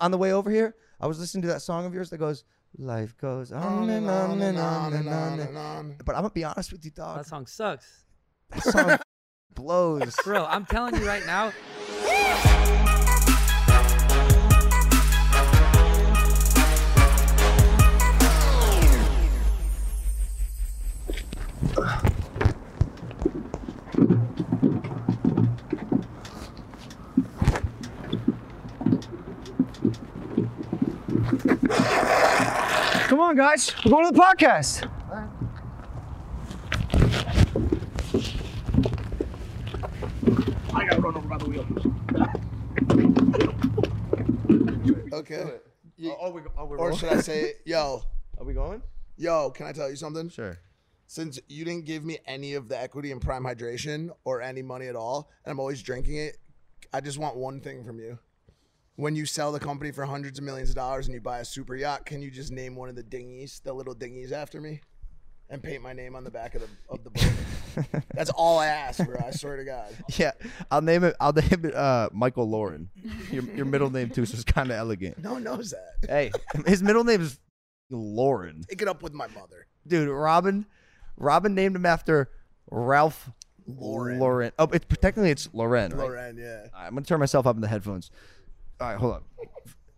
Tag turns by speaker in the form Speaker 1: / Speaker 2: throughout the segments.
Speaker 1: On the way over here, I was listening to that song of yours that goes, "Life goes on and on and on and on." And
Speaker 2: on.
Speaker 1: But I'm gonna be honest with you, dog.
Speaker 3: That song sucks.
Speaker 1: That song blows.
Speaker 3: Bro, I'm telling you right now,
Speaker 4: Come on, guys. We're going to the podcast.
Speaker 2: Okay. You-
Speaker 1: Oh, we, oh, we're
Speaker 2: or
Speaker 1: rolling?
Speaker 2: should I say, yo,
Speaker 1: Are we going?
Speaker 2: yo, can I tell you something?
Speaker 1: Sure.
Speaker 2: Since you didn't give me any of the equity in prime hydration or any money at all, and I'm always drinking it, I just want one thing from you. When you sell the company for hundreds of millions of dollars and you buy a super yacht, can you just name one of the dinghies, the little dinghies after me? And paint my name on the back of the of the boat. That's all I ask, bro. I swear to God.
Speaker 1: Yeah, I'll name it. I'll name it uh, Michael Lauren. Your, your middle name too, so it's kind of elegant.
Speaker 2: No one knows that.
Speaker 1: Hey, his middle name is Lauren,
Speaker 2: Take it up with my mother.
Speaker 1: dude. Robin, Robin named him after Ralph
Speaker 2: Lauren.
Speaker 1: Lauren. Oh, it's technically it's Lauren. Right?
Speaker 2: Lauren, yeah.
Speaker 1: All right, I'm gonna turn myself up in the headphones. All right, hold on.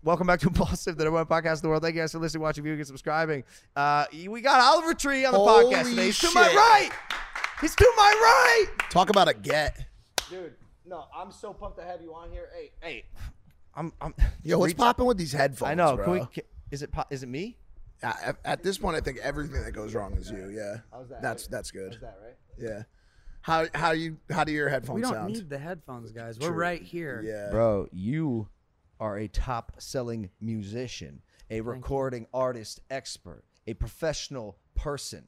Speaker 1: Welcome back to Impulsive, the number one podcast in the world. Thank you guys for listening, watching, viewing, and subscribing. Uh, we got Oliver Tree on the
Speaker 2: Holy
Speaker 1: podcast today. He's to my
Speaker 2: shit.
Speaker 1: right. He's to my right.
Speaker 2: Talk about a get.
Speaker 1: Dude, no, I'm so pumped to have you on here. Hey, hey, I'm, I'm.
Speaker 2: Yo, what's
Speaker 1: Reach-
Speaker 2: popping with these headphones?
Speaker 1: I know.
Speaker 2: Bro?
Speaker 1: Can we, can, is it po- is it me?
Speaker 2: at, at this point, I think everything that goes wrong is you. Yeah, that's that's good.
Speaker 1: right?
Speaker 2: Yeah. How how you how do your headphones
Speaker 3: we don't
Speaker 2: sound?
Speaker 3: need the headphones, guys. We're right here.
Speaker 2: yeah,
Speaker 1: Bro, you are a top-selling musician, a recording artist expert, a professional person.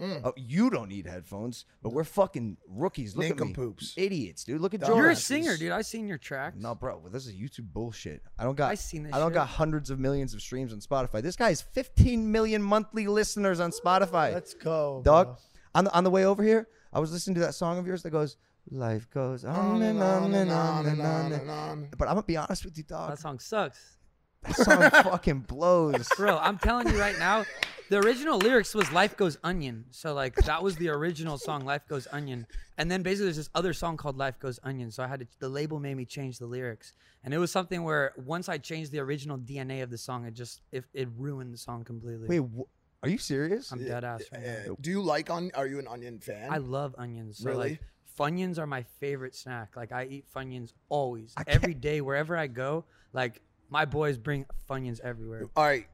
Speaker 2: Mm.
Speaker 1: Oh, you don't need headphones, but we're fucking rookies. Look
Speaker 2: Nincompoops.
Speaker 1: at me, idiots, dude. Look at
Speaker 2: Dumbasses.
Speaker 1: Jordan.
Speaker 3: You're a singer, dude. I seen your tracks.
Speaker 1: No, bro, this is YouTube bullshit. I don't got.
Speaker 3: I seen this
Speaker 1: I don't
Speaker 3: shit.
Speaker 1: got hundreds of millions of streams on Spotify. This guy has 15 million monthly listeners on Spotify.
Speaker 4: Let's go.
Speaker 1: dog. On the on the way over here, I was listening to that song of yours that goes, "Life goes on and on and on and on." And
Speaker 2: on.
Speaker 1: But I'm gonna be honest with you, dog.
Speaker 3: That song sucks.
Speaker 1: That song fucking blows.
Speaker 3: Bro, I'm telling you right now, the original lyrics was Life Goes Onion. So like that was the original song, Life Goes Onion. And then basically there's this other song called Life Goes Onion. So I had to the label made me change the lyrics. And it was something where once I changed the original DNA of the song, it just it, it ruined the song completely.
Speaker 1: Wait, wh- are you serious?
Speaker 2: uh,
Speaker 3: I'm dead ass right now.
Speaker 2: Yeah. Do you like on? Are you an onion fan?
Speaker 3: I love onions. So
Speaker 2: Really?
Speaker 3: like Funyuns are my favorite snack. Like I eat Funyuns always,
Speaker 1: I can't-
Speaker 3: every day, wherever I go. Like my boys bring Funyuns everywhere.
Speaker 2: All right.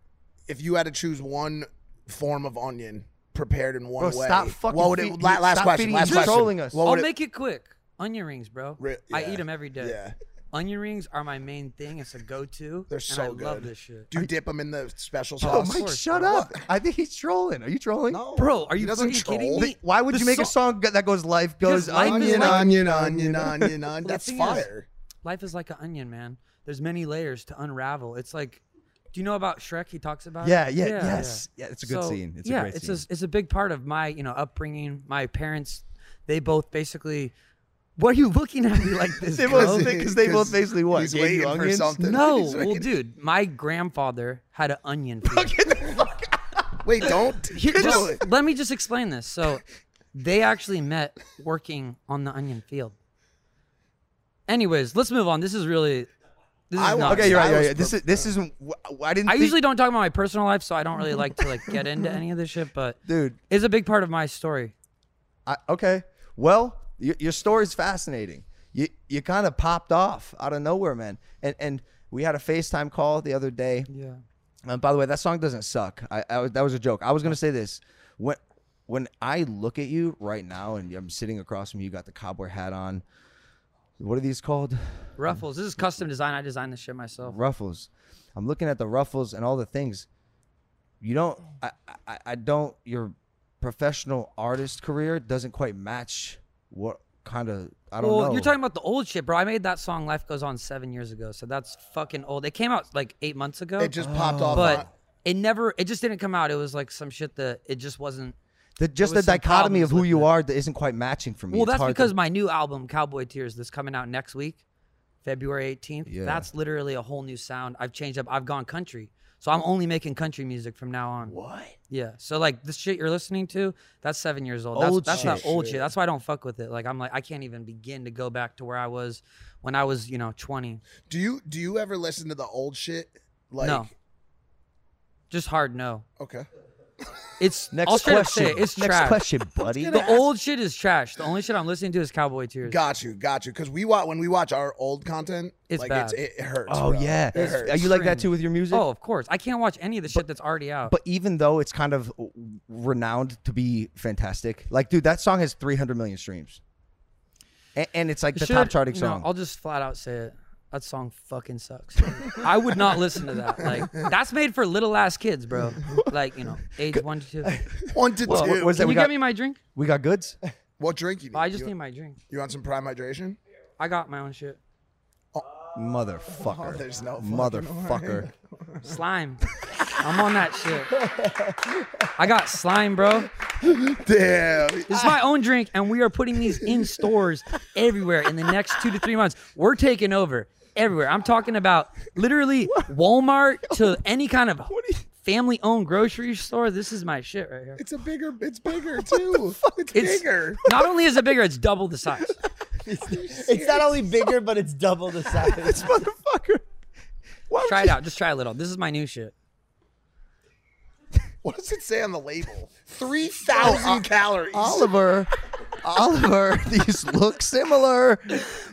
Speaker 2: If you had to choose one form of onion prepared in one
Speaker 1: Bro,
Speaker 2: way,
Speaker 1: stop fucking
Speaker 2: What would
Speaker 1: feed-
Speaker 2: it? La- last
Speaker 1: stop
Speaker 2: question.
Speaker 1: feeding-
Speaker 2: Last
Speaker 1: you're
Speaker 2: question.
Speaker 1: trolling us.
Speaker 2: What
Speaker 3: I'll
Speaker 2: would it-
Speaker 3: make it quick. Onion rings, bro.
Speaker 2: Re-
Speaker 3: I
Speaker 2: yeah.
Speaker 3: eat them every day.
Speaker 2: Yeah.
Speaker 3: Onion rings are my main thing. It's a go-to.
Speaker 2: They're
Speaker 3: and
Speaker 2: so
Speaker 3: I
Speaker 2: good.
Speaker 3: love this shit.
Speaker 2: Do you dip them in the special
Speaker 1: Oh,
Speaker 2: sauce?
Speaker 1: Mike,
Speaker 3: course,
Speaker 1: shut
Speaker 3: bro.
Speaker 1: up! I think he's trolling. Are you trolling?
Speaker 2: No.
Speaker 3: Bro, are
Speaker 2: He
Speaker 3: you
Speaker 2: doesn't
Speaker 3: fucking kidding
Speaker 2: troll?
Speaker 3: me?
Speaker 1: Th- Why would
Speaker 3: The
Speaker 1: you make a
Speaker 3: so-
Speaker 1: song that goes "Life goes
Speaker 3: Because life is
Speaker 1: onion"?
Speaker 2: Onion,
Speaker 3: like-
Speaker 2: onion, onion, onion, onion.
Speaker 3: the
Speaker 2: That's
Speaker 3: thing is-
Speaker 2: fire.
Speaker 3: Life is like an onion, man. There's many layers to unravel. It's like, do you know about Shrek? He talks about. it?
Speaker 1: Yeah, yeah, yes. Yeah, it's a good
Speaker 3: So,
Speaker 1: scene. It's a
Speaker 3: yeah,
Speaker 1: great
Speaker 3: it's
Speaker 1: scene.
Speaker 3: A, it's a big part of my you know upbringing. My parents, they both basically. What are you looking at me like this?
Speaker 1: They
Speaker 3: bro?
Speaker 1: both think- 'cause they both basically what,
Speaker 2: He's
Speaker 1: gave you
Speaker 2: waiting for
Speaker 1: onions?
Speaker 2: something.
Speaker 3: no,
Speaker 2: He's
Speaker 3: well,
Speaker 2: waiting-
Speaker 3: dude, my grandfather had an onion. field.
Speaker 2: Wait, don't.
Speaker 3: Here,
Speaker 2: Bro,
Speaker 3: just, let me just explain this. So, they actually met working on the onion field. Anyways, let's move on. This is really. This is
Speaker 2: I want-
Speaker 3: nuts.
Speaker 1: Okay, you're right.
Speaker 2: I
Speaker 1: Yeah,
Speaker 2: was
Speaker 1: yeah. This is this isn't. wh- I didn't.
Speaker 3: I
Speaker 1: think-
Speaker 3: usually don't talk about my personal life, so I don't really like to like get into any of this shit. But
Speaker 1: dude.
Speaker 3: it's a big part of my story.
Speaker 1: I, okay. Well, your, your story's fascinating. You you kind of popped off out of nowhere, man. And and we had a FaceTime call the other day.
Speaker 3: Yeah.
Speaker 1: And by the way, that song doesn't suck. I, I was- that was a joke. I was gonna say this when when I look at you right now, and I'm sitting across from you, you got the cobbler hat on. What are these called?
Speaker 3: Ruffles. This is custom design. I designed this shit myself.
Speaker 1: Ruffles. I'm looking at the ruffles and all the things. You don't. I. I, I don't. Your professional artist career doesn't quite match what kind of. I don't
Speaker 2: Oh,
Speaker 3: well,
Speaker 1: know.
Speaker 3: you're talking about the old shit, bro. I made that song "Life Goes On" seven years ago, so that's fucking old. It came out like eight months ago.
Speaker 2: It just popped off. on-
Speaker 3: but it never. It just didn't come out. It was like some shit that it just wasn't.
Speaker 1: the, just
Speaker 3: there
Speaker 1: the
Speaker 3: was some
Speaker 1: dichotomy
Speaker 3: problems
Speaker 1: of who
Speaker 3: with
Speaker 1: you
Speaker 3: that.
Speaker 1: are that isn't quite matching for me.
Speaker 3: Well,
Speaker 1: It's
Speaker 3: that's
Speaker 1: hard to-
Speaker 3: because my new album, Cowboy Tears, that's coming out next week, February 18th.
Speaker 1: Yeah.
Speaker 3: That's literally a whole new sound. I've changed up. I've gone country. So I'm only making country music from now on.
Speaker 2: what?
Speaker 3: Yeah. So like this shit you're listening to, that's seven years old. That's,
Speaker 1: Old
Speaker 3: that's
Speaker 1: shit.
Speaker 3: not old shit. That's why I don't fuck with it. Like I'm like I can't even begin to go back to where I was when I was you know 20.
Speaker 2: Do you do you ever listen to the old shit? Like
Speaker 3: no. Just hard no.
Speaker 2: okay.
Speaker 3: It's
Speaker 1: next
Speaker 3: I'll straight up
Speaker 1: question.
Speaker 3: say it, it's
Speaker 1: next
Speaker 3: trash.
Speaker 1: question, buddy.
Speaker 3: The old shit is trash. The only shit I'm listening to is Cowboy Tears.
Speaker 2: Got you, got you. Because we watch when we watch our old content,
Speaker 3: It's
Speaker 2: like
Speaker 3: bad.
Speaker 2: It's, it hurts.
Speaker 1: Oh
Speaker 2: bro.
Speaker 1: yeah,
Speaker 2: it hurts.
Speaker 1: are you like that
Speaker 3: Cringe.
Speaker 1: too with your music?
Speaker 3: Oh, of course. I can't watch any of the shit that's already out.
Speaker 1: But even though it's kind of renowned to be fantastic, like dude, that song has 300 million streams, and, and it's like the
Speaker 3: Should-
Speaker 1: top charting
Speaker 3: no,
Speaker 1: song.
Speaker 3: I'll just flat out say it. That song fucking sucks. I would not listen to that. Like that's made for little ass kids, bro. Like you know, age one to two. Can
Speaker 2: One to
Speaker 1: Well,
Speaker 2: two.
Speaker 1: what was that?
Speaker 3: you
Speaker 1: We got,
Speaker 3: get me my drink?
Speaker 1: we got goods.
Speaker 2: What drink you need?
Speaker 3: I just
Speaker 2: you,
Speaker 3: need my drink.
Speaker 2: you want some prime hydration?
Speaker 3: I got my own shit.
Speaker 1: Motherfucker.
Speaker 2: there's no fucking
Speaker 1: motherfucker.
Speaker 3: Slime. I'm on that shit. I got slime, bro.
Speaker 2: Damn.
Speaker 3: This is my own drink, and we are putting these in stores everywhere in the next two to three months. We're taking over everywhere. I'm talking about literally Walmart to any kind of family owned grocery store. This is my shit right here.
Speaker 2: It's a bigger. It's bigger too. It's,
Speaker 3: It's-
Speaker 2: bigger.
Speaker 3: Not only is it bigger, it's double the size.
Speaker 5: It's not only bigger, but it's double the size.
Speaker 1: motherfucker. Why
Speaker 3: Try it out. Just try a little. This is my new shit.
Speaker 2: What does it say on the label? Three
Speaker 3: Oh,
Speaker 2: thousand calories.
Speaker 1: Oliver, Oliver, these look similar.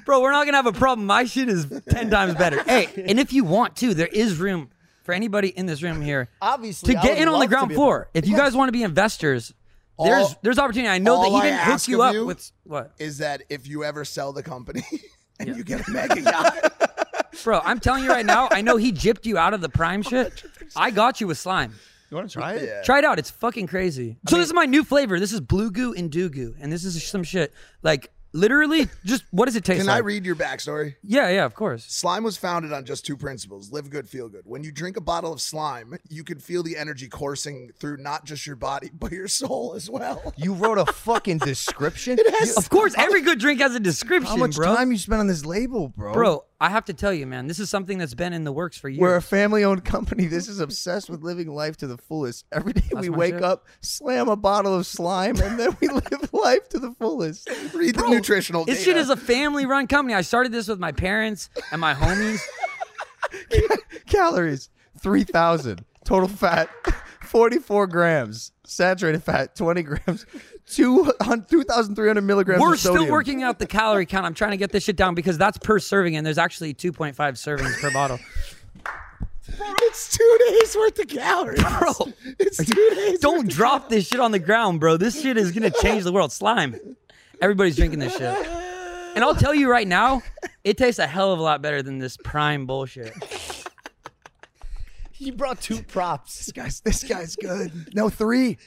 Speaker 3: Bro, we're not going to have a problem. My shit is 10 times better. Hey, and if you want to, there is room for anybody in this room here
Speaker 5: Obviously,
Speaker 3: to
Speaker 5: I
Speaker 3: get
Speaker 5: would
Speaker 3: in on the
Speaker 5: love to
Speaker 3: ground
Speaker 5: be a-
Speaker 3: floor. If you guys want to be investors, there's
Speaker 2: All-
Speaker 3: there's opportunity. I know
Speaker 2: all
Speaker 3: that
Speaker 2: I
Speaker 3: he didn't hook
Speaker 2: ask
Speaker 3: you
Speaker 2: of
Speaker 3: up
Speaker 2: you-
Speaker 3: with what,
Speaker 2: Is that if you ever sell the company and you get a mega yacht?
Speaker 3: bro? I'm telling you right now. I know he gypped you out of the prime shit. I got you with slime.
Speaker 1: You want to try it?
Speaker 3: Try it out. It's fucking crazy. so this is my new flavor. This is blue goo and do goo, and this is some shit like literally just what does it taste
Speaker 2: Can
Speaker 3: like?
Speaker 2: I read your backstory?
Speaker 3: yeah, yeah, of course.
Speaker 2: Slime was founded on just two principles live good, feel good. When you drink a bottle of slime, you can feel the energy coursing through not just your body, but your soul as well.
Speaker 1: You wrote a fucking description. You-
Speaker 3: Of course, every good drink has a description,
Speaker 1: How much
Speaker 3: bro.
Speaker 1: time you spent on this label, bro?
Speaker 3: Bro, I have to tell you, man, this is something that's been in the works for years.
Speaker 1: We're a family-owned company. This is obsessed with living life to the fullest. Every day we
Speaker 3: my
Speaker 1: wake
Speaker 3: shit.
Speaker 1: up, slam a bottle of slime, and then we live life to the fullest.
Speaker 2: Read the nutritional
Speaker 3: This
Speaker 2: data.
Speaker 3: shit is a family run company. I started this with my parents and my homies.
Speaker 1: Calories three thousand, total fat forty-four grams, saturated fat twenty grams, two thousand three hundred milligrams.
Speaker 3: We're
Speaker 1: of sodium.
Speaker 3: still working out the calorie count. I'm trying to get this shit down because that's per serving, and there's actually 2.5 servings per bottle.
Speaker 2: It's two days worth of calories.
Speaker 3: Bro,
Speaker 2: It's two days.
Speaker 3: don't drop this shit on the ground, bro. This shit is gonna change the world. Slime. Everybody's drinking this shit. And I'll tell you right now, it tastes a hell of a lot better than this prime bullshit.
Speaker 5: You brought two props.
Speaker 1: This guy's this guy's good. No three.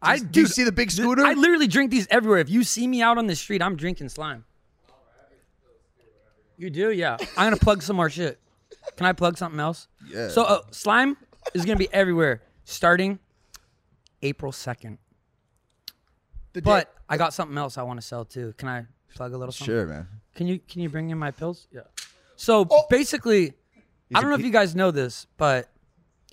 Speaker 3: I
Speaker 1: Do you
Speaker 3: dude,
Speaker 1: see the big scooter?
Speaker 3: I literally drink these everywhere. If you see me out on the street, I'm drinking slime. You do, yeah. I'm gonna plug some more shit. Can I plug something else? Yeah. So uh, slime is gonna be everywhere starting April second.
Speaker 2: The
Speaker 3: But I got something else I want to sell too. Can I plug a little? Something?
Speaker 1: man.
Speaker 3: Can you can you bring in my pills? Yeah. So basically, I don't know if you guys know this, but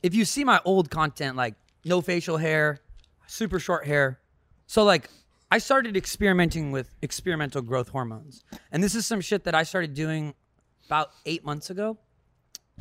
Speaker 3: if you see my old content, like no facial hair, super short hair, so like I started experimenting with experimental growth hormones, and this is some shit that I started doing about eight months ago,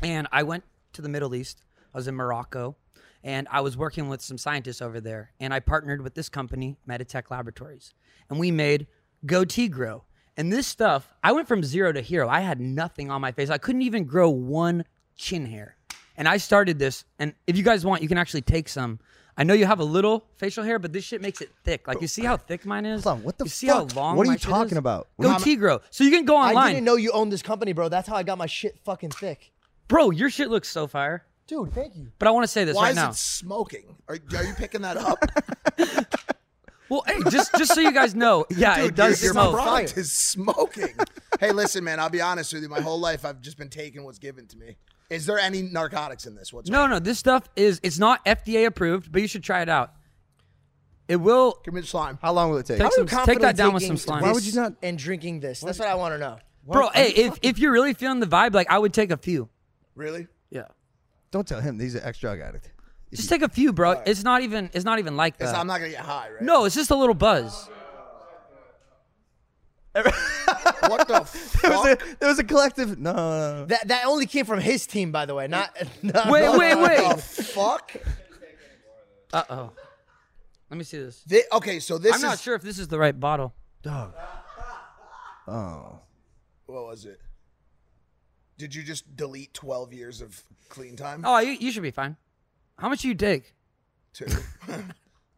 Speaker 3: and I went to the Middle East. I was in Morocco. And I was working with some scientists over there, and I partnered with this company, Meditech Laboratories, and we made Goatee Grow. And this stuff, I went from zero to hero. I had nothing on my face. I couldn't even grow one chin hair. And I started this, and if you guys want, you can actually take some. I know you have a little facial hair, but this shit makes it thick. Like you see how thick mine is.
Speaker 1: Hold on, what the
Speaker 3: you see
Speaker 1: fuck?
Speaker 3: How long
Speaker 1: What are
Speaker 3: my
Speaker 1: you
Speaker 3: shit
Speaker 1: talking
Speaker 3: is?
Speaker 1: about?
Speaker 3: Goatee grow. So you can go
Speaker 5: I
Speaker 3: online.
Speaker 5: didn't know you owned this company, bro. That's how I got my shit fucking thick.
Speaker 3: Bro, your shit looks so fire.
Speaker 5: Dude, thank you.
Speaker 3: But I want to say this
Speaker 2: Why
Speaker 3: right
Speaker 2: is
Speaker 3: now.
Speaker 2: it smoking? Are, are you picking that up?
Speaker 3: Well, hey, just just so you guys know, yeah,
Speaker 2: Dude,
Speaker 3: it does
Speaker 2: your,
Speaker 3: smoke.
Speaker 2: Your product is smoking. hey, listen, man. I'll be honest with you. My whole life, I've just been taking what's given to me. Is there any narcotics in this? What's
Speaker 3: No, no, this stuff is it's not FDA approved, but you should try it out. It will
Speaker 2: Give me the slime.
Speaker 1: How long will it take?
Speaker 3: take
Speaker 5: How are you
Speaker 3: some take that
Speaker 5: confident
Speaker 3: down with some
Speaker 5: taking
Speaker 3: slime.
Speaker 1: Why
Speaker 5: this
Speaker 1: would you not-
Speaker 5: And drinking this. That's what I want to know.
Speaker 3: Bro, hey, if, if you're really feeling the vibe, like I would take a few.
Speaker 2: Really?
Speaker 3: Yeah.
Speaker 1: Don't tell him. He's an ex drug addict.
Speaker 3: Just take a few, bro. It's not even it's not even like that.
Speaker 2: So I'm not gonna get high, right?
Speaker 3: no, it's just a little buzz.
Speaker 2: What the fuck?
Speaker 1: There was a collective. No, no, no.
Speaker 5: That that only came from his team, by the way. Not. not
Speaker 3: Wait, wait,
Speaker 2: What the
Speaker 3: wait.
Speaker 2: fuck?
Speaker 3: Uh oh. Let me see this.
Speaker 2: Thi- okay, so this
Speaker 3: I'm
Speaker 2: is
Speaker 3: not sure if this is the right bottle.
Speaker 1: Oh.
Speaker 2: what was it? Did you just delete 12 years of clean time?
Speaker 3: Oh, you, you should be fine. How much do you take?
Speaker 2: Two.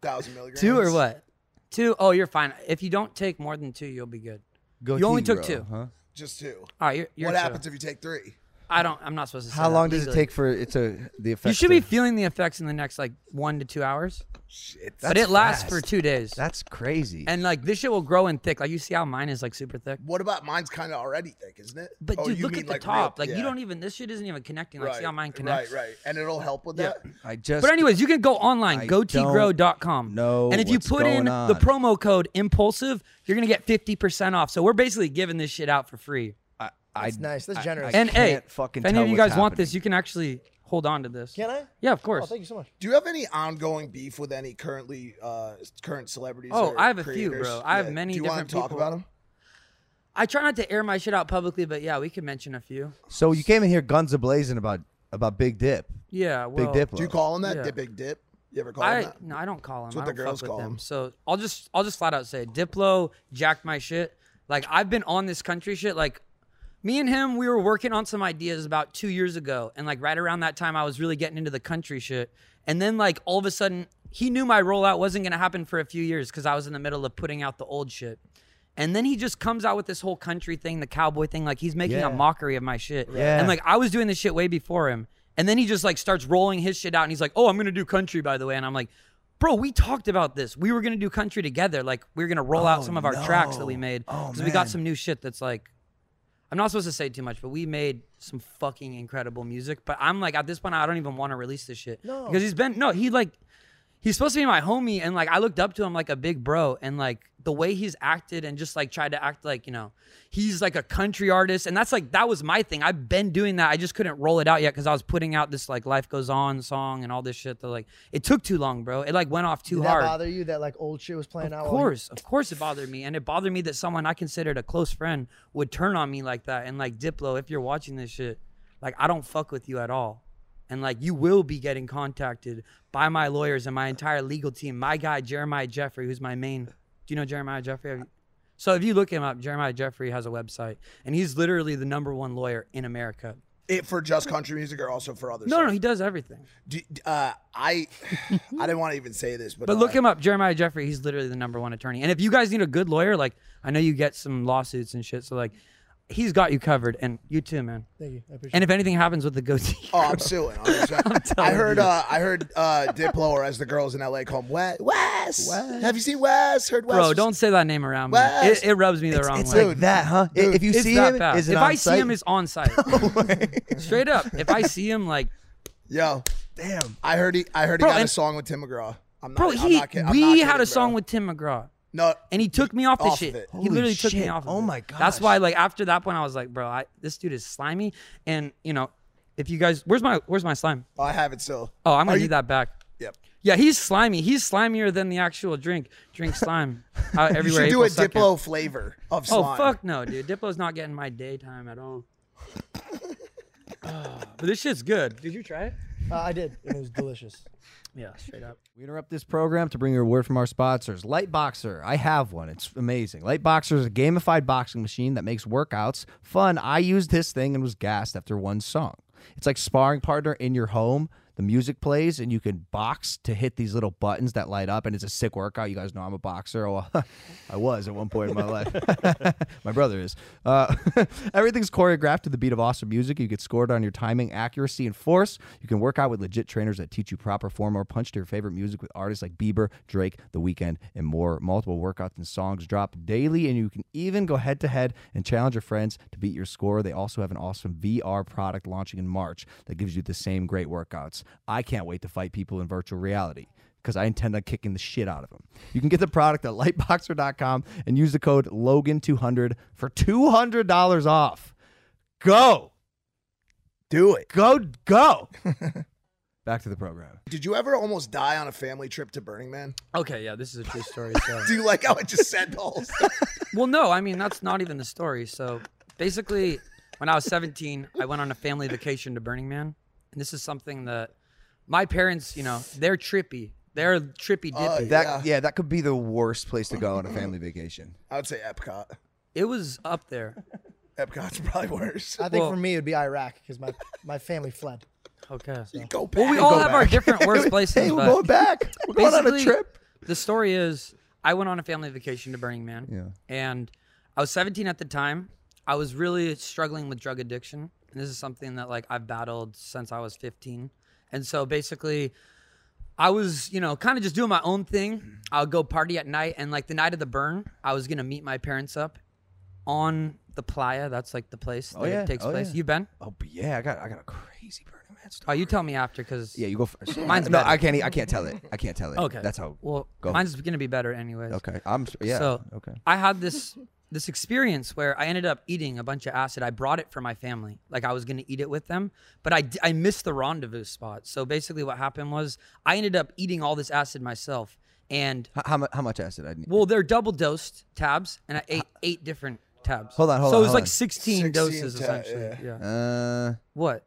Speaker 2: Thousand milligrams.
Speaker 3: Two or what? Two. Oh, you're fine. If you don't take more than two, you'll be good.
Speaker 1: Go
Speaker 3: You only
Speaker 1: team,
Speaker 3: took
Speaker 1: bro,
Speaker 3: two.
Speaker 1: Huh?
Speaker 2: Just two.
Speaker 3: All right, you're, you're
Speaker 2: what
Speaker 3: chill.
Speaker 2: happens if you take three?
Speaker 3: I don't. I'm not supposed to. Say
Speaker 1: How
Speaker 3: that
Speaker 1: long does it
Speaker 3: legally.
Speaker 1: take for it to the effect?
Speaker 3: You should be feeling the effects in the next like one to two hours,
Speaker 2: Shit.
Speaker 3: but it lasts for two days.
Speaker 1: That's crazy.
Speaker 3: and like this shit will grow in thick. Like you see how mine is like super thick.
Speaker 2: What about mine's kind of already thick, isn't it?
Speaker 3: But
Speaker 2: Oh,
Speaker 3: dude,
Speaker 2: you
Speaker 3: look
Speaker 2: mean
Speaker 3: at the
Speaker 2: like real-
Speaker 3: top. like
Speaker 2: yeah.
Speaker 3: you don't even. This shit isn't even connecting. Like
Speaker 2: Right,
Speaker 3: see how mine connects.
Speaker 2: Right, right. And it'll help with
Speaker 3: Yeah.
Speaker 2: that.
Speaker 1: I just.
Speaker 3: But anyways, you can go
Speaker 1: I
Speaker 3: online,
Speaker 1: don't
Speaker 3: gotegrow.com.
Speaker 1: know
Speaker 3: And if you
Speaker 1: what's
Speaker 3: put in
Speaker 1: going
Speaker 3: the
Speaker 1: on.
Speaker 3: promo code impulsive, you're going to get 50% off. So we're basically giving this shit out for free.
Speaker 1: I,
Speaker 5: That's nice. That's generous.
Speaker 3: And hey,
Speaker 1: can't fucking
Speaker 3: if any
Speaker 1: tell
Speaker 3: of you
Speaker 1: what's
Speaker 3: guys want
Speaker 1: happening.
Speaker 3: this, you can actually hold on to this.
Speaker 5: Can I?
Speaker 3: Yeah, of course.
Speaker 5: Oh, thank you so much.
Speaker 2: Do you have any ongoing beef with any currently uh current celebrities?
Speaker 3: Oh,
Speaker 2: or
Speaker 3: I have a few,
Speaker 2: creators?
Speaker 3: bro. I have
Speaker 2: Yeah.
Speaker 3: many
Speaker 2: Do you wanna
Speaker 3: different
Speaker 2: talk
Speaker 3: people.
Speaker 2: about them?
Speaker 3: I try not to air my shit out publicly, but yeah, we can mention a few.
Speaker 1: So you came in here guns ablazing about about Big Dip,
Speaker 3: Yeah,
Speaker 1: Big
Speaker 3: well,
Speaker 1: Dip.
Speaker 2: Do you call him that?
Speaker 3: yeah.
Speaker 2: Dip, big dip. You ever call him
Speaker 3: I
Speaker 2: that?
Speaker 3: no, I don't call him. I
Speaker 2: what the
Speaker 3: don't
Speaker 2: girls
Speaker 3: fuck with
Speaker 2: call
Speaker 3: them.
Speaker 2: him.
Speaker 3: So I'll just I'll just flat out say Diplo jacked my shit. Like I've been on this country shit. Like me and him, we were working on some ideas about two years ago, and like right around that time, I was really getting into the country shit. And then like all of a sudden, he knew my rollout wasn't gonna happen for a few years because I was in the middle of putting out the old shit. And then he just comes out with this whole country thing, the cowboy thing. Like he's making a
Speaker 1: Yeah.
Speaker 3: mockery of my shit.
Speaker 1: Yeah.
Speaker 3: And like I was doing this shit way before him. And then he just like starts rolling his shit out and he's like, Oh, I'm gonna do country by the way. And I'm like, Bro, we talked about this. We were gonna do country together. Like we were gonna roll out some of our tracks that we
Speaker 1: Oh, no.
Speaker 3: made.
Speaker 1: Oh,
Speaker 3: we
Speaker 1: man.
Speaker 3: got some new shit that's like I'm not supposed to say too much, but we made some fucking incredible music. But I'm like at this point I don't even want to release this shit. No. Because he's been no, he like he's supposed to be my homie and like I looked up to him like a big bro and like the way he's acted and just like tried to act like, you know, he's like a country artist and that's like that was my thing. I've been doing that. I just couldn't roll it out yet cuz I was putting out this like life goes on song and all this shit that like it took too long, bro. It like went off too
Speaker 5: Did
Speaker 3: hard.
Speaker 5: that bother you? That like old shit was playing out.
Speaker 3: Of
Speaker 5: while you-
Speaker 3: course, of course, it bothered me, and it bothered me that someone I considered a close friend would turn on me like that. And like Diplo, if you're watching this shit, like I don't fuck with you at all, and like you will be getting contacted by my lawyers and my entire legal team. My guy Jeremiah Jeffrey, who's my main. Do you know Jeremiah Jeffrey? Have you- So if you look him up, Jeremiah Jeffrey has a website, and he's literally the number one lawyer in America.
Speaker 2: It for just country music or also for others?
Speaker 3: No, no, he does everything.
Speaker 2: Do, uh, I I didn't want to even say this, but
Speaker 3: But
Speaker 2: uh,
Speaker 3: look him up, Jeremiah Jeffrey. He's literally the number one attorney. And if you guys need a good lawyer, like I know you get some lawsuits and shit, so like he's got you covered, and you too, man.
Speaker 5: Thank you. I appreciate
Speaker 3: And if anything happens with the goatee,
Speaker 2: Oh, I'm suing. I'm just- I heard. Uh, I heard uh, Diplo, or as the girls in LA call him, Wes. Wes. Have you seen Wes? Heard Wes?
Speaker 3: bro,
Speaker 2: was-
Speaker 3: don't say that name around me. It,
Speaker 2: Wes.
Speaker 3: it rubs me the wrong
Speaker 1: Oh, It's
Speaker 3: way.
Speaker 1: like that, huh? I- if you
Speaker 3: it's
Speaker 1: see
Speaker 3: that
Speaker 1: him,
Speaker 3: bad.
Speaker 1: is it
Speaker 3: if
Speaker 1: on
Speaker 3: I see
Speaker 1: site?
Speaker 3: him, it's on site. Straight up. If I see him, like,
Speaker 2: Yo,
Speaker 1: damn.
Speaker 2: I heard he. I heard
Speaker 3: Bro,
Speaker 2: he got a
Speaker 3: and-
Speaker 2: song with Tim McGraw. I'm not,
Speaker 3: bro,
Speaker 2: I'm
Speaker 3: he
Speaker 2: not kid- I'm not
Speaker 3: we had
Speaker 2: kidding,
Speaker 3: a song
Speaker 2: bro.
Speaker 3: with Tim McGraw.
Speaker 2: No,
Speaker 3: and he took me off the
Speaker 2: Off of
Speaker 3: shit.
Speaker 2: it.
Speaker 1: Holy
Speaker 3: He literally took me
Speaker 1: shit.
Speaker 3: off. Of
Speaker 1: Oh
Speaker 3: it.
Speaker 1: my
Speaker 3: That's
Speaker 1: gosh.
Speaker 3: why, like after that point, I was like, bro, I, this dude is slimy. And you know, if you guys, where's my where's my slime?
Speaker 2: oh, I have it still.
Speaker 3: Oh, I'm
Speaker 2: Are
Speaker 3: gonna
Speaker 2: you-
Speaker 3: need that back.
Speaker 2: Yep.
Speaker 3: Yeah, he's slimy. He's slimier than the actual drink. Drink slime. Uh,
Speaker 2: You
Speaker 3: everywhere.
Speaker 2: should do a
Speaker 3: April 2nd.
Speaker 2: Diplo flavor of
Speaker 3: Oh
Speaker 2: slime.
Speaker 3: fuck no, dude. Diplo's not getting my daytime at all. Ah, but this shit's good. Did you try it?
Speaker 5: it. Uh, I did. and It was delicious.
Speaker 3: Yeah, straight up.
Speaker 1: We interrupt this program to bring you a word from our sponsors. Lightboxer. I have one. It's amazing. Lightboxer is a gamified boxing machine that makes workouts fun. I used this thing and was gassed after one song. It's like sparring partner in your home. The music plays, and you can box to hit these little buttons that light up, and it's a sick workout. You guys know I'm a boxer. Oh, I was at one point in my life. my brother is. Uh, everything's choreographed to the beat of awesome music. You get scored on your timing, accuracy, and force. You can work out with legit trainers that teach you proper form or punch to your favorite music with artists like Bieber, Drake, The Weeknd, and more. Multiple workouts and songs drop daily, and you can even go head to head and challenge your friends to beat your score. They also have an awesome VR product launching in March that gives you the same great workouts. I can't wait to fight people in virtual reality because I intend on kicking the shit out of them. You can get the product at lightboxer.com and use the code Logan200 for $200 off. Go,
Speaker 2: Do it.
Speaker 1: go, go. Back to the program.
Speaker 2: Did you ever almost die on a family trip to Burning Man?
Speaker 3: Okay, yeah, this is a true story. So.
Speaker 2: Do you like how I just said the whole stuff?
Speaker 3: Well, no, I mean that's not even the story. So basically, when I was 17, I went on a family vacation to Burning Man, and this is something that my parents, you know, they're trippy. They're trippy dippy.
Speaker 2: Oh,
Speaker 1: That yeah.
Speaker 2: Yeah.
Speaker 1: that could be the worst place to go on a family vacation.
Speaker 2: I would say Epcot.
Speaker 3: It was up there.
Speaker 2: Epcot's probably worse.
Speaker 5: I think
Speaker 3: Well-
Speaker 5: for me it'd be Iraq because my my family fled.
Speaker 3: Okay. So.
Speaker 2: Go back.
Speaker 3: Well, we all
Speaker 2: go
Speaker 3: have
Speaker 2: back.
Speaker 3: our different worst places.
Speaker 1: Hey, we're
Speaker 3: but
Speaker 1: going back. We're going on a
Speaker 3: basically,
Speaker 1: trip.
Speaker 3: The story is I went on a family vacation to Burning Man. And I was 17 at the time. I was really struggling with drug addiction. And this is something that like I've battled since I was 15. And so basically I was, you know, kind of just doing my own thing. I'll go party at night and like the night of the burn, I was going to meet my parents up on the playa. That's like the place that
Speaker 1: yeah.
Speaker 3: it takes
Speaker 1: Oh,
Speaker 3: place.
Speaker 1: yeah.
Speaker 3: You been?
Speaker 1: Oh, but yeah, I got I got a crazy Burning Man story.
Speaker 3: Oh, you tell me after cuz
Speaker 1: Yeah, you go first.
Speaker 3: Mine's
Speaker 1: no,
Speaker 3: better.
Speaker 1: I can't. e- I can't tell it. I can't tell it.
Speaker 3: Okay.
Speaker 1: that's how.
Speaker 3: Well,
Speaker 1: go.
Speaker 3: mine's going to be better anyways.
Speaker 1: Okay, I'm. Yeah.
Speaker 3: So
Speaker 1: okay.
Speaker 3: I had this this experience where I ended up eating a bunch of acid. I brought it for my family, like I was going to eat it with them, but I d- I missed the rendezvous spot. So basically, what happened was I ended up eating all this acid myself, and
Speaker 1: How, how, mu- how much acid I need?
Speaker 3: well, they're double dosed tabs, and I ate eight different tabs.
Speaker 1: Hold on, hold
Speaker 3: so
Speaker 1: on,
Speaker 3: it was
Speaker 1: hold on.
Speaker 3: like 16,
Speaker 2: 16
Speaker 3: doses
Speaker 2: ta-
Speaker 3: essentially.
Speaker 2: yeah.
Speaker 3: Yeah.
Speaker 1: Uh,
Speaker 3: What?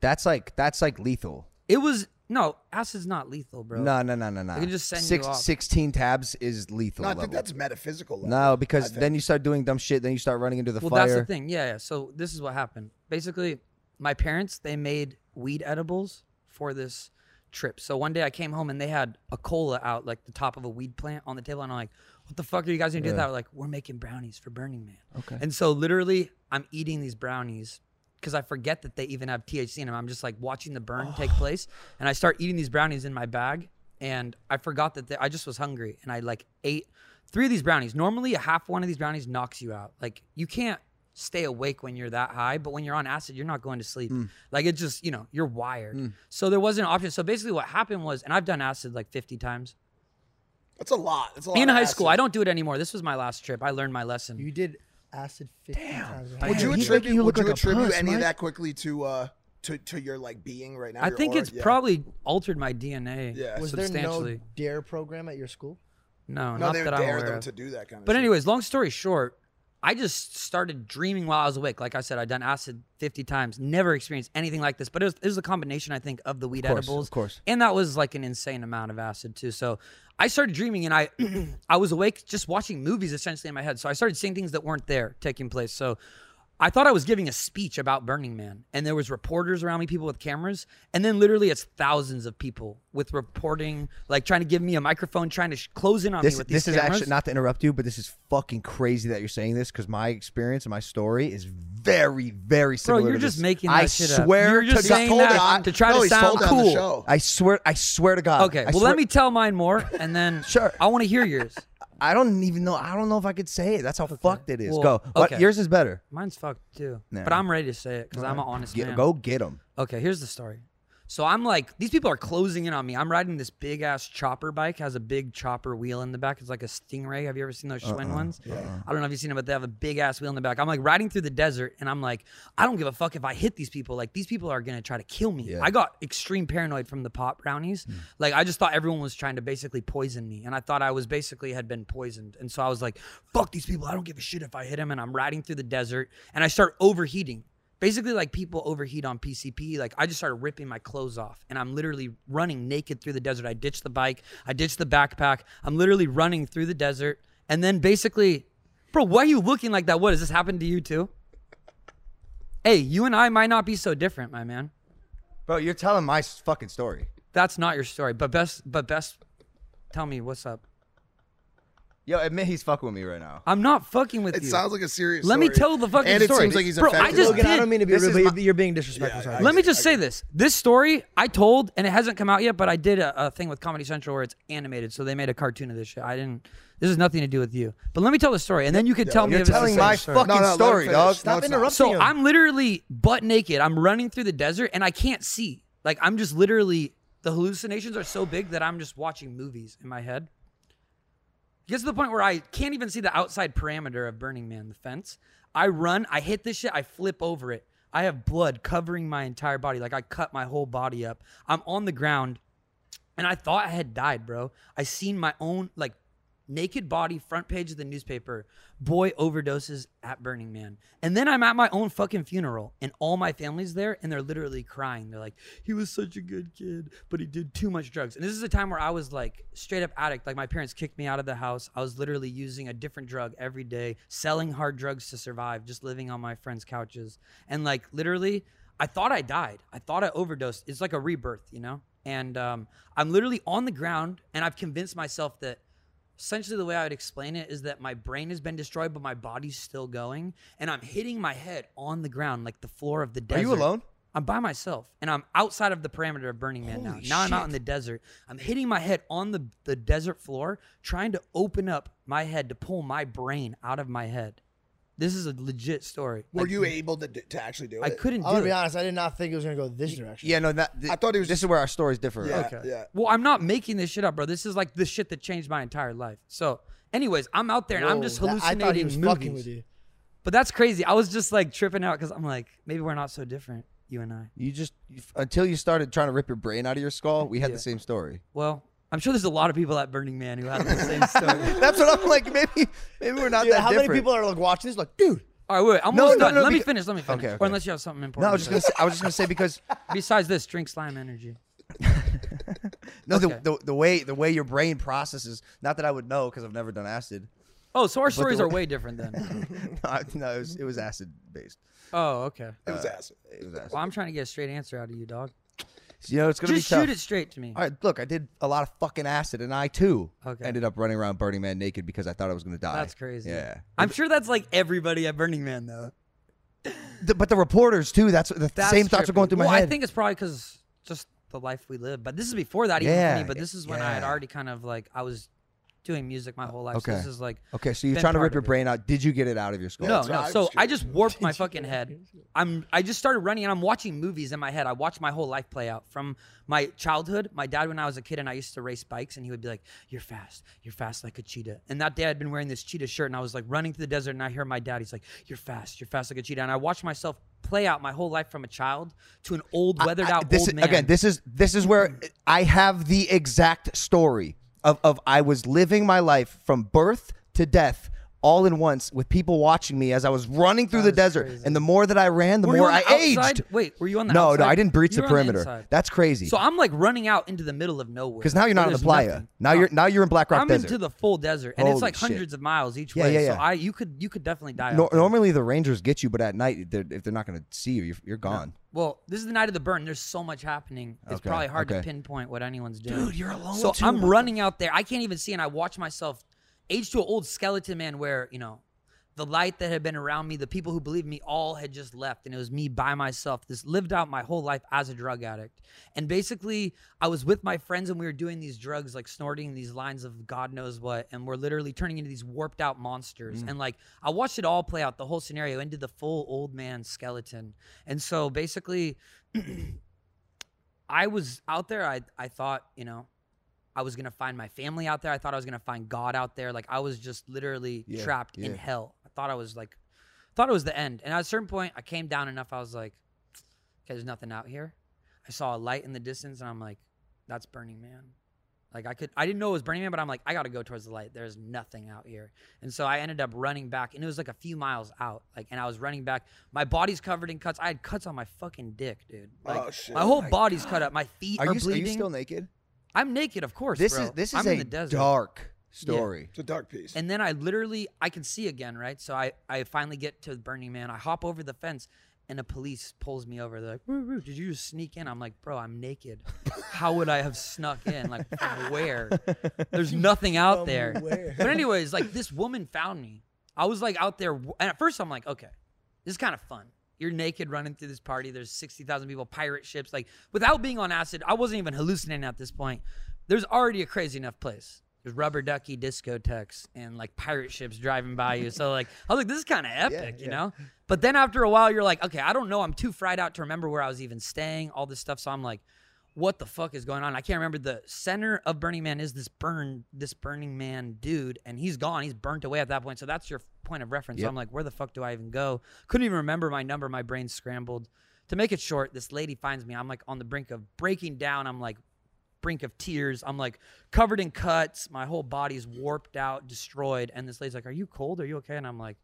Speaker 1: that's like that's like lethal.
Speaker 3: It was no acid's not lethal, bro.
Speaker 1: No, no, no, no, no.
Speaker 3: They can just send you
Speaker 1: Six,
Speaker 3: off.
Speaker 1: 16 tabs is lethal.
Speaker 2: No, I
Speaker 1: level.
Speaker 2: think that's metaphysical. Level.
Speaker 1: no, because
Speaker 2: think.
Speaker 1: then you start doing dumb shit. Then you start running into the
Speaker 3: Well,
Speaker 1: fire.
Speaker 3: that's the thing. Yeah, yeah. So this is what happened. Basically, my parents they made weed edibles for this trip. So one day I came home and they had a cola out like the top of a weed plant on the table, and I'm like, "What the fuck are you guys gonna do with that?" We're like, "We're making brownies for Burning Man." Okay. And so literally, I'm eating these brownies. Because I forget that they even have THC in them. I'm just like watching the burn take place, and I start eating these brownies in my bag, and I forgot that they, I just was hungry, and I like ate three of these brownies. Normally, a half one of these brownies knocks you out. Like you can't stay awake when you're that high, but when you're on acid, you're not going to sleep.
Speaker 2: Mm.
Speaker 3: Like it just, you know, you're wired. So there wasn't an option. So basically, what happened was, and I've done acid like 50 times
Speaker 2: That's a lot. That's a lot.
Speaker 3: in
Speaker 2: of
Speaker 3: high school.
Speaker 2: acid.
Speaker 3: I don't do it anymore. This was my last trip. I learned my lesson.
Speaker 5: You did acid fifty times.
Speaker 2: Would you
Speaker 1: you-
Speaker 2: attribute?
Speaker 1: you look
Speaker 2: would you
Speaker 1: like a
Speaker 2: attribute
Speaker 1: puss,
Speaker 2: any
Speaker 1: Mike.
Speaker 2: of that quickly to uh to to your like being right now?
Speaker 3: I
Speaker 2: your
Speaker 3: think
Speaker 2: aura?
Speaker 3: it's
Speaker 2: Yeah.
Speaker 3: probably altered my DNA
Speaker 2: Yeah.
Speaker 5: Was there no
Speaker 3: substantially.
Speaker 5: dare program at your school?
Speaker 3: no,
Speaker 2: No,
Speaker 3: not
Speaker 2: they would
Speaker 3: that I'm
Speaker 2: dare
Speaker 3: aware
Speaker 2: them
Speaker 3: of.
Speaker 2: to do that kind of.
Speaker 3: But
Speaker 2: shit.
Speaker 3: anyways, long story short, I just started dreaming while I was awake. Like I said, I'd done acid 50 times, never experienced anything like this. But it was, it was a combination, I think, of the weed
Speaker 1: course,
Speaker 3: edibles.
Speaker 1: of course.
Speaker 3: And that was like an insane amount of acid too. So I started dreaming and I I was awake just watching movies essentially in my head. So I started seeing things that weren't there taking place. So I thought I was giving a speech about Burning Man, and there was reporters around me, people with cameras, and then literally it's thousands of people with reporting, like trying to give me a microphone, trying to sh- close in on me
Speaker 1: This,
Speaker 3: with these
Speaker 1: this is
Speaker 3: cameras.
Speaker 1: actually not to interrupt you, but this is fucking crazy that you're saying this because my experience and my story is very, very
Speaker 3: Bro,
Speaker 1: similar.
Speaker 3: you're
Speaker 1: to
Speaker 3: just
Speaker 1: this.
Speaker 3: making that
Speaker 1: I
Speaker 3: shit up.
Speaker 1: swear
Speaker 3: you're just
Speaker 1: to God,
Speaker 3: saying
Speaker 2: told
Speaker 3: that
Speaker 2: it on-
Speaker 3: to try
Speaker 2: no,
Speaker 3: to
Speaker 2: he's
Speaker 3: sound
Speaker 2: told it on the
Speaker 3: cool.
Speaker 2: show.
Speaker 1: I swear, I swear to God.
Speaker 3: Okay,
Speaker 1: I
Speaker 3: well
Speaker 1: swear-
Speaker 3: let me tell mine more, and then
Speaker 1: Sure.
Speaker 3: I want to hear yours.
Speaker 1: I don't even know. I don't know if I could say it. That's how fucked it is.
Speaker 3: Well,
Speaker 1: go. What,
Speaker 3: okay.
Speaker 1: Yours is better.
Speaker 3: Mine's fucked too,
Speaker 1: Nah.
Speaker 3: but I'm ready to say it because I'm an honest
Speaker 1: Get,
Speaker 3: man.
Speaker 1: Go get them.
Speaker 3: Okay, here's the story. So I'm like, these people are closing in on me. I'm riding this big ass chopper bike. Has a big chopper wheel in the back. It's like a Stingray. Have you ever seen those Schwinn ones? I don't know if you've seen them, but they have a big ass wheel in the back. I'm like riding through the desert, and I'm like, I don't give a fuck if I hit these people. Like these people are gonna try to kill me. I got extreme paranoid from the pot brownies. Like I just thought everyone was trying to basically poison me, and I thought I was basically had been poisoned. And so I was like, fuck these people. I don't give a shit if I hit them. And I'm riding through the desert, and I start overheating basically like people overheat on PCP. Like I just started ripping my clothes off and I'm literally running naked through the desert. I ditched the bike, I ditched the backpack. I'm literally running through the desert. And then basically, bro, why are you looking like that? What has this happened to you too? Hey, you and I might not be so different, my man.
Speaker 1: Bro, you're telling my s- fucking story.
Speaker 3: That's not your story, but best, but best. Tell me what's up.
Speaker 1: Yo, admit he's fucking with me right now.
Speaker 3: I'm not fucking with
Speaker 2: It
Speaker 3: you.
Speaker 2: sounds like a serious.
Speaker 3: Let me
Speaker 2: story.
Speaker 3: tell the fucking
Speaker 2: and it
Speaker 3: story.
Speaker 2: seems like he's
Speaker 3: Bro, I
Speaker 2: affected
Speaker 3: just
Speaker 2: by it.
Speaker 5: Logan, I don't mean to be
Speaker 2: This
Speaker 5: rude,
Speaker 2: is
Speaker 5: but
Speaker 2: my-
Speaker 5: you're- you're being disrespectful.
Speaker 2: Yeah,
Speaker 5: sorry.
Speaker 2: I-
Speaker 3: Let me just say this. This story I told, and it hasn't come out yet, but I did a, a thing with Comedy Central where it's animated, so they made a cartoon of this shit. I didn't. This has nothing to do with you. But let me tell the story, and then you can tell me
Speaker 1: You're
Speaker 3: if it's the
Speaker 1: telling
Speaker 3: same
Speaker 1: my
Speaker 3: story.
Speaker 1: fucking
Speaker 2: No, no, let
Speaker 1: story,
Speaker 2: him finish.
Speaker 1: dog.
Speaker 2: No,
Speaker 5: Stop
Speaker 2: it's not.
Speaker 5: interrupting
Speaker 3: So
Speaker 5: him.
Speaker 3: I'm literally butt naked. I'm running through the desert, and I can't see. Like I'm just literally the hallucinations are so big that I'm just watching movies in my head. It gets to the point where I can't even see the outside parameter of Burning Man, the fence. I run, I hit this shit, I flip over it. I have blood covering my entire body. Like I cut my whole body up. I'm on the ground and I thought I had died, bro. I seen my own like naked body front page of the newspaper. Boy overdoses at Burning Man. And then I'm at my own fucking funeral and all my family's there and they're literally crying. They're like, "He was such a good kid, but he did too much drugs." And this is a time where I was like straight up addict. Like my parents kicked me out of the house. I was literally using a different drug every day, selling hard drugs to survive, just living on my friends' couches. And like literally I thought I died. I thought I overdosed. It's like a rebirth, you know? and um, I'm literally on the ground, and I've convinced myself that essentially the way I would explain it is that my brain has been destroyed, but my body's still going, and I'm hitting my head on the ground, like the floor of the desert.
Speaker 1: Are you alone?
Speaker 3: I'm by myself, and I'm outside of the parameter of Burning Man now. Now I'm out in the desert. I'm hitting my head on the, the desert floor, trying to open up my head to pull my brain out of my head. This is a legit story.
Speaker 2: Were
Speaker 3: Like,
Speaker 2: you able to, d- to actually do it?
Speaker 3: I couldn't
Speaker 5: I'm
Speaker 3: do
Speaker 5: gonna be
Speaker 3: it.
Speaker 5: honest. I did not think it was gonna go this direction.
Speaker 1: Yeah, no, that, th-
Speaker 2: I thought he was
Speaker 1: This
Speaker 2: just-
Speaker 1: is where our stories differ.
Speaker 2: Yeah,
Speaker 3: Okay.
Speaker 2: yeah.
Speaker 3: Well, I'm not making this shit up, bro. This is like the shit that changed my entire life. So, anyways, I'm out there and I'm
Speaker 5: Whoa,
Speaker 3: just
Speaker 5: that-
Speaker 3: hallucinating
Speaker 5: I thought he was
Speaker 3: movies.
Speaker 5: fucking with you.
Speaker 3: But that's crazy. I was just like tripping out because I'm like, maybe we're not so different, you and I.
Speaker 1: You just you f- until you started trying to rip your brain out of your skull, we had the same story.
Speaker 3: Well, I'm sure there's a lot of people at Burning Man who have the same story.
Speaker 1: That's what I'm like. Maybe maybe we're not
Speaker 5: Dude,
Speaker 1: that
Speaker 5: how
Speaker 1: different.
Speaker 5: many people are like watching this? Like, dude,
Speaker 3: All right, wait, wait, I'm
Speaker 1: No,
Speaker 3: almost
Speaker 1: no,
Speaker 3: done.
Speaker 1: no,
Speaker 3: let me
Speaker 1: beca-
Speaker 3: finish. Let me finish.
Speaker 1: Okay, okay.
Speaker 3: Or unless you have something
Speaker 1: No, I
Speaker 3: important.
Speaker 1: was just gonna say, I was just gonna say because
Speaker 3: Besides this, drink slime energy.
Speaker 1: no,
Speaker 3: Okay.
Speaker 1: the, the the way the way your brain processes. Not that I would know because I've never done acid.
Speaker 3: Oh, so our stories
Speaker 1: the-
Speaker 3: are way different then.
Speaker 1: no, I- no, it was it was acid based.
Speaker 3: oh, okay.
Speaker 2: It was acid.
Speaker 1: It was acid.
Speaker 3: Well, I'm trying to get a straight answer out of you, dog.
Speaker 1: You know, it's gonna
Speaker 3: Just
Speaker 1: be tough.
Speaker 3: shoot it straight to me.
Speaker 1: All right, look, I did a lot of fucking acid, and I too
Speaker 3: Okay.
Speaker 1: ended up running around Burning Man naked because I thought I was gonna die.
Speaker 3: That's crazy.
Speaker 1: Yeah,
Speaker 3: I'm sure that's like everybody at Burning Man though.
Speaker 1: The- but the reporters too. That's the
Speaker 3: That's
Speaker 1: same thoughts are going
Speaker 3: trippy.
Speaker 1: through my
Speaker 3: well,
Speaker 1: head.
Speaker 3: I think it's probably because just the life we live. But this is before that even
Speaker 1: Yeah,
Speaker 3: for me. But this is when I had
Speaker 1: yeah.
Speaker 3: already kind of like I was doing music my whole life.
Speaker 1: Okay.
Speaker 3: So this is like
Speaker 1: okay, so you're
Speaker 3: been
Speaker 1: trying to
Speaker 3: part
Speaker 1: rip your
Speaker 3: of it.
Speaker 1: brain out. Did you get it out of your skull?
Speaker 3: no,
Speaker 2: what I
Speaker 3: no.
Speaker 2: was
Speaker 3: So I
Speaker 2: curious
Speaker 3: just warped my fucking head. I'm I just started running and I'm watching movies in my head. I watched my whole life play out from my childhood. My dad when I was a kid and I used to race bikes and he would be like, "You're fast. You're fast like a cheetah." And that day I'd been wearing this cheetah shirt and I was like running through the desert and I hear my dad. He's like, "You're fast. You're fast like a cheetah." And I watched myself play out my whole life from a child to an old weathered
Speaker 1: I-
Speaker 3: out
Speaker 1: this
Speaker 3: old
Speaker 1: is,
Speaker 3: man.
Speaker 1: Again, this is this is where I have the exact story of, of I was living my life from birth to death all in once with people watching me as I was running through the desert. And the more that I ran, the
Speaker 3: Were you
Speaker 1: more
Speaker 3: on
Speaker 1: I
Speaker 3: the outside?
Speaker 1: aged.
Speaker 3: Wait, were you on the
Speaker 1: no,
Speaker 3: outside?
Speaker 1: no, I didn't breach the
Speaker 3: You were on the
Speaker 1: perimeter.
Speaker 3: inside.
Speaker 1: That's crazy.
Speaker 3: So I'm like running out into the middle of nowhere.
Speaker 1: Because now you're not
Speaker 3: where
Speaker 1: in the
Speaker 3: there's
Speaker 1: playa.
Speaker 3: nothing.
Speaker 1: Now you're now you're in Black Rock
Speaker 3: I'm
Speaker 1: Desert.
Speaker 3: into the full desert, and
Speaker 1: Holy
Speaker 3: it's like
Speaker 1: shit.
Speaker 3: hundreds of miles each
Speaker 1: Yeah,
Speaker 3: way.
Speaker 1: yeah,
Speaker 3: So
Speaker 1: yeah.
Speaker 3: I, you could, you could definitely die.
Speaker 1: Nor-
Speaker 3: out there.
Speaker 1: normally the rangers get you, but at night they're, if they're not going to see you, you're, you're gone.
Speaker 3: Well, this is the night of the burn. There's so much happening. It's
Speaker 1: Okay,
Speaker 3: probably hard to
Speaker 1: okay.
Speaker 3: pinpoint what anyone's doing.
Speaker 1: Dude, you're alone
Speaker 3: So
Speaker 1: too,
Speaker 3: I'm
Speaker 1: what the
Speaker 3: running out there. I can't even see, and I watch myself age to an old skeleton man. Where you know, the light that had been around me, the people who believed me, all had just left, and it was me by myself. This lived out my whole life as a drug addict, and basically, I was with my friends, and we were doing these drugs, like snorting these lines of God knows what, and we're literally turning into these warped out monsters.
Speaker 1: Mm.
Speaker 3: And like, I watched it all play out, the whole scenario, into the full old man skeleton. And so basically. I was out there. I I thought, you know, I was gonna find my family out there. I thought I was gonna find God out there. Like I was just literally
Speaker 1: Yeah,
Speaker 3: trapped in
Speaker 1: yeah.
Speaker 3: hell. I thought I was like, thought it was the end. And at a certain point, I came down enough. I was like, okay, there's nothing out here. I saw a light in the distance, and I'm like, that's Burning Man. Like I could, I didn't know it was Burning Man, but I'm like, I gotta go towards the light. There's nothing out here, and so I ended up running back, and it was like a few miles out. Like, and I was running back. My body's covered in cuts. I had cuts on my fucking dick, dude. Like,
Speaker 2: Oh, shit.
Speaker 3: my whole body's cut up. My feet are,
Speaker 1: Are, you, are
Speaker 3: bleeding.
Speaker 1: you still naked?
Speaker 3: I'm naked, of course.
Speaker 1: This
Speaker 3: bro.
Speaker 1: is this
Speaker 3: I'm
Speaker 1: is
Speaker 3: in
Speaker 1: a
Speaker 3: the desert.
Speaker 1: dark story.
Speaker 2: It's a dark piece.
Speaker 3: And then I literally I can see again, right? So I I finally get to Burning Man. I hop over the fence and a police pulls me over. They're like, "Woo, woo, "Did you just sneak in?" I'm like, "Bro, I'm naked. How would I have snuck in? Like, from where? There's nothing out
Speaker 5: From
Speaker 3: there."
Speaker 5: where?
Speaker 3: But anyways, like this woman found me. I was like out there, w- and at first I'm like, "Okay, this is kind of fun." You're naked running through this party. There's 60,000 people, pirate ships. Like, without being on acid, I wasn't even hallucinating at this point. There's already a crazy enough place. There's rubber ducky discotheques and like pirate ships driving by you. So, like, I was like, this is kind of epic, you know? But then after a while, you're like, okay, I don't know. I'm too fried out to remember where I was even staying, all this stuff. So I'm like, what the fuck is going on? I can't remember. The center of Burning Man is this burn, this Burning Man dude, and he's gone. He's burnt away at that point. So that's your point of reference. So I'm like, where the fuck do I even go? Couldn't even remember my number. My brain scrambled. To make it short, this lady finds me. I'm like on the brink of breaking down. I'm like, brink of tears. I'm like covered in cuts. My whole body's warped out, destroyed. And this lady's like, Are you cold? Are you okay? And I'm like,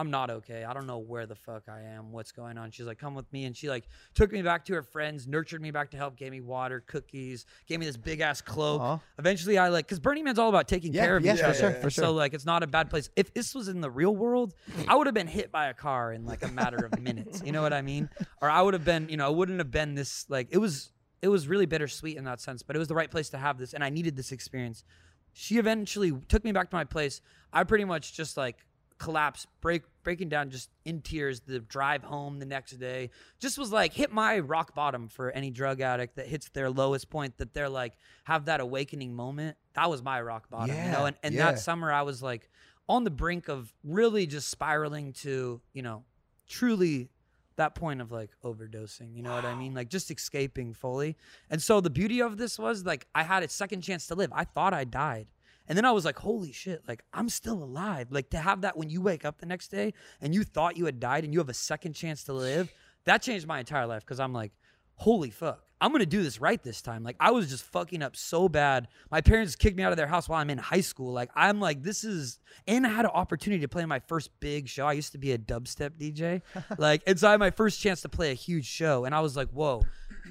Speaker 3: I'm not okay. I don't know where the fuck I am. What's going on? She's like, Come with me. And she like took me back to her friends, nurtured me back to help, gave me water, cookies, gave me this big ass cloak. Eventually, I like, because Burning Man's all about taking
Speaker 1: Uh-huh. Yeah,
Speaker 3: care of
Speaker 1: yeah,
Speaker 3: each
Speaker 1: for
Speaker 3: other.
Speaker 1: sure, for
Speaker 3: So like, it's not a bad place. If this was in the real world, I would have been hit by a car in like a matter of minutes. You know what I mean? Or I would have been, you know, I wouldn't have been this like. It was it was really bittersweet in that sense, but it was the right place to have this, and I needed this experience. She eventually took me back to my place. I pretty much just like collapsed, break breaking down, just in tears. The drive home the next day just was like hit my rock bottom for any drug addict that hits their lowest point. That they're like have that awakening moment. That was my rock bottom, you know.
Speaker 1: Yeah,
Speaker 3: And and
Speaker 1: yeah.
Speaker 3: that summer I was like on the brink of really just spiraling to you know truly that point of like overdosing you know what i mean like just escaping fully and so the beauty of this was like i had a second chance to live i thought i died and then i was like holy shit like i'm still alive like to have that when you wake up the next day and you thought you had died and you have a second chance to live that changed my entire life because i'm like holy fuck i'm gonna do this right this time like i was just fucking up so bad my parents kicked me out of their house while i'm in high school like i'm like this is and i had an opportunity to play my first big show i used to be a dubstep dj like and so i had my first chance to play a huge show and i was like whoa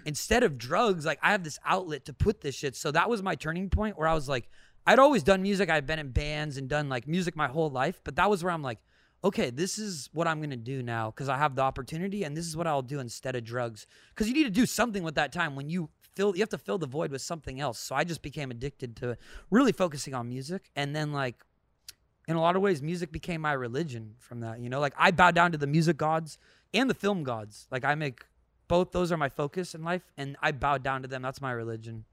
Speaker 3: instead of drugs like i have this outlet to put this shit so that was my turning point where i was like i'd always done music i'd been in bands and done like music my whole life but that was where i'm like okay, this is what I'm going to do now because I have the opportunity and this is what I'll do instead of drugs. Because you need to do something with that time when you fill, you have to fill the void with something else. So I just became addicted to really focusing on music. And then, like, in a lot of ways, music became my religion from that. You know, like I bow down to the music gods and the film gods. Like, I make both those are my focus in life and I bow down to them. That's my religion.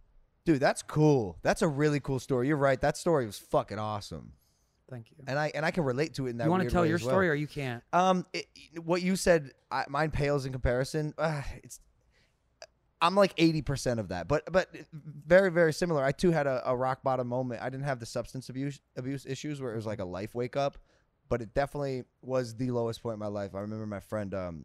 Speaker 1: Dude, that's cool. That's a really cool story. You're right. That story was fucking awesome.
Speaker 3: Thank you.
Speaker 1: And I and I can relate to it in that
Speaker 3: you
Speaker 1: want to
Speaker 3: tell your
Speaker 1: well.
Speaker 3: story or you can't?
Speaker 1: Um, it, what you said, I, mine pales in comparison. Uh, it's, I'm like 80% of that, but but very very similar. I too had a, a rock bottom moment. I didn't have the substance abuse abuse issues where it was like a life wake up, but it definitely was the lowest point in my life. I remember my friend um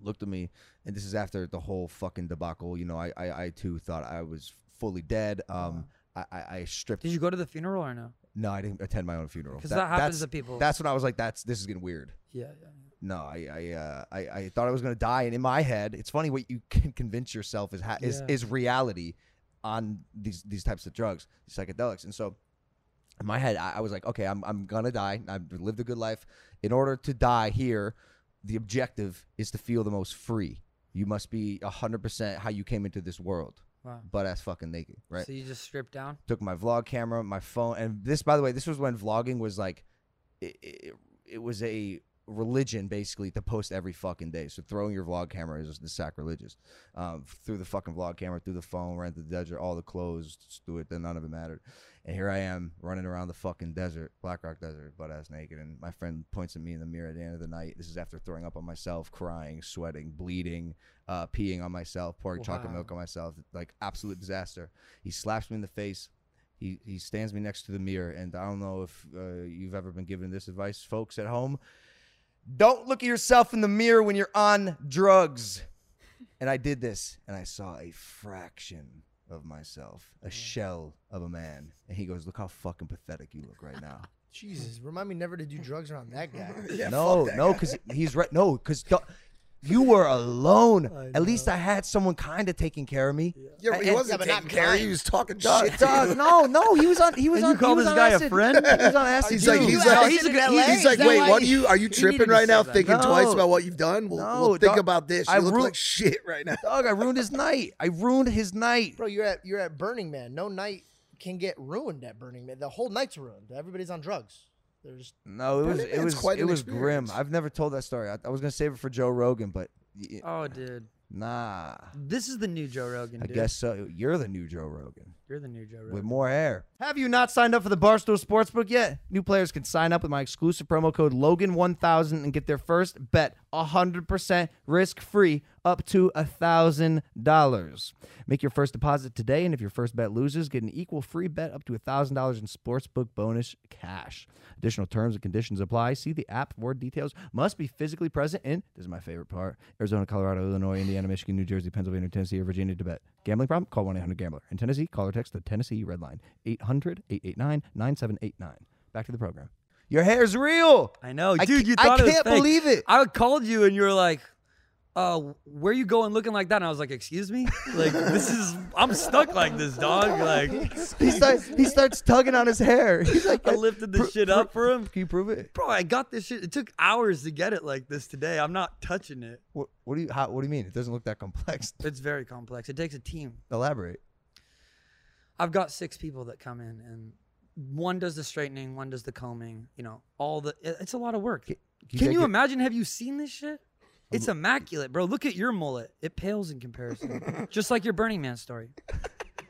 Speaker 1: looked at me, and this is after the whole fucking debacle. You know, I I, I too thought I was fully dead. Um, I I, I stripped.
Speaker 3: Uh-huh. Did you go to the funeral or no?
Speaker 1: no, I didn't attend my own funeral
Speaker 3: 'Cause that happens
Speaker 1: that's-
Speaker 3: to people.
Speaker 1: That's when I was like, that's this is getting weird
Speaker 3: Yeah. yeah.
Speaker 1: no, I I, uh, I I thought I was gonna die, and in my head, it's funny what you can convince yourself is ha- is
Speaker 3: Yeah.
Speaker 1: is reality on these these types of drugs, psychedelics, and so in my head, I, I was like, okay, I'm I'm gonna die. I've lived a good life. In order to die here, the objective is to feel the most free. You must be hundred percent how you came into this world,
Speaker 3: Wow.
Speaker 1: butt ass fucking naked, right?
Speaker 3: So you just stripped down?
Speaker 1: took my vlog camera, my phone, and this, by the way, this was when vlogging was like, it, it, it was a religion basically to post every fucking day. So throwing your vlog camera is just sacrilegious. Um, through the fucking vlog camera, through the phone, ran through the desert, all the clothes, just through it, then none of it mattered. And here I am running around the fucking desert, Black Rock Desert, butt ass naked. And my friend points at me in the mirror at the end of the night. This is after throwing up on myself, crying, sweating, bleeding, uh, peeing on myself, pouring chocolate
Speaker 3: Wow.
Speaker 1: milk on myself, like absolute disaster. He slaps me in the face. He, he stands me next to the mirror. And I don't know if uh, you've ever been given this advice, folks at home. Don't look at yourself in the mirror when you're on drugs. And I did this, and I saw a fraction of myself, a shell of a man. And he goes, Look how fucking pathetic you look right now.
Speaker 5: Jesus, remind me never to do drugs around that guy.
Speaker 2: Yeah,
Speaker 1: no,
Speaker 2: fuck that
Speaker 1: no,
Speaker 2: guy.
Speaker 1: because he's right. No, because You were alone. At least I had someone kind of taking care of me.
Speaker 2: Yeah, but he
Speaker 1: And-
Speaker 2: wasn't
Speaker 5: but
Speaker 2: taking
Speaker 5: not
Speaker 2: care. He
Speaker 5: kind.
Speaker 2: was talking
Speaker 1: Dog,
Speaker 2: shit. to
Speaker 1: dog, no, no, he was on. He was
Speaker 3: And
Speaker 1: on.
Speaker 3: you call
Speaker 1: he was
Speaker 3: this
Speaker 1: on
Speaker 3: guy a
Speaker 1: acid.
Speaker 3: friend?
Speaker 1: He was on acid.
Speaker 2: He's like,
Speaker 1: too.
Speaker 2: he's like,
Speaker 5: he's a good-
Speaker 2: he's,
Speaker 5: he's
Speaker 2: like,
Speaker 5: that
Speaker 2: wait,
Speaker 5: why
Speaker 2: what are
Speaker 5: he-
Speaker 2: you? Are you
Speaker 3: needed
Speaker 2: tripping
Speaker 3: to
Speaker 2: right
Speaker 3: say
Speaker 2: now,
Speaker 3: that.
Speaker 2: thinking
Speaker 1: No.
Speaker 2: twice about what you've done? We'll,
Speaker 1: No,
Speaker 2: we'll think
Speaker 1: dog.
Speaker 2: about this. You
Speaker 1: I
Speaker 2: look
Speaker 1: ru-
Speaker 2: like shit right now.
Speaker 1: dog, I ruined his night. I ruined his night.
Speaker 5: Bro, you're at you're at Burning Man. No night can get ruined at Burning Man. The whole night's ruined. Everybody's on drugs. There's
Speaker 1: No, it was
Speaker 2: Burning
Speaker 1: it
Speaker 2: Man's
Speaker 1: was
Speaker 2: quite
Speaker 1: it
Speaker 2: an
Speaker 1: was grim.
Speaker 2: experience.
Speaker 1: I've never told that story. I, I was gonna save it for Joe Rogan, but y- y-
Speaker 3: Oh, dude,
Speaker 1: nah.
Speaker 3: this is the new Joe Rogan.
Speaker 1: I
Speaker 3: dude.
Speaker 1: guess so. You're the new Joe Rogan
Speaker 3: you're the new Joe Rogan.
Speaker 1: with more hair.
Speaker 6: Have you not signed up for the Barstool Sportsbook yet? New players can sign up with my exclusive promo code Logan1000 and get their first bet 100% risk free up to $1,000. Make your first deposit today, and if your first bet loses, get an equal free bet up to $1,000 in sportsbook bonus cash. Additional terms and conditions apply. See the app for details. Must be physically present in, this is my favorite part, Arizona, Colorado, Illinois, Indiana, Michigan, New Jersey, Pennsylvania, Tennessee, or Virginia to bet. Gambling problem? Call 1 800 Gambler. In Tennessee, call or text the Tennessee Red Line 800 889 9789. Back to the program.
Speaker 1: Your hair's real.
Speaker 3: I know,
Speaker 1: I
Speaker 3: dude.
Speaker 1: ca-
Speaker 3: You
Speaker 1: I
Speaker 3: thought it was
Speaker 1: can't
Speaker 3: fake.
Speaker 1: believe it.
Speaker 3: I called you and you were like, "Uh, where you going looking like that?" And I was like, "Excuse me, like this is I'm stuck like this, dog. Like
Speaker 1: He starts he starts tugging on his hair. He's like,
Speaker 3: I lifted this shit up for him,
Speaker 1: can you prove it?
Speaker 3: bro. I got this shit. It took hours to get it like this today. I'm not touching it.
Speaker 1: What, what do you how, what do you mean? It doesn't look that complex.
Speaker 3: It's very complex. It takes a team.
Speaker 1: Elaborate.
Speaker 3: I've got six people that come in, and one does the straightening, one does the combing. You know, all the it- it's a lot of work. Can
Speaker 1: you
Speaker 3: you,
Speaker 1: take it-
Speaker 3: imagine? Have you seen this shit? It's immaculate, bro. Look at your mullet. It pales in comparison, just like your Burning Man story,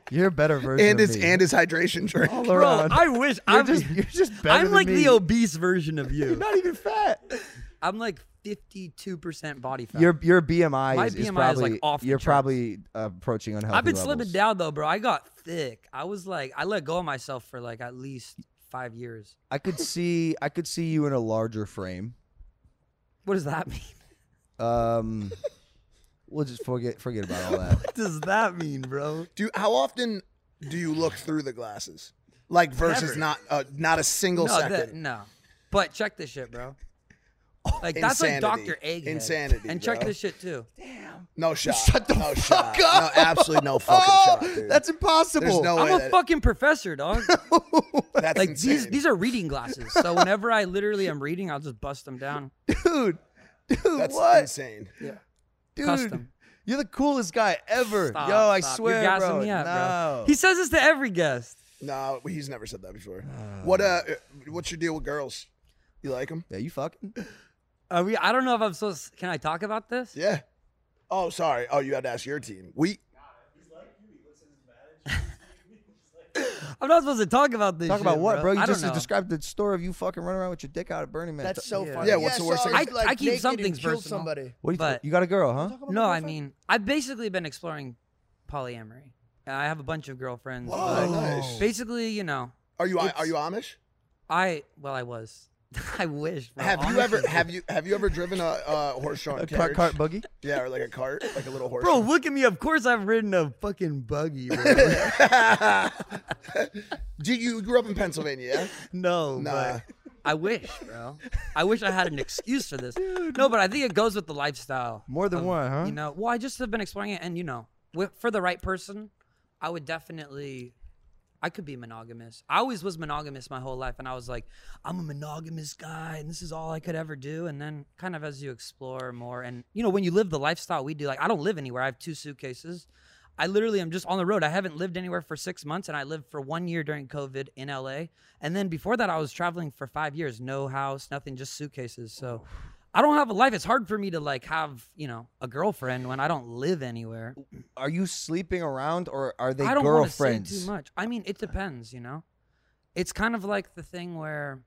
Speaker 1: You're a better version.
Speaker 2: And
Speaker 1: of
Speaker 2: his
Speaker 1: me.
Speaker 2: and his hydration drink.
Speaker 1: all
Speaker 3: bro.
Speaker 1: around.
Speaker 3: I wish
Speaker 1: you're
Speaker 3: I'm
Speaker 1: just you're just better
Speaker 3: I'm
Speaker 1: than
Speaker 3: like
Speaker 1: me.
Speaker 3: the obese version of
Speaker 1: You're
Speaker 3: you.
Speaker 1: not even fat.
Speaker 3: I'm like 52 percent body fat.
Speaker 1: Your your BMI
Speaker 3: My
Speaker 1: is, is
Speaker 3: BMI is, like,
Speaker 1: probably
Speaker 3: off the
Speaker 1: you're
Speaker 3: charts.
Speaker 1: probably uh, approaching unhealthy.
Speaker 3: I've been
Speaker 1: levels.
Speaker 3: slimming down though, bro. I got thick. I was like, I let go of myself for like at least five years.
Speaker 1: I could see I could see you in a larger frame.
Speaker 3: What does that mean?
Speaker 1: Um, we'll just forget forget about all that.
Speaker 3: What does that mean, bro?
Speaker 2: Do you- how often do you look through the glasses? Like versus
Speaker 3: Never.
Speaker 2: not uh, not a single
Speaker 3: No,
Speaker 2: second.
Speaker 3: that, no. But check this shit, bro. Like that's like
Speaker 2: Insanity.
Speaker 3: Doctor Egghead.
Speaker 2: Insanity,
Speaker 3: And check
Speaker 2: bro.
Speaker 3: this shit too.
Speaker 2: No shot.
Speaker 1: Shut the
Speaker 2: no
Speaker 1: fuck
Speaker 2: shot.
Speaker 1: up. Oh,
Speaker 2: No, absolutely no fucking shot. Dude.
Speaker 1: That's impossible.
Speaker 2: There's no
Speaker 3: I'm
Speaker 2: way.
Speaker 3: a
Speaker 2: that-
Speaker 3: fucking professor, dog.
Speaker 2: that's
Speaker 3: Like
Speaker 2: insane.
Speaker 3: these these are reading glasses. So whenever I literally am reading, I'll just bust them down.
Speaker 1: dude, dude,
Speaker 2: That's
Speaker 1: what,
Speaker 2: insane.
Speaker 1: dude?
Speaker 3: Custom.
Speaker 1: You're the coolest guy ever.
Speaker 3: Stop,
Speaker 1: Yo, I
Speaker 3: stop.
Speaker 1: swear,
Speaker 3: You're gassing
Speaker 1: bro.
Speaker 3: me up,
Speaker 1: no.
Speaker 3: bro. He says this to every guest.
Speaker 2: No, he's never said that before. what uh, what's your deal with girls? You like them?
Speaker 1: yeah, you fucking.
Speaker 3: Are we, I don't know if I'm supposed. Can I talk about this?
Speaker 2: Yeah. Oh, sorry. Oh, you had to ask your team. We
Speaker 3: I'm not supposed to talk about this.
Speaker 1: Talk about
Speaker 3: shit,
Speaker 1: what, bro? You
Speaker 3: I don't
Speaker 1: just
Speaker 3: know.
Speaker 1: described the story of you fucking running around with your dick out at Burning Man.
Speaker 5: that's so
Speaker 3: Yeah.
Speaker 5: funny.
Speaker 2: Yeah, what's the worst
Speaker 5: so
Speaker 2: thing-
Speaker 5: it's
Speaker 3: I- I keep
Speaker 5: naked
Speaker 3: some
Speaker 5: and
Speaker 3: things
Speaker 5: killed
Speaker 3: personal.
Speaker 5: somebody.
Speaker 1: what do you, th-
Speaker 3: but-
Speaker 1: you got a girl, huh?
Speaker 3: No, I mean, I've basically been exploring polyamory. And I have a bunch of girlfriends.
Speaker 2: Oh,
Speaker 3: but
Speaker 2: nice.
Speaker 3: Basically, you know,
Speaker 2: Are you are you Amish?
Speaker 3: I well, I was. I wish. bro.
Speaker 2: Have you
Speaker 3: Honestly.
Speaker 2: ever have you have you ever driven a, a horse-drawn
Speaker 1: Cart,
Speaker 2: carriage?
Speaker 1: cart buggy.
Speaker 2: Yeah, or like a cart, like a little horse.
Speaker 3: Bro, look at me. Of course, I've ridden a fucking buggy. Bro.
Speaker 2: Did you grew up in Pennsylvania?
Speaker 3: no,
Speaker 2: Yeah. Nah.
Speaker 3: but I wish, bro. I wish I had an excuse for this. No, but I think it goes with the lifestyle.
Speaker 1: More than
Speaker 3: of,
Speaker 1: one, huh?
Speaker 3: Um, You know, well, I just have been exploring it, and you know, wi- for the right person, I would definitely. I could be monogamous. I always was monogamous my whole life, and I was like, I'm a monogamous guy, and this is all I could ever do. And then, kind of as you explore more, and you know, when you live the lifestyle we do, like I don't live anywhere. I have two suitcases. I literally am just on the road. I haven't lived anywhere for six months, and I lived for one year during COVID in LA. And then before that, I was traveling for five years, no house, nothing, just suitcases. So I don't have a life. It's hard for me to like have you know a girlfriend when I don't live anywhere.
Speaker 1: Are you sleeping around, or are they
Speaker 3: I don't wanna say
Speaker 1: girlfriends?
Speaker 3: too much. I mean, it depends. You know, it's kind of like the thing where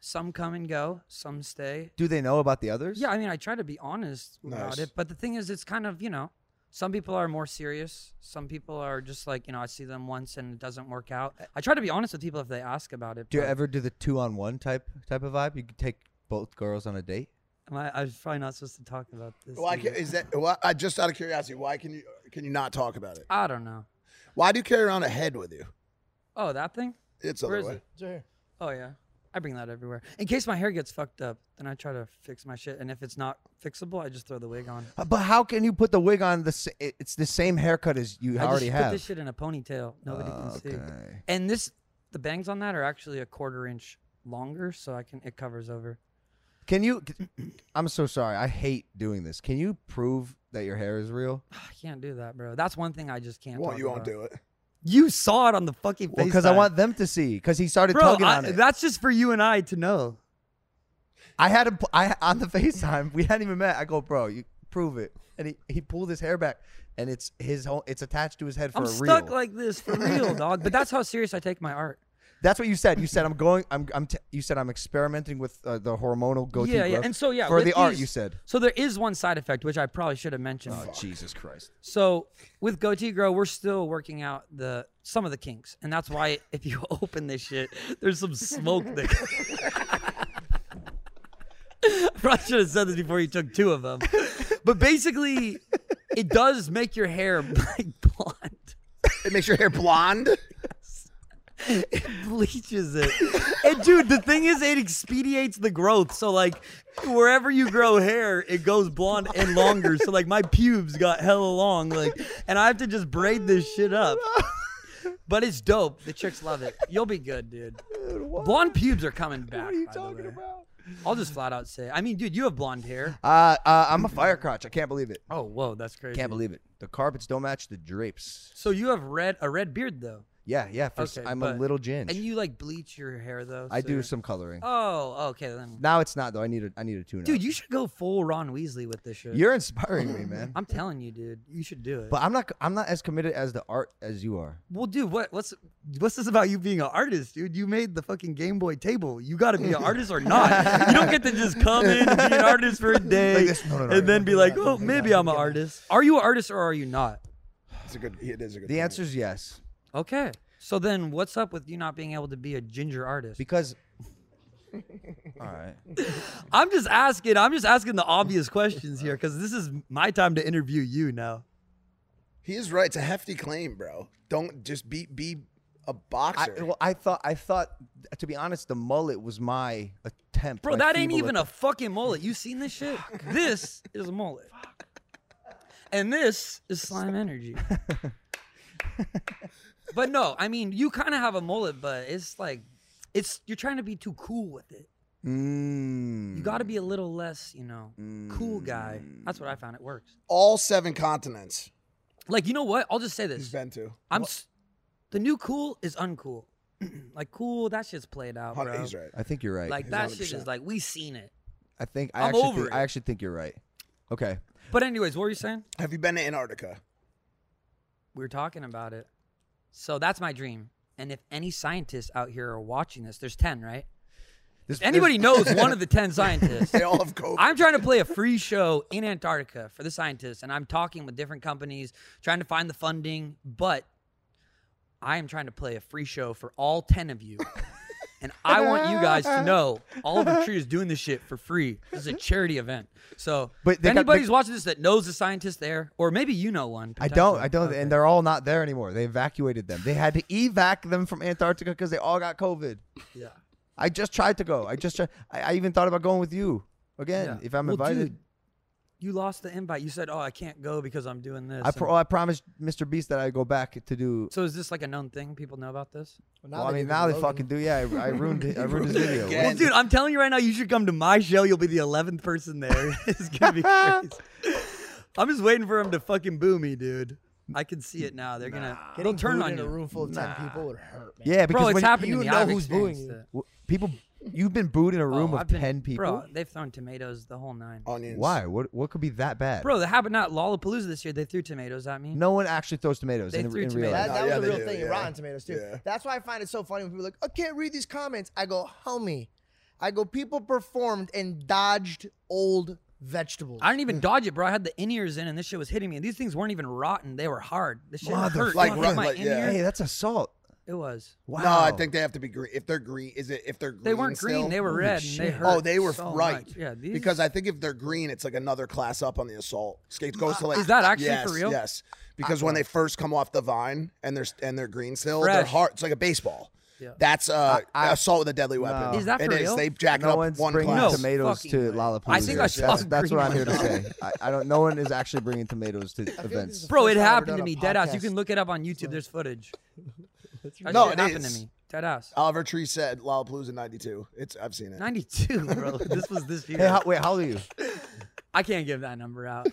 Speaker 3: some come and go, some stay.
Speaker 1: Do they know about the others?
Speaker 3: Yeah, I mean, I try to be honest
Speaker 2: Nice.
Speaker 3: about it, but the thing is, it's kind of you know, some people are more serious. Some people are just like you know, I see them once and it doesn't work out. I try to be honest with people if they ask about it.
Speaker 1: Eh. Do you
Speaker 3: but
Speaker 1: ever do the two on one type type of vibe? You could take both girls on a date.
Speaker 3: am I, I was probably not supposed to talk about this.
Speaker 2: Why
Speaker 3: either.
Speaker 2: can, is that? Why, I just out of curiosity, why can you can you not talk about it?
Speaker 3: I don't know.
Speaker 2: Why do you carry around a head with you?
Speaker 3: Oh, that thing.
Speaker 2: It's
Speaker 3: Where
Speaker 2: other
Speaker 3: is
Speaker 2: way.
Speaker 3: it? Oh yeah. I bring that everywhere. In case my hair gets fucked up, then I try to fix my shit. And if it's not fixable, I just throw the wig on.
Speaker 1: Uh, But how can you put the wig on? The s- it- it's the same haircut as you
Speaker 3: I
Speaker 1: already
Speaker 3: just
Speaker 1: have.
Speaker 3: put this shit in a ponytail. Nobody can see.
Speaker 1: Okay.
Speaker 3: And this, the bangs on that are actually a quarter inch longer, so I can it covers over.
Speaker 1: Can you? I'm so sorry. I hate doing this. Can you prove that your hair is real?
Speaker 3: I can't do that, bro. That's one thing I just can't.
Speaker 2: Well,
Speaker 3: talk
Speaker 2: you won't
Speaker 3: about.
Speaker 2: do it.
Speaker 3: You saw it on the fucking face.
Speaker 1: Because I want them to see. Because he started
Speaker 3: bro.
Speaker 1: tugging
Speaker 3: I-
Speaker 1: on it.
Speaker 3: That's just for you and I to know.
Speaker 1: I had him. pu- I on the Facetime. We hadn't even met. I go, bro, you prove it. And he, he pulled his hair back, and it's his whole. It's attached to his head for
Speaker 3: I'm
Speaker 1: a
Speaker 3: stuck
Speaker 1: reel.
Speaker 3: like this for real, dog. But that's how serious I take my art.
Speaker 1: That's what you said. You said I'm going. I'm. I'm. T- you said I'm experimenting with uh, the hormonal goatee.
Speaker 3: yeah, yeah.
Speaker 1: growth
Speaker 3: And so yeah,
Speaker 1: for
Speaker 3: with
Speaker 1: the art
Speaker 3: these-
Speaker 1: you said. Oh,
Speaker 3: So there is one side effect which I probably should have mentioned.
Speaker 1: Jesus Christ.
Speaker 3: So with goatee grow, we're still working out the some of the kinks, and that's why if you open this shit, there's some smoke there. Probably should have said this before you took two of them, but basically, it does make your hair like blonde.
Speaker 2: It makes your hair blonde.
Speaker 3: It bleaches it. And dude, the thing is, it expediates the growth. So like, wherever you grow hair, it goes blonde and longer. So like, my pubes got hella long. Like, and I have to just braid this shit up. But it's dope. The chicks love it. You'll be good, dude. blonde pubes are coming back. What are you talking about? I'll just flat out say. I mean, dude, you have blonde hair.
Speaker 1: Uh, uh, I'm a fire crotch. I can't believe it.
Speaker 3: Oh, whoa, that's crazy.
Speaker 1: Can't believe it. The carpets don't match the drapes.
Speaker 3: So you have red a red beard though,
Speaker 1: Yeah, yeah. For s-
Speaker 3: Okay,
Speaker 1: I'm a
Speaker 3: but-
Speaker 1: little ginge.
Speaker 3: and you like bleach your hair though.
Speaker 1: I
Speaker 3: so
Speaker 1: do
Speaker 3: you're-
Speaker 1: some coloring.
Speaker 3: Oh, okay then.
Speaker 1: now it's not though. I need a. I need a tune.
Speaker 3: Dude, you should go full Ron Weasley with this shit.
Speaker 1: you're inspiring me, man.
Speaker 3: I'm telling you, dude, you should do it.
Speaker 1: But I'm not. I'm not as committed as the art as you are.
Speaker 3: well, dude, what what's what's this about you being an artist, dude? You made the fucking Game Boy table. You got to be an artist or not. you don't get to just come in and be an artist for a day
Speaker 1: this, no, no, no,
Speaker 3: and then be like, oh, maybe I'm an artist. Are you an artist or are you not?
Speaker 2: It's a good. It is a good.
Speaker 1: The
Speaker 2: point.
Speaker 1: answer is yes,
Speaker 3: Okay. So then, what's up with you not being able to be a ginger artist?
Speaker 1: because. All right.
Speaker 3: I'm just asking. I'm just asking the obvious questions here because this is my time to interview you now.
Speaker 2: He is right. It's a hefty claim, bro. Don't just be be a
Speaker 1: I,
Speaker 2: boxer.
Speaker 1: well, I thought. I thought. To be honest, the mullet was my attempt.
Speaker 3: Bro,
Speaker 1: my
Speaker 3: that ain't
Speaker 1: feeble
Speaker 3: even a fucking mullet. You seen this shit? This is a mullet. And this is slime energy. but no, I mean, you kind of have a mullet, but it's like, it's you're trying to be too cool with it.
Speaker 1: Mm.
Speaker 3: You got to be a little less, you know, cool guy. That's what I found. It works.
Speaker 2: All seven continents
Speaker 3: Like, you know what? I'll just say
Speaker 2: he's
Speaker 3: this.
Speaker 2: been to.
Speaker 3: I'm s- the new cool is uncool. like cool, that shit's played out,
Speaker 2: Hundred-
Speaker 3: bro.
Speaker 2: He's right.
Speaker 1: I think you're right.
Speaker 3: Like that shit
Speaker 2: 100%.
Speaker 3: is like we seen it.
Speaker 1: I think. I
Speaker 3: I'm
Speaker 1: actually.
Speaker 3: over
Speaker 1: think,
Speaker 3: it.
Speaker 1: I actually think you're right. Okay.
Speaker 3: But anyways, what were you saying?
Speaker 2: Have you been to Antarctica?
Speaker 3: we were talking about it. So that's my dream. And if any scientists out here are watching this, there's 10, right?
Speaker 1: This,
Speaker 3: If anybody knows one of the 10 scientists,
Speaker 2: They all have COVID.
Speaker 3: I'm trying to play a free show in Antarctica for the scientists. And I'm talking with different companies, trying to find the funding. But I am trying to play a free show for all 10 of you. And I want you guys to know Oliver Tree is doing this shit for free. This is a charity event. So,
Speaker 1: But
Speaker 3: if
Speaker 1: they got- they-
Speaker 3: anybody's watching this that knows the scientist there, or maybe you know one.
Speaker 1: I don't. I
Speaker 3: potentially.
Speaker 1: don't.
Speaker 3: Okay.
Speaker 1: And they're all not there anymore. They evacuated them. They had to evac them from Antarctica because they all got COVID.
Speaker 3: Yeah.
Speaker 1: I just tried to go. I just. Tried, I, I even thought about going with you again
Speaker 3: Yeah.
Speaker 1: if I'm
Speaker 3: Well,
Speaker 1: invited.
Speaker 3: dude, you lost the invite. You said, "Oh, I can't go because I'm doing this."
Speaker 1: I pro- oh,
Speaker 3: and-
Speaker 1: I promised Mr. Beast that I go back to do.
Speaker 3: so is this like a known thing? People know about this?
Speaker 5: now
Speaker 1: Well, I
Speaker 5: they
Speaker 1: mean,
Speaker 5: do the
Speaker 1: now they
Speaker 5: Logan.
Speaker 1: fucking do. Yeah, I, I ruined it. I ruined his video.
Speaker 2: again.
Speaker 1: Well,
Speaker 2: And-
Speaker 3: dude, I'm telling you right now, you should come to my show. You'll be the 11th person there. it's gonna be crazy. I'm just waiting for him to fucking boo me, dude. I can see it now. They're gonna
Speaker 5: Getting
Speaker 3: they'll turn
Speaker 5: booed
Speaker 3: on
Speaker 5: in a
Speaker 3: you,
Speaker 5: room full of ten people would hurt, man.
Speaker 1: Yeah, because
Speaker 3: bro. It's
Speaker 1: when
Speaker 3: happened
Speaker 5: you
Speaker 3: to me.
Speaker 5: know
Speaker 3: I've
Speaker 5: who's booing
Speaker 3: experienced
Speaker 5: you.
Speaker 1: w-
Speaker 3: it.
Speaker 1: people, you've been booed in a room
Speaker 3: Oh,
Speaker 1: of
Speaker 3: I've been-
Speaker 1: ten people. Oh.
Speaker 3: Bro, they've thrown tomatoes the whole nine.
Speaker 2: Onions.
Speaker 1: Why? What? What could be that bad?
Speaker 3: Bro, that happened at Lollapalooza this year. They threw tomatoes at me.
Speaker 1: no one actually throws tomatoes
Speaker 3: They
Speaker 1: in, in
Speaker 3: threw
Speaker 1: real
Speaker 3: tomatoes.
Speaker 1: life.
Speaker 5: That,
Speaker 2: No,
Speaker 5: that
Speaker 2: oh, yeah,
Speaker 5: was
Speaker 2: they
Speaker 5: the real
Speaker 2: do,
Speaker 5: thing.
Speaker 2: yeah.
Speaker 5: Rotten Tomatoes too.
Speaker 2: Yeah.
Speaker 5: That's why I find it so funny when people are like, "I can't read these comments." I go, "Homie," I go, "People performed and dodged old vegetables."
Speaker 3: I didn't even dodge it, bro. I had the in ears in, and this shit was hitting me. And these things weren't even rotten; they were hard. This shit hurt.
Speaker 2: Like,
Speaker 3: It hit
Speaker 2: right,
Speaker 3: my
Speaker 2: like, yeah.
Speaker 3: in-ear.
Speaker 1: Hey, that's assault.
Speaker 3: It was.
Speaker 1: Wow.
Speaker 2: No, I think they have to be green. If they're green, is it if they're green?
Speaker 3: They weren't green.
Speaker 2: still?
Speaker 3: They were red. And they hurt.
Speaker 2: Oh, they were
Speaker 3: so
Speaker 2: right.
Speaker 3: much. Yeah, these,
Speaker 2: because I think if they're green, it's like another class up on the assault. Skate goes to like
Speaker 3: Ah, Is that actually for
Speaker 2: yes,
Speaker 3: real? Ah.
Speaker 2: Yes, because when they first come off the vine and they're and they're green still, they're
Speaker 3: Fresh.
Speaker 2: hard. It's like a baseball.
Speaker 3: Yeah.
Speaker 2: That's uh, assault with a deadly weapon.
Speaker 1: No.
Speaker 3: Is that
Speaker 2: It
Speaker 3: for
Speaker 2: is.
Speaker 3: real?
Speaker 2: They jacked
Speaker 1: No
Speaker 2: up
Speaker 1: one's
Speaker 2: one
Speaker 1: bringing
Speaker 2: class.
Speaker 3: No.
Speaker 1: tomatoes
Speaker 3: fucking
Speaker 1: to
Speaker 3: way.
Speaker 1: Lollapalooza.
Speaker 3: I think I saw
Speaker 1: that's,
Speaker 3: a
Speaker 1: that's what
Speaker 3: green
Speaker 1: I'm here to
Speaker 3: one.
Speaker 1: say. I, I don't. No one is actually bringing tomatoes to
Speaker 5: I feel like this is
Speaker 1: events.
Speaker 5: the
Speaker 3: Bro,
Speaker 5: first
Speaker 3: it
Speaker 5: time I've ever
Speaker 3: happened
Speaker 5: done
Speaker 3: to
Speaker 5: a
Speaker 3: me. Dead ass. You
Speaker 5: podcast.
Speaker 3: can look it up on YouTube. There's footage. That
Speaker 2: No,
Speaker 3: shit
Speaker 2: it
Speaker 3: happened
Speaker 2: is.
Speaker 3: to me. Dead ass.
Speaker 2: Oliver Tree said Lollapalooza 92. It's I've seen it.
Speaker 3: 92, bro. this was this year.
Speaker 1: Hey, how, wait, how old are you?
Speaker 3: I can't give that number out.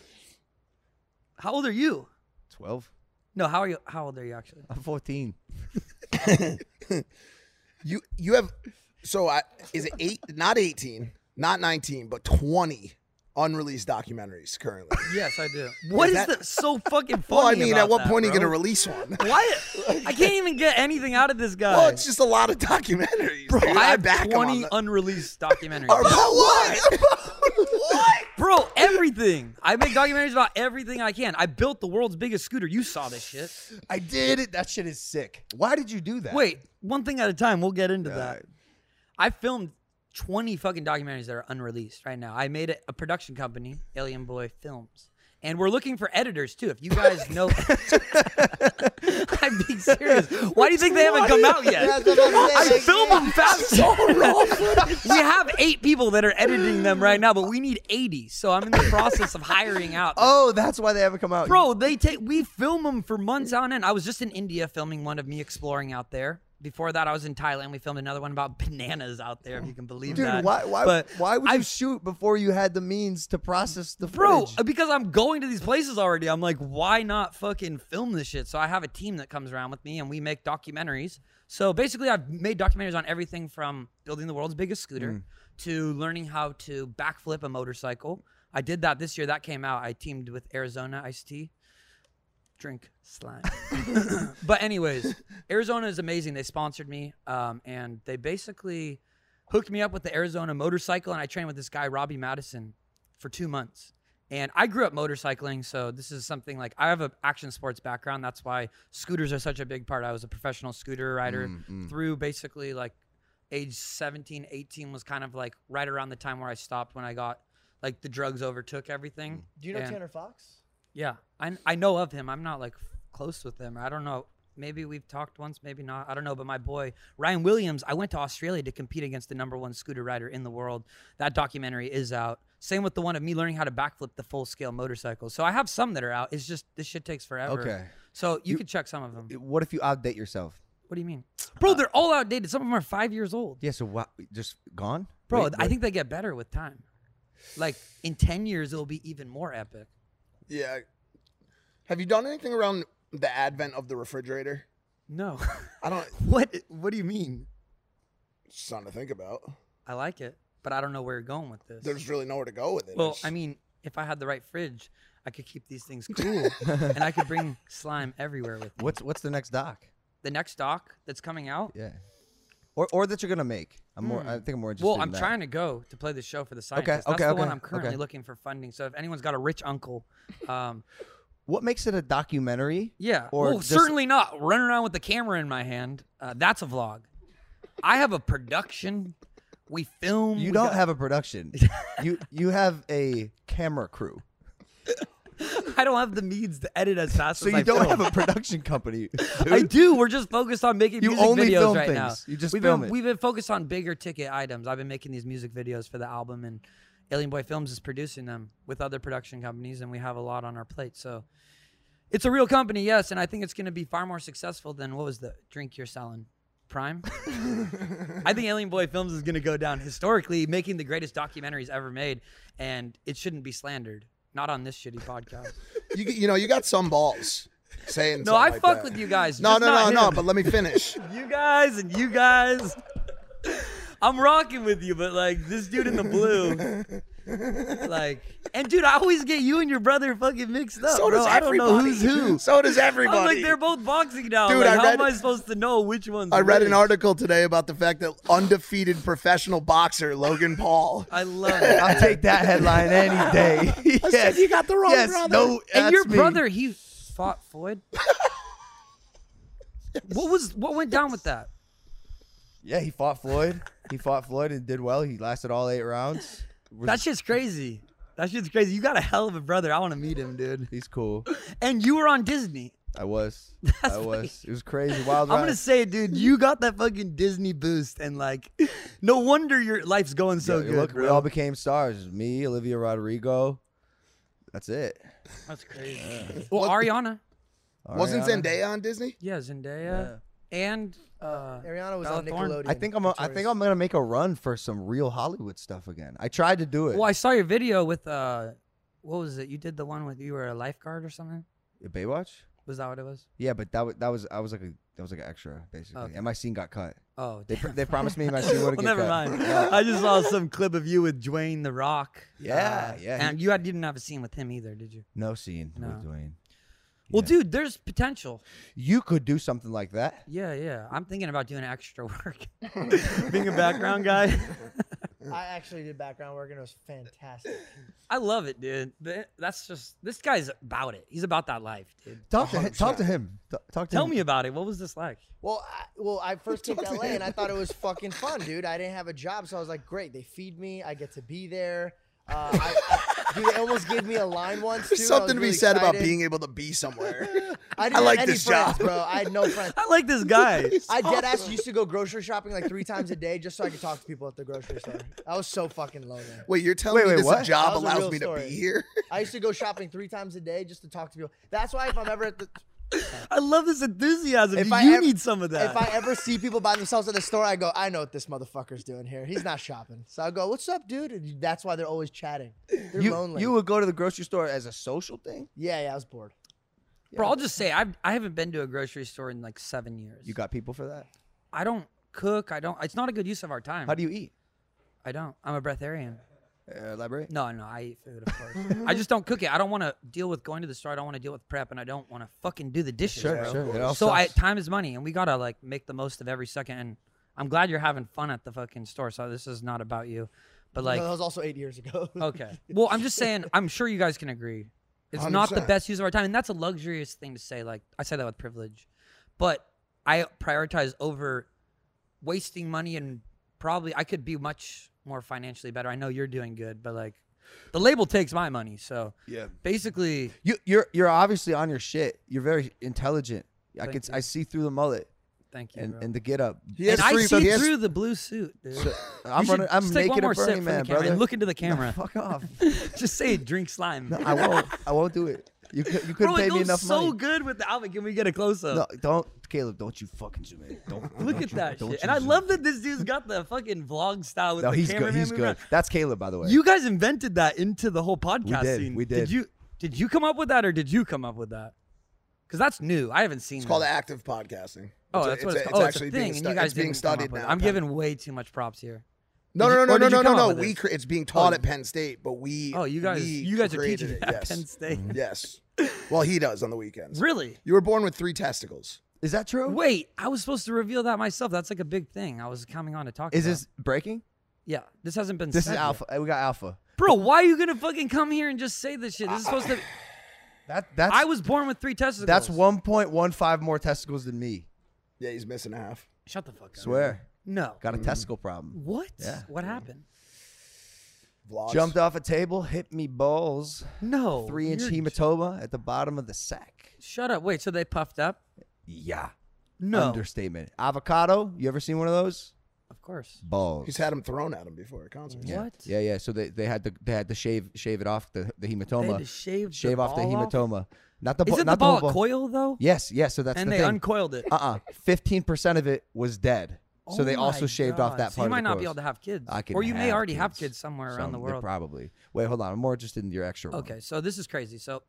Speaker 3: How old are you?
Speaker 1: Twelve.
Speaker 3: No, how are you? How old are you actually?
Speaker 1: I'm fourteen.
Speaker 2: You you have so I is it eight not 18, not 19, but 20 unreleased documentaries currently.
Speaker 3: Yes, I do. What is,
Speaker 2: that-
Speaker 3: the so fucking funny?
Speaker 2: Well, I mean, at
Speaker 3: about
Speaker 2: what
Speaker 3: that,
Speaker 2: point are you
Speaker 3: bro?
Speaker 2: going to release one?
Speaker 3: Why? I can't even get anything out of this guy.
Speaker 2: Well, it's just a lot of documentaries.
Speaker 3: bro,
Speaker 2: dude.
Speaker 3: I have
Speaker 2: back 'em on
Speaker 3: 20
Speaker 2: the-
Speaker 3: unreleased
Speaker 2: About
Speaker 3: documentaries.
Speaker 2: what? what?
Speaker 3: bro, everything. I make documentaries about everything I can. I built the world's biggest scooter. You saw this shit.
Speaker 1: I did it. That shit is sick. Why did you do that?
Speaker 3: Wait, one thing at a time. We'll get into that. I filmed 20 fucking documentaries that are unreleased right now. I made a, a production company, Alien Boy Films. And we're looking for editors too. If you guys know, I'm being serious. Why do you think they haven't come out yet?
Speaker 5: That's what I'm
Speaker 3: I
Speaker 5: saying.
Speaker 3: film them fast. we have eight people that are editing them right now, but we need 80. So I'm in the process of hiring out.
Speaker 1: Oh, that's why they haven't come out.
Speaker 3: Bro, they take we film them for months on end. I was just in India filming one of me exploring out there. Before that, I was in Thailand. We filmed another one about bananas out there, if you can believe
Speaker 1: dude,
Speaker 3: that.
Speaker 1: why? Why?
Speaker 3: But
Speaker 1: why would you
Speaker 3: I've-
Speaker 1: shoot before you had the means to process the
Speaker 3: Bro, uh,
Speaker 1: footage?
Speaker 3: because I'm going to these places already, I'm like, why not fucking film this shit? So I have a team that comes around with me and we make documentaries. So basically, I've made documentaries on everything from building the world's biggest scooter to learning how to backflip a motorcycle. I did that this year. That came out. I teamed with Arizona Ice Tea. Drink slime. but anyways, Arizona is amazing. They sponsored me, um, and they basically hooked me up with the Arizona motorcycle, and I trained with this guy Robbie Madison for two months. And I grew up motorcycling, so this is something like I have an action sports background. That's why scooters are such a big part. I was a professional scooter rider through basically like age 17, 18 was kind of like right around the time where I stopped when I got like the drugs overtook everything.
Speaker 5: Do you know
Speaker 3: And-
Speaker 5: Tanner Fox?
Speaker 3: yeah, I I know of him. I'm not like close with him. I don't know. Maybe we've talked once, maybe not. I don't know. But my boy Ryan Williams, I went to Australia to compete against the number one scooter rider in the world. That documentary is out. Same with the one of me learning how to backflip the full scale motorcycle. So I have some that are out. It's just this shit takes forever.
Speaker 1: Okay.
Speaker 3: So you, can check some of them.
Speaker 1: what if you outdate yourself?
Speaker 3: What do you mean, bro? They're all outdated. Some of them are five years old.
Speaker 1: Yeah. So what? Just gone?
Speaker 3: Bro,
Speaker 1: Wait,
Speaker 3: I
Speaker 1: wait.
Speaker 3: think they get better with time. Like in ten years, it'll be even more epic.
Speaker 2: Yeah. Have you done anything around the advent of the refrigerator?
Speaker 3: No,
Speaker 2: I don't.
Speaker 3: what? What do you mean?
Speaker 2: It's something to think about.
Speaker 3: I like it, but I don't know where you're going with this.
Speaker 2: There's really nowhere to go with it.
Speaker 3: well,
Speaker 2: It's-
Speaker 3: I mean, if I had the right fridge, I could keep these things cool, and I could bring slime everywhere with me.
Speaker 1: What's What's the next doc?
Speaker 3: The next doc that's coming out.
Speaker 1: Yeah. Or or that you're gonna make. I'm more. I think I'm more interested.
Speaker 3: Hmm. Well,
Speaker 1: in
Speaker 3: I'm
Speaker 1: that.
Speaker 3: trying to go to play the show for the scientists. That's
Speaker 1: okay,
Speaker 3: the one
Speaker 1: okay,
Speaker 3: I'm currently
Speaker 1: okay.
Speaker 3: looking for funding. So if anyone's got a rich uncle, um,
Speaker 1: What makes it a documentary?
Speaker 3: yeah,
Speaker 1: Or
Speaker 3: well,
Speaker 1: just-
Speaker 3: certainly not running around with the camera in my hand. Uh, that's a vlog. I have a production. We film.
Speaker 1: You
Speaker 3: we
Speaker 1: don't
Speaker 3: got-
Speaker 1: have a production. you you have a camera crew.
Speaker 3: I don't have the means to edit as fast
Speaker 1: So
Speaker 3: as
Speaker 1: you
Speaker 3: I
Speaker 1: don't
Speaker 3: film.
Speaker 1: have a production company. dude.
Speaker 3: I do. We're just focused on making
Speaker 1: You
Speaker 3: music
Speaker 1: only
Speaker 3: videos
Speaker 1: film
Speaker 3: right now.
Speaker 1: things. You just
Speaker 3: we've
Speaker 1: film
Speaker 3: been,
Speaker 1: it.
Speaker 3: We've been focused on bigger ticket items. I've been making these music videos for the album, and Alien Boy Films is producing them with other production companies, and we have a lot on our plate. So it's a real company, yes, and I think it's going to be far more successful than what was the drink you're selling. Prime. I think Alien Boy Films is going to go down historically, making the greatest documentaries ever made, and it shouldn't be slandered. Not on this shitty podcast.
Speaker 2: you, you know, you got some balls saying.
Speaker 3: No,
Speaker 2: something
Speaker 3: I
Speaker 2: like
Speaker 3: fuck
Speaker 2: that.
Speaker 3: with you guys.
Speaker 2: No,
Speaker 3: just
Speaker 2: no, no,
Speaker 3: not
Speaker 2: no.
Speaker 3: him.
Speaker 2: But let me finish.
Speaker 3: you guys and you guys. I'm rocking with you, but like this dude in the blue, like, and dude, I always get you and your brother fucking mixed up.
Speaker 2: so
Speaker 3: bro.
Speaker 2: does
Speaker 3: I don't
Speaker 2: everybody.
Speaker 3: know who's who.
Speaker 2: So does
Speaker 3: I'm
Speaker 2: everybody.
Speaker 3: like, they're both boxing now.
Speaker 2: Dude,
Speaker 3: like,
Speaker 2: I
Speaker 3: how
Speaker 2: read-
Speaker 3: am I supposed to know which one's?
Speaker 2: I read
Speaker 3: which?
Speaker 2: an article today about the fact that undefeated professional boxer Logan Paul.
Speaker 3: I love it.
Speaker 6: I'll take that headline any day. yes,
Speaker 2: you got the wrong
Speaker 6: yes,
Speaker 2: brother.
Speaker 6: no,
Speaker 3: and your
Speaker 6: that's me.
Speaker 3: brother, he fought Floyd. what was what went down with that?
Speaker 1: Yeah, he fought Floyd. He fought Floyd and did well. He lasted all eight rounds.
Speaker 3: That shit's crazy. That shit's crazy. You got a hell of a brother. I want to meet him, dude.
Speaker 1: He's cool.
Speaker 3: And you were on Disney.
Speaker 1: I was. I
Speaker 3: funny.
Speaker 1: was. It was crazy. Wild
Speaker 3: I'm
Speaker 1: ride.
Speaker 3: gonna say, dude, you got that fucking Disney boost, and like, no wonder your life's going so
Speaker 1: Yeah,
Speaker 3: good,
Speaker 1: look,
Speaker 3: bro.
Speaker 1: we all became stars. Me, Olivia Rodrigo. That's it.
Speaker 3: That's crazy. Well, Ariana,
Speaker 2: Wasn't
Speaker 1: Ariana.
Speaker 2: Zendaya on Disney?
Speaker 3: yeah, Zendaya, and uh,
Speaker 5: Ariana was
Speaker 3: Bella
Speaker 5: on
Speaker 3: Thorne.
Speaker 5: Nickelodeon.
Speaker 1: I think I'm. A, I think I'm gonna make a run for some real Hollywood stuff again. I tried to do it.
Speaker 3: well, I saw your video with uh, what was it? You did the one with you were a lifeguard or something.
Speaker 1: Baywatch.
Speaker 3: Was that what it was?
Speaker 1: Yeah, but that was that was I was like a that was like an extra basically,
Speaker 3: Okay.
Speaker 1: and my scene got cut.
Speaker 3: Oh,
Speaker 1: They pr-
Speaker 3: damn.
Speaker 1: they promised me my scene would
Speaker 3: well,
Speaker 1: have got
Speaker 3: never
Speaker 1: cut.
Speaker 3: mind. I just saw some clip of you with Dwayne the Rock.
Speaker 1: Yeah, yeah, he-
Speaker 3: And you had, you didn't have a scene with him either, did you?
Speaker 1: No scene with
Speaker 3: Ah. No.
Speaker 1: Dwayne.
Speaker 3: Well,
Speaker 1: Yeah.
Speaker 3: dude, there's potential.
Speaker 1: You could do something like that.
Speaker 3: Yeah, yeah. I'm thinking about doing extra work, being a background guy.
Speaker 5: I actually did background work and it was fantastic.
Speaker 3: I love it, dude. Th- That's just this guy's about it. He's about that life, dude.
Speaker 1: Talk to him. Talk to him. T- Talk to
Speaker 3: Tell
Speaker 1: him.
Speaker 3: me about it. What was this like?
Speaker 5: Well, I, well, I first came to LA and I thought it was fucking fun, dude. I didn't have a job, so I was like, great, they feed me, I get to be there. Uh, I, I, dude, they almost gave me a line once. Too,
Speaker 2: There's
Speaker 5: and I was
Speaker 2: something to be
Speaker 5: really
Speaker 2: said about
Speaker 5: excited.
Speaker 2: being able to be somewhere.
Speaker 5: I, didn't
Speaker 2: I
Speaker 5: have
Speaker 2: like
Speaker 5: any
Speaker 2: this
Speaker 5: friends,
Speaker 2: job.
Speaker 5: bro. I had no friends.
Speaker 3: I like this guy.
Speaker 5: I dead ass used to go grocery shopping like three times a day just so I could talk to people at the grocery store. I was so fucking lonely.
Speaker 2: wait, you're telling
Speaker 1: Wait,
Speaker 2: me
Speaker 1: wait,
Speaker 2: this
Speaker 1: what?
Speaker 2: job
Speaker 5: That was a
Speaker 2: allows
Speaker 5: real
Speaker 2: me to
Speaker 5: story.
Speaker 2: be here?
Speaker 5: I used to go shopping three times a day just to talk to people. That's why if I'm ever at the
Speaker 3: I love this enthusiasm.
Speaker 5: If
Speaker 3: dude.
Speaker 5: I
Speaker 3: you
Speaker 5: ev-
Speaker 3: need some of that.
Speaker 5: if I ever see people by themselves at the store, I go, I know what this motherfucker's doing here. He's not shopping. So I go, What's up, dude? And that's why they're always chatting. They're
Speaker 1: You,
Speaker 5: lonely.
Speaker 1: you would go to the grocery store as a social thing.
Speaker 5: yeah, yeah, I was bored.
Speaker 3: Bro, I'll just say I've I haven't been to a grocery store in like seven years.
Speaker 1: You got people for that.
Speaker 3: I don't cook. I don't. It's not a good use of our time.
Speaker 1: How do you eat?
Speaker 3: I don't. I'm a breatharian.
Speaker 1: Uh, elaborate.
Speaker 3: No, no, I eat food, of course. I just don't cook it. I don't want to deal with going to the store. I don't want to deal with prep, and I don't want to fucking do the dishes,
Speaker 1: Sure,
Speaker 3: bro.
Speaker 1: sure. It all
Speaker 3: so I,
Speaker 1: sucks.
Speaker 3: time is money, and we gotta like make the most of every second. And I'm glad you're having fun at the fucking store. So this is not about you, but like,
Speaker 5: no, that was also eight years ago.
Speaker 3: okay. Well, I'm just saying. I'm sure you guys can agree. It's not the
Speaker 2: 100%.
Speaker 3: best use of our time, and that's a luxurious thing to say. Like I say that with privilege, but I prioritize over wasting money and probably I could be much more financially better. I know you're doing good, but like the label takes my money. So
Speaker 2: Yeah.
Speaker 3: basically,
Speaker 1: You you're you're obviously on your shit. You're very intelligent. I
Speaker 3: Thank
Speaker 1: could
Speaker 3: you.
Speaker 1: I see through the mullet
Speaker 3: thank you.
Speaker 1: and,
Speaker 3: bro.
Speaker 1: and the get up.
Speaker 2: He has
Speaker 3: And I
Speaker 2: free-
Speaker 3: see
Speaker 2: he has-
Speaker 3: through the blue suit, dude.
Speaker 1: I'm
Speaker 3: You should
Speaker 1: running. I'm
Speaker 3: just take one
Speaker 1: making a
Speaker 3: more sip
Speaker 1: Burning
Speaker 3: from the
Speaker 1: Man,
Speaker 3: camera
Speaker 1: brother.
Speaker 3: And look into the camera.
Speaker 1: Fuck off.
Speaker 3: just say drink slime.
Speaker 1: No, I won't. I won't do it. You cou- you couldn't
Speaker 3: Bro,
Speaker 1: pay
Speaker 3: it
Speaker 1: me
Speaker 3: goes
Speaker 1: enough
Speaker 3: so
Speaker 1: money.
Speaker 3: good with the outfit. Can we get a close up?
Speaker 1: No, don't, Caleb. Don't you fucking zoom in. Don't
Speaker 3: Look
Speaker 1: don't
Speaker 3: at
Speaker 1: you-
Speaker 3: that
Speaker 1: don't you
Speaker 3: shit. And I
Speaker 1: zoom
Speaker 3: love that this dude's got the fucking vlog style
Speaker 1: in.
Speaker 3: with
Speaker 1: No,
Speaker 3: the
Speaker 1: he's good.
Speaker 3: cameraman
Speaker 1: He's
Speaker 3: moving
Speaker 1: good.
Speaker 3: around.
Speaker 1: That's Caleb, by the way.
Speaker 3: You guys invented that into the whole podcast
Speaker 1: did,
Speaker 3: scene.
Speaker 1: we
Speaker 3: Did
Speaker 1: did.
Speaker 3: you did you come up with that or did you come up with that? Because that's new. I haven't seen.
Speaker 2: It's called
Speaker 3: that.
Speaker 2: active podcasting.
Speaker 3: Oh,
Speaker 2: a-
Speaker 3: that's what it's,
Speaker 2: a-
Speaker 3: called. Oh, it's a
Speaker 2: actually
Speaker 3: thing,
Speaker 2: being
Speaker 3: and
Speaker 2: stu-
Speaker 3: you guys
Speaker 2: it's being
Speaker 3: didn't come up
Speaker 2: studied
Speaker 3: with it.
Speaker 2: now.
Speaker 3: I'm giving way too much props here.
Speaker 2: No, no,
Speaker 3: you-
Speaker 2: no,
Speaker 3: or
Speaker 2: no,
Speaker 3: did you
Speaker 2: no, no,
Speaker 3: come up
Speaker 2: no.
Speaker 3: with
Speaker 2: We
Speaker 3: this?
Speaker 2: cre- it's being taught at Penn State, but we.
Speaker 3: Oh, you guys,
Speaker 2: we
Speaker 3: you guys are teaching
Speaker 2: created
Speaker 3: it
Speaker 2: it,
Speaker 3: at
Speaker 2: yes.
Speaker 3: Penn State.
Speaker 2: Yes. Well, he does on the weekends.
Speaker 3: Really?
Speaker 2: You were born with three testicles.
Speaker 1: Is that true?
Speaker 3: Wait, I was supposed to reveal that myself. That's like a big thing. I was coming on to talk.
Speaker 1: Is
Speaker 3: about.
Speaker 1: this breaking?
Speaker 3: Yeah, this hasn't been.
Speaker 1: This
Speaker 3: said
Speaker 1: is
Speaker 3: yet.
Speaker 1: alpha. We got alpha.
Speaker 3: bro. Why are you gonna fucking come here and just say this shit? This is supposed to.
Speaker 1: That that's
Speaker 3: I was born with three testicles.
Speaker 1: that's 1.15 more testicles than me.
Speaker 2: Yeah, he's missing a half.
Speaker 3: Shut the fuck up.
Speaker 1: Swear,
Speaker 3: No.
Speaker 1: got a testicle problem.
Speaker 3: What?
Speaker 1: Yeah.
Speaker 3: What happened?
Speaker 2: Vlogs.
Speaker 1: Jumped off a table, hit me balls.
Speaker 3: No.
Speaker 1: Three inch
Speaker 3: you're-
Speaker 1: hematoma at the bottom of the sack.
Speaker 3: Shut up. Wait. So they puffed up?
Speaker 1: Yeah.
Speaker 3: No.
Speaker 1: Understatement. Avocado. You ever seen one of those?
Speaker 3: Of course.
Speaker 1: Balls.
Speaker 2: He's had him thrown at him before at concerts.
Speaker 1: yeah.
Speaker 3: What?
Speaker 1: Yeah, yeah. So they, they had to they had to shave shave it off the, the hematoma.
Speaker 3: to shave the
Speaker 1: off the
Speaker 3: ball off?
Speaker 1: hematoma. Not the bu-
Speaker 3: Isn't
Speaker 1: not
Speaker 3: the
Speaker 1: whole
Speaker 3: ball a
Speaker 1: ball.
Speaker 3: coil though?
Speaker 1: Yes, yes. So that's
Speaker 3: and
Speaker 1: the
Speaker 3: they
Speaker 1: thing.
Speaker 3: uncoiled it.
Speaker 1: uh uh-uh. uh. 15 percent of it was dead. So
Speaker 3: Oh
Speaker 1: they also
Speaker 3: my
Speaker 1: shaved off
Speaker 3: God.
Speaker 1: that part.
Speaker 3: So you
Speaker 1: of
Speaker 3: might
Speaker 1: the
Speaker 3: not be
Speaker 1: coils.
Speaker 3: able to have kids,
Speaker 1: I can
Speaker 3: or you may
Speaker 1: have
Speaker 3: already have
Speaker 1: kids
Speaker 3: kids somewhere around the
Speaker 1: Some- they
Speaker 3: world.
Speaker 1: Probably. Wait, hold on. I'm more interested in your extra one.
Speaker 3: Okay, so this is crazy. So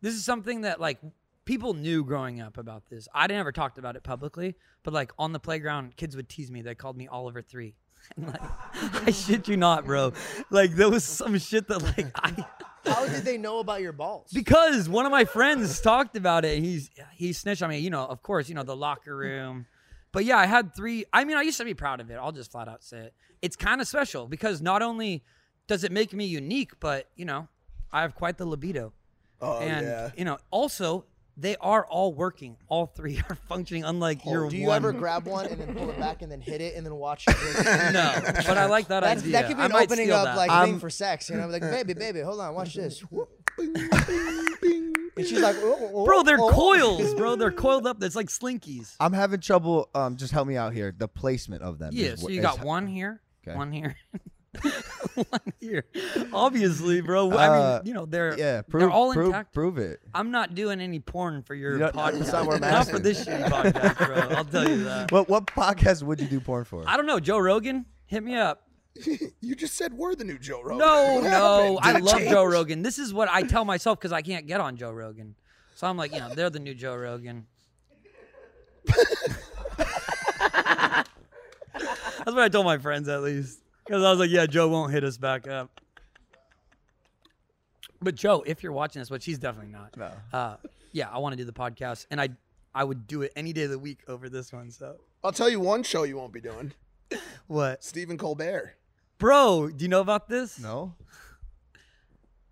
Speaker 3: this is something that like people knew growing up about this. I never talked about it publicly, but like on the playground, kids would tease me. They called me Oliver Three. And, like, I shit you not, bro. Like there was some shit that like I
Speaker 5: How did they know about your balls?
Speaker 3: because one of my friends talked about it. He's he snitched on me. You know, of course, you know the locker room. But yeah, I had three. I mean, I used to be proud of it. I'll just flat out say it. It's kind of special because not only does it make me unique, but you know, I have quite the libido.
Speaker 2: Oh,
Speaker 3: and
Speaker 2: yeah.
Speaker 3: you know, also they are all working. All three are functioning. Unlike your
Speaker 5: Oh, Do you
Speaker 3: one.
Speaker 5: ever grab one and then pull it back and then hit it and then watch it? drink?
Speaker 3: no, but I like that
Speaker 5: That's,
Speaker 3: idea.
Speaker 5: that could be
Speaker 3: I
Speaker 5: an
Speaker 3: might
Speaker 5: opening
Speaker 3: steal
Speaker 5: up
Speaker 3: that.
Speaker 5: like
Speaker 1: I'm-
Speaker 5: thing for sex, you know? Like, baby, baby, hold on, watch this.
Speaker 2: Bing, bing, bing.
Speaker 5: And she's like, "Oh, oh,
Speaker 3: Bro, they're
Speaker 5: oh, oh."
Speaker 3: coils, bro. They're coiled up. That's like slinkies.
Speaker 1: I'm having trouble. Um, just help me out here. The placement of them.
Speaker 3: Yeah,
Speaker 1: is
Speaker 3: so
Speaker 1: wh-
Speaker 3: you
Speaker 1: is
Speaker 3: got
Speaker 1: ho-
Speaker 3: one here,
Speaker 1: Okay.
Speaker 3: one here, one here. Obviously, bro. I
Speaker 1: Uh,
Speaker 3: mean, you know, they're
Speaker 1: Yeah, prove,
Speaker 3: they're all
Speaker 1: prove,
Speaker 3: intact.
Speaker 1: prove it.
Speaker 3: I'm not doing any porn for your
Speaker 1: You don't-
Speaker 3: podcast.
Speaker 1: that's not what I'm
Speaker 3: Not for
Speaker 1: asking.
Speaker 3: this shitty podcast, bro. I'll tell you that.
Speaker 1: What what podcast would you do porn for?
Speaker 3: I don't know, Joe Rogan. Hit me up.
Speaker 2: You just said we're the new Joe Rogan.
Speaker 3: No,
Speaker 2: What
Speaker 3: no, I
Speaker 2: happened? Did it
Speaker 3: love
Speaker 2: change?
Speaker 3: Joe Rogan. This is what I tell myself because I can't get on Joe Rogan. So I'm like, you know, they're the new Joe Rogan. That's what I told my friends at least. Because I was like, yeah, Joe won't hit us back up. But Joe, if you're watching this, which he's definitely not. No. Uh, yeah, I want to do the podcast, and I I would do it any day of the week over this one. So
Speaker 2: I'll tell you one show you won't be doing.
Speaker 3: what,
Speaker 2: Stephen Colbert.
Speaker 3: bro? Do you know about this?
Speaker 1: No.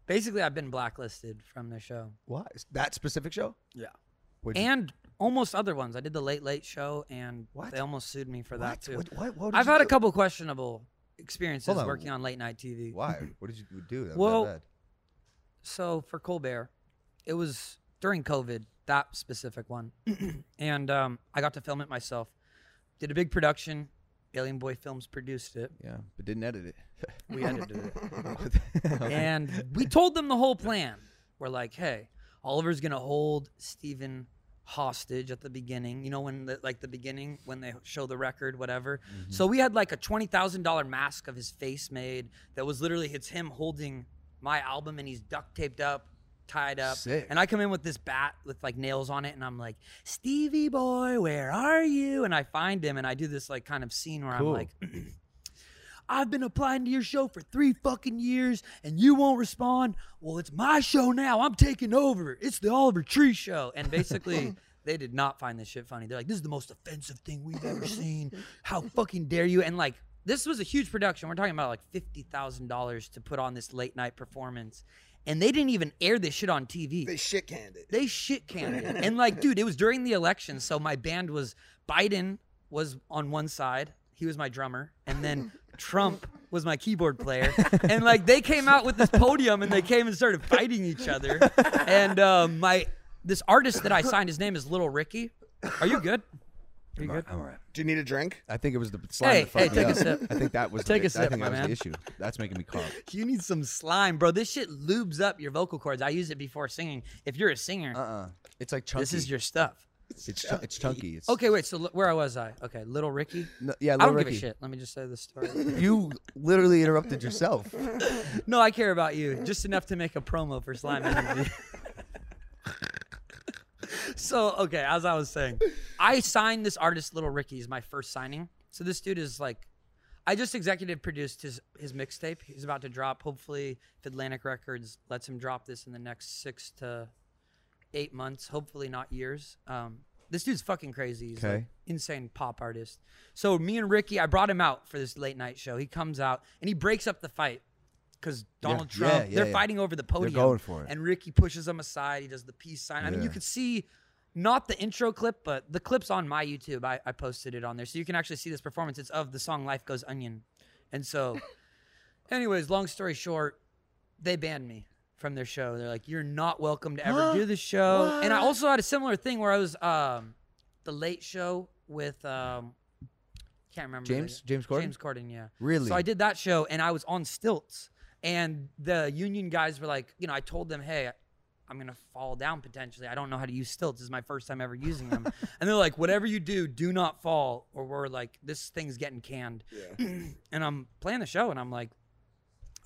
Speaker 3: Basically, I've been blacklisted from the show.
Speaker 1: Why that specific show?
Speaker 3: Yeah.
Speaker 1: Would you-
Speaker 3: and almost other ones. I did the Late Late Show, and
Speaker 1: What?
Speaker 3: they almost sued me for that
Speaker 1: What?
Speaker 3: too.
Speaker 1: What- what- what did
Speaker 3: I've
Speaker 1: you
Speaker 3: had a
Speaker 1: do?
Speaker 3: couple questionable experiences
Speaker 1: Hold on.
Speaker 3: working on late night TV.
Speaker 1: Why? What did you do? That was that
Speaker 3: Well,
Speaker 1: bad?
Speaker 3: So for Colbert, it was during COVID that specific one, and um, I got to film it myself. Did a big production. Alien Boy Films produced it.
Speaker 1: Yeah, but didn't edit it.
Speaker 3: We edited it. and we told them the whole plan. We're like, hey, Oliver's gonna hold Steven hostage at the beginning. You know, when the, like the beginning when they show the record, whatever.
Speaker 1: Mm-hmm.
Speaker 3: So we had like a twenty thousand dollar mask of his face made that was literally it's him holding my album and he's duct taped up. Tied up,
Speaker 1: Sick.
Speaker 3: and I come in with this bat with like nails on it, and I'm like, "Stevie boy, where are you?" And I find him, and I do this like kind of scene where I'm
Speaker 1: Cool.
Speaker 3: like, I've been applying to your show for three fucking years and you won't respond. Well, it's my show now. I'm taking over. It's the Oliver Tree show. And basically, they did not find this shit funny. They're like, this is the most offensive thing we've ever seen. How fucking dare you? And like, this was a huge production. We're talking about like $50,000 to put on this late night performance. And they didn't even air this shit on TV.
Speaker 2: They shit canned it.
Speaker 3: They shit canned it. And like, dude, it was during the election, so my band was Biden was on one side, he was my drummer, and then Trump was my keyboard player. And like they came out with this podium and they came and started fighting each other. And um, my this artist that I signed, his name is Little Ricky. Are you good? Are you good?
Speaker 1: All right.
Speaker 2: Do you need a drink?
Speaker 1: I think it was the slime
Speaker 3: Hey,
Speaker 1: that fucked
Speaker 3: hey,
Speaker 1: me
Speaker 3: take a
Speaker 1: up.
Speaker 3: sip.
Speaker 1: I think that was
Speaker 3: Take
Speaker 1: the,
Speaker 3: a sip,
Speaker 1: I think
Speaker 3: my
Speaker 1: that was
Speaker 3: man.
Speaker 1: the issue. That's making me cough.
Speaker 3: You need some slime, bro. This shit lubes up your vocal cords. I use it before singing. If you're a singer,
Speaker 1: Uh-uh. It's like chunky.
Speaker 3: this is your stuff.
Speaker 1: It's chu- it's chunky. It's
Speaker 3: Okay, wait. So l- where was I? Okay, Little Ricky.
Speaker 1: No, yeah,
Speaker 3: I
Speaker 1: Little
Speaker 3: don't
Speaker 1: Ricky.
Speaker 3: give a shit. Let me just say this story.
Speaker 1: You literally interrupted yourself.
Speaker 3: No, I care about you just enough to make a promo for Slime Energy. so, okay, as I was saying, I signed this artist, Little Ricky, is my first signing. So this dude is like, I just executive produced his his mixtape. He's about to drop. Hopefully, if Atlantic Records lets him drop this in the next six to eight months. Hopefully, not years. Um, this dude's fucking crazy. He's like
Speaker 1: Okay.
Speaker 3: insane pop artist. So me and Ricky, I brought him out for this late night show. He comes out and he breaks up the fight because Donald
Speaker 1: Yeah,
Speaker 3: Trump.
Speaker 1: yeah,
Speaker 3: they're
Speaker 1: yeah.
Speaker 3: fighting over the podium.
Speaker 1: going for it.
Speaker 3: And Ricky pushes him aside. He does the peace sign. I mean, you
Speaker 1: Yeah.
Speaker 3: could see not the intro clip, but the clip's on my YouTube. I, I posted it on there, so you can actually see this performance. It's of the song "Life Goes Onion," and so, anyways, long story short, they banned me from their show. They're like, "You're not welcome to ever do the show." And I also had a similar thing where I was um, the late show with um, can't remember the-
Speaker 1: James- James Corden?
Speaker 3: James Corden, yeah.
Speaker 1: Really?
Speaker 3: So I did that show, and I was on stilts, and the union guys were like, you know, I told them, hey. I'm gonna fall down potentially. I don't know how to use stilts. This is my first time ever using them. and they're like, whatever you do, do not fall, or we're like, this thing's getting canned. and I'm playing the show, and I'm like,